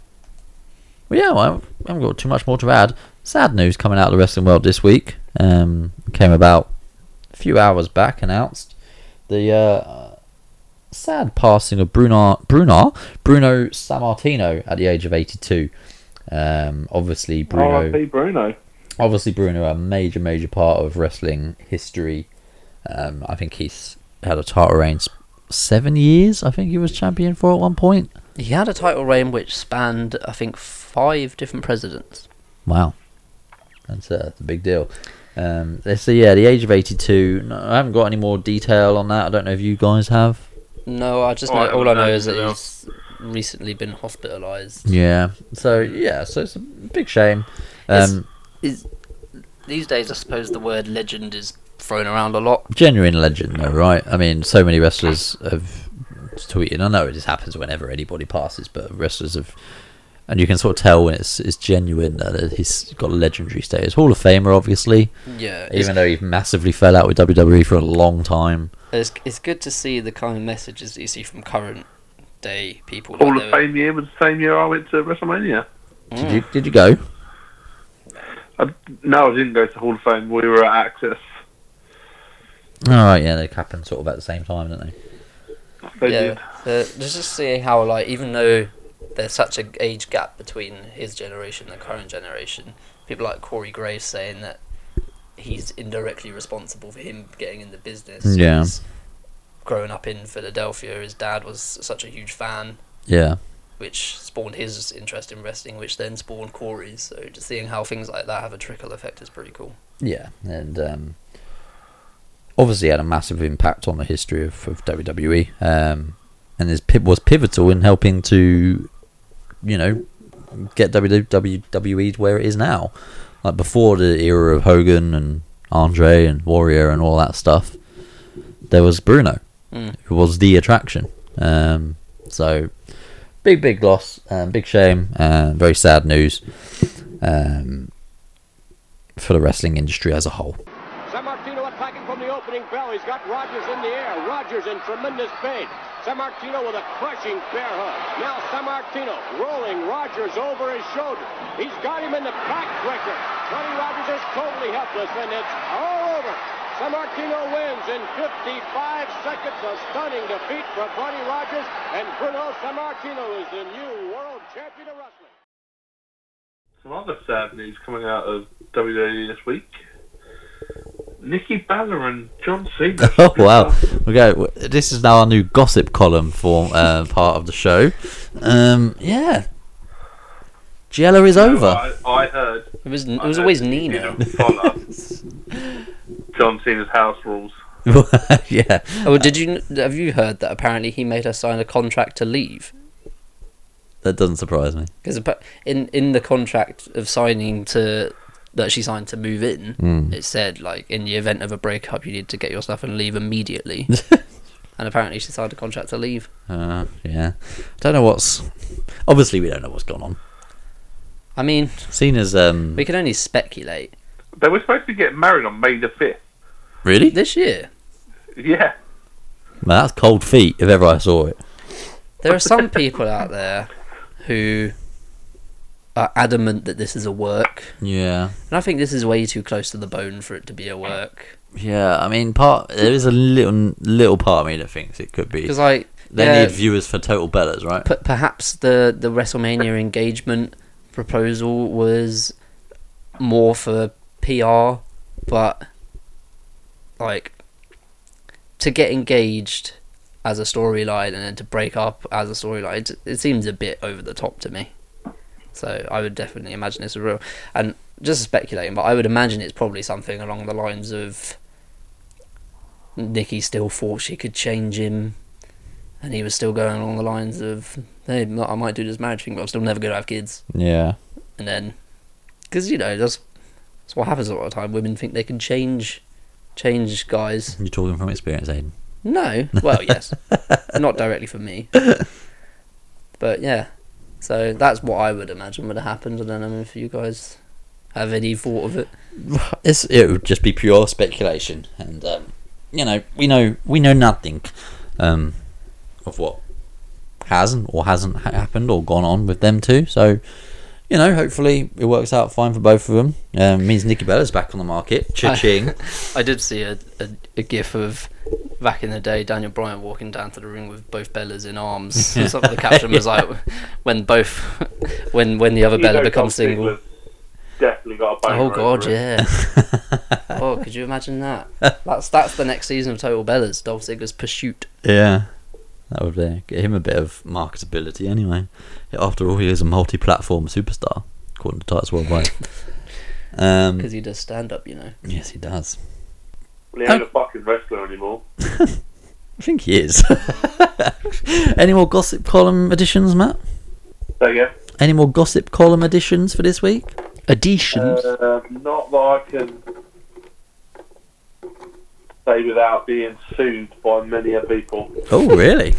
B: Well, yeah. Well, I haven't got too much more to add. Sad news coming out of the wrestling world this week. Um, came about a few hours back. Announced the uh, sad passing of Bruno Bruno Bruno Sammartino at the age of eighty-two. Um, obviously, Bruno
E: RIP Bruno.
B: obviously Bruno a major major part of wrestling history. Um, I think he's had a title reign s- seven years. I think he was champion for at one point.
C: He had a title reign which spanned, I think, five different presidents.
B: Wow, that's a, that's a big deal. Um, they say yeah, the age of eighty two. No, I haven't got any more detail on that. I don't know if you guys have.
C: No, I just
E: Oh,
C: know,
E: I
C: all I
E: haven't
C: know
E: known
C: is that
E: anything
C: he's recently been hospitalised.
B: Yeah. So yeah, so it's a big shame.
C: It's-
B: Um,
C: These days, I suppose the word legend is thrown around a lot.
B: genuine legend, though, right? I mean, so many wrestlers have tweeted. I know it just happens whenever anybody passes, but wrestlers have, and you can sort of tell when it's it's genuine that he's got legendary status. Hall of Famer, obviously,
C: Yeah, it's,
B: even though he massively fell out with WWE for a long time.
C: it's, it's good to see the kind of messages that you see from current day people.
E: All
C: like
E: the
C: they were-
E: same year was the same year I went to WrestleMania.
B: Did you did you go?
E: I, no, I didn't go to Hall of Fame. We were at Access.
B: All right, yeah, they happen sort of at the same time, don't they?
E: They
C: yeah,
E: did.
C: uh, just to see how like even though there's such an age gap between his generation and the current generation, people like Corey Graves saying that he's indirectly responsible for him getting in the business.
B: Yeah.
C: because Growing up in Philadelphia, his dad was such a huge fan,
B: Yeah,
C: which spawned his interest in wrestling, which then spawned Corey's. So just seeing how things like that have a trickle effect is pretty cool.
B: yeah, and um, obviously had a massive impact on the history of, of WWE, um, and is pi- was pivotal in helping to, you know, get WWE to where it is now. Like before the era of Hogan and Andre and Warrior and all that stuff, there was Bruno,
C: Mm.
B: who was the attraction. Um, so big, big loss, um, big shame, uh, very sad news um, for the wrestling industry as a whole.
K: San Martino attacking from the opening bell. He's got Rogers in the air. Rogers in tremendous pain. San Martino with a crushing bear hug. Now San Martino rolling Rogers over his shoulder. He's got him in the backbreaker. Tony Rogers is totally helpless, and it's all over. San Martino wins in 55 seconds. A stunning defeat for Tony Rogers, and Bruno San Martino is the new world champion of wrestling.
E: Some other sad news coming out of WWE this week. Nikki Bella and John Cena.
B: Oh wow! We go. This is now our new gossip column for uh, part of the show. Um, yeah, Giella is over.
E: I, I heard.
C: It was it
E: I
C: was
E: heard
C: always
E: that he
C: Nino.
E: didn't follow John Cena's house rules.
B: yeah,
C: Oh, did you have you heard that apparently he made her sign a contract to leave?
B: that doesn't surprise me.
C: Because in in the contract of signing to that she signed to move in,
L: Hmm.
C: it said like in the event of a breakup, you need to get your stuff and leave immediately. and apparently, she signed a contract to leave.
B: Uh, yeah, don't know what's. Obviously, we don't know what's gone on.
C: I mean,
B: Seen as um,
C: we can only speculate.
E: They were supposed to get married on May the 5th.
B: really, well,
C: This year,
E: Yeah.
B: that's cold feet if ever I saw it.
C: there are some people out there who are adamant that this is a work,
L: Yeah.
C: and I think this is way too close to the bone for it to be a work.
L: Yeah, I mean, part there is a little little part of me that thinks it could be.
C: Because like,
L: They
C: yeah,
L: need viewers for total bellas, right?
C: p- perhaps the the WrestleMania engagement proposal was more for PR, but like to get engaged as a storyline and then to break up as a storyline, it- it seems a bit over the top to me. So I would definitely imagine it's a real and just speculating, but I would imagine it's probably something along the lines of Nikki still thought she could change him and he was still going along the lines of, "Hey, m- I might do this marriage thing, but I'm still never going to have kids."
B: Yeah.
C: And then, because you know that's that's what happens a lot of time. Women think they can change change guys.
L: You're talking from experience, Aiden.
C: No, well, yes, not directly for me, but yeah. So that's what I would imagine would have happened. I don't know if you guys have any thought of it.
L: It's, it would just be pure speculation, and um, you know, we know we know nothing um, of what hasn't or hasn't ha- happened or gone on with them two. So, you know, hopefully it works out fine for both of them. Um, means Nikki Bella's back on the market. Cha-ching.
C: I did see a, a, a gif of back in the day Daniel Bryan walking down to the ring with both Bellas in arms. Some of the caption was like, "When both, when when the other
E: You
C: Bella
E: know
C: becomes
E: Dolph
C: single."
E: Ziggler's Definitely got a bone
C: Oh
E: over
C: god,
E: it.
C: yeah. oh, could you imagine that? That's that's the next season of Total Bellas. Dolph Ziggler's pursuit.
L: yeah, that would be, get him a bit of marketability anyway. After all, he is a multi-platform superstar, according to Titus Worldwide. um,
C: Because he does stand up, you know.
L: yes, he does.
E: Well, he ain't a fucking wrestler anymore.
L: I think he is. Any more gossip column additions, Matt?
E: So yeah,
L: Any more gossip column additions for this week? Additions?
E: uh, not that I can say without being sued by many a people.
L: oh, really?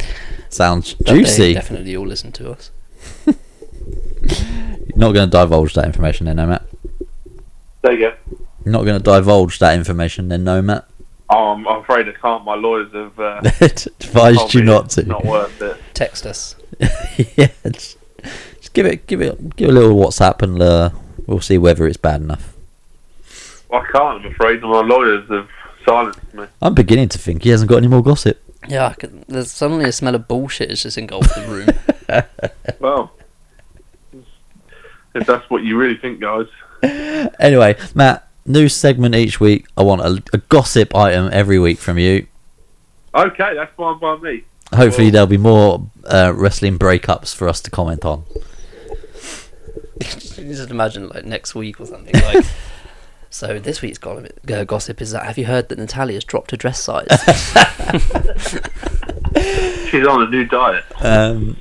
L: Sounds
C: But they
L: juicy.
C: Definitely all listen to us.
B: Not going to divulge that information then, no, Matt.
E: So yeah,
B: Not going to divulge that information then, no, Matt.
E: um, I'm afraid I can't. My lawyers have uh,
B: Advised
E: told
B: you
E: me
B: not
E: it's
B: to.
E: Not worth it.
C: Text us.
B: yeah, just, just give it, give it, give it a little WhatsApp, and uh, we'll see whether it's bad enough.
E: I can't. I'm afraid my lawyers have silenced me.
B: I'm beginning to think he hasn't got any more gossip.
C: Yeah, I could, there's suddenly a smell of bullshit has just engulfed the room.
E: Well, if that's what you really think, guys.
B: Anyway, Matt, new segment each week. I want a, a gossip item every week from you.
E: Okay, that's fine by me.
B: Hopefully, there'll be more uh, wrestling breakups for us to comment on.
C: you just imagine like next week or something like so this week's column, uh, gossip is that have you heard that natalia's dropped her dress size
E: She's on a new diet.
B: Um,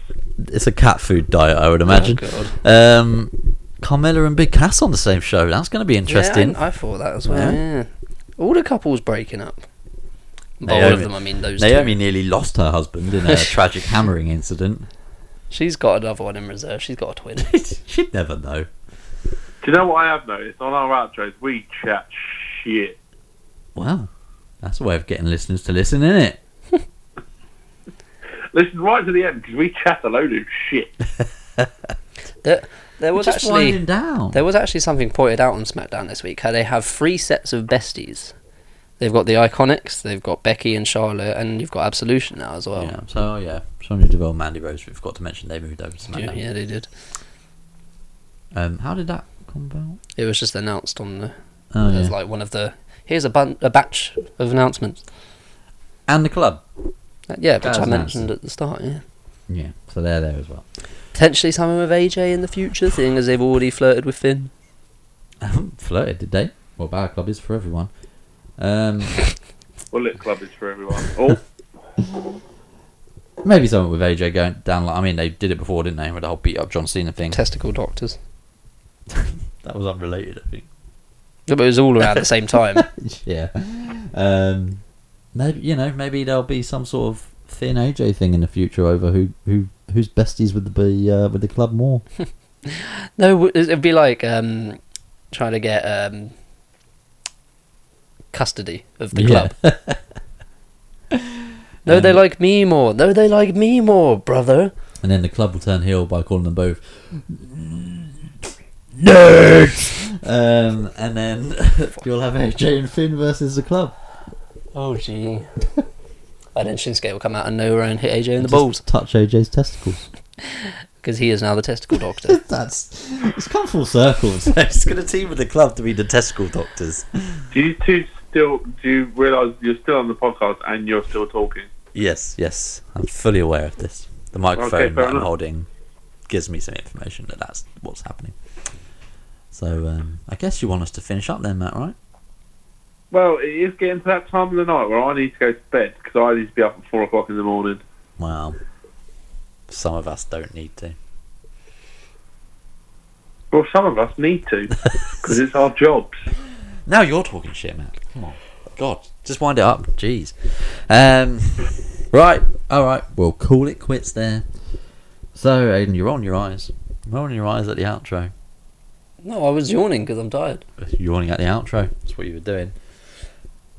B: it's a cat food diet, I would imagine.
C: Oh, God.
B: um, Carmella and Big Cass on the same show. That's going to be interesting.
C: yeah, I, I thought that as well yeah. all the couples breaking up By all of
B: Naomi-
C: them i mean those
B: Naomi
C: two
B: nearly lost her husband in a tragic hammering incident.
C: she's got another one in reserve she's got a twin
B: She'd never know.
E: Do you know what I have noticed on our outros? We chat shit.
B: Wow. That's a way of getting listeners to listen, isn't it?
E: Listen right to the end because we chat a load of shit.
C: there, there was
B: Just
C: actually
B: winding down.
C: There was actually something pointed out on SmackDown this week how they have three sets of besties. They've got the Iconics, they've got Becky and Charlotte, and you've got Absolution now as well.
B: Yeah, so yeah, Sonya Deville and Mandy Rose, we forgot to mention they moved over to
C: Yeah,
B: SmackDown.
C: yeah, they did.
B: Um, how did that come about?
C: It was just announced on the
B: Oh,
C: as
B: yeah.
C: like one of the here's a, bun- a batch of announcements.
B: And the club.
C: Uh, yeah, which
B: That
C: I
B: was
C: mentioned at the start. Yeah,
B: Yeah, so they're there as well.
C: potentially something with AJ in the future, seeing as they've already flirted with Finn.
B: Flirted, did they? Well, Bar Club is for everyone. Um,
E: Well, Lit Club is for everyone. Oh,
B: maybe something with AJ going down. Like, I mean, they did it before, didn't they? With the whole beat up John Cena thing.
C: Testicle doctors.
B: That was unrelated, I think.
C: Yeah, But it was all around the same time.
B: yeah. Um, maybe you know, maybe there'll be some sort of Finn AJ thing in the future over who who who's besties with the uh, with the club more.
C: No, it- it'd be like um, trying to get um, custody of the club. No, they like me more. No, they like me more, brother.
B: And then the club will turn heel by calling them both Nerds! Um, and then you'll have AJ and Finn versus the club.
C: Oh, gee. and then Shinsuke will come out of nowhere and hit AJ in the
B: Just
C: balls
B: Touch AJ's testicles.
C: because he is now the testicle doctor.
B: That's it's come full circle. It's going to team with the club to be the testicle doctors.
E: Do you two still? Do you realise you're still on the podcast and you're still talking?
B: Yes, yes, I'm fully aware of this. The microphone
E: Okay, fair
B: that I'm
E: enough.
B: holding gives me some information that that's what's happening. So um, I guess you want us to finish up then, Matt, right?
E: Well, it is getting to that time of the night where I need to go to bed because I need to be up at four o'clock in the morning.
B: Well, some of us don't need to.
E: Well, some of us need to because it's our jobs.
B: Now you're talking shit, Matt. Come on, God, just wind it up. Jeez. Um, right, all right. We'll call it quits there. So, Aiden, you're on your eyes. You're on your eyes at the outro.
C: no, I was yawning because I'm tired.
B: yawning at the outro. That's what you were doing.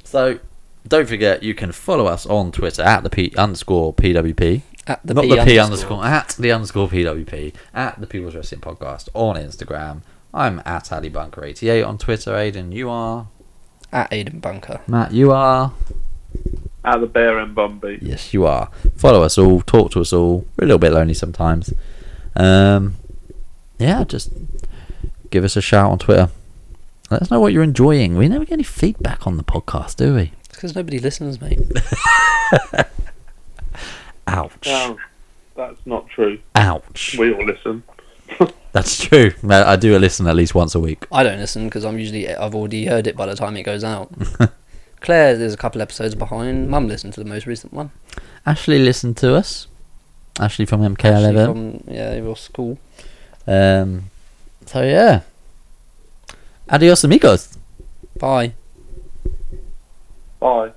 B: So, don't forget you can follow us on Twitter at the P underscore PWP.
C: At the
B: Not
C: P
B: the P
C: underscore.
B: underscore at the underscore PWP at the People's Wrestling Podcast on Instagram. I'm at Ali Bunker 88 on Twitter. Aiden, you are
C: At Aiden Bunker.
B: Matt. You are
E: At the Bear and Bumby.
B: yes, you are. Follow us all. Talk to us all. We're a little bit lonely sometimes. Um, yeah, just give us a shout on Twitter. Let us know what you're enjoying. We never get any feedback on the podcast, do we?
C: It's because nobody listens, mate.
B: Ouch.
E: No, that's not true.
B: Ouch.
E: We all listen.
B: That's true. I I do listen at least once a week.
C: I don't listen because I'm usually I've already heard it by the time it goes out. Claire is a couple episodes behind. Mum listened to the most recent one.
B: Ashley listened to us. Ashley from
C: Actually
B: MK11.
C: from- yeah, your school.
B: Um, so yeah. Adios amigos.
C: Bye.
E: Bye.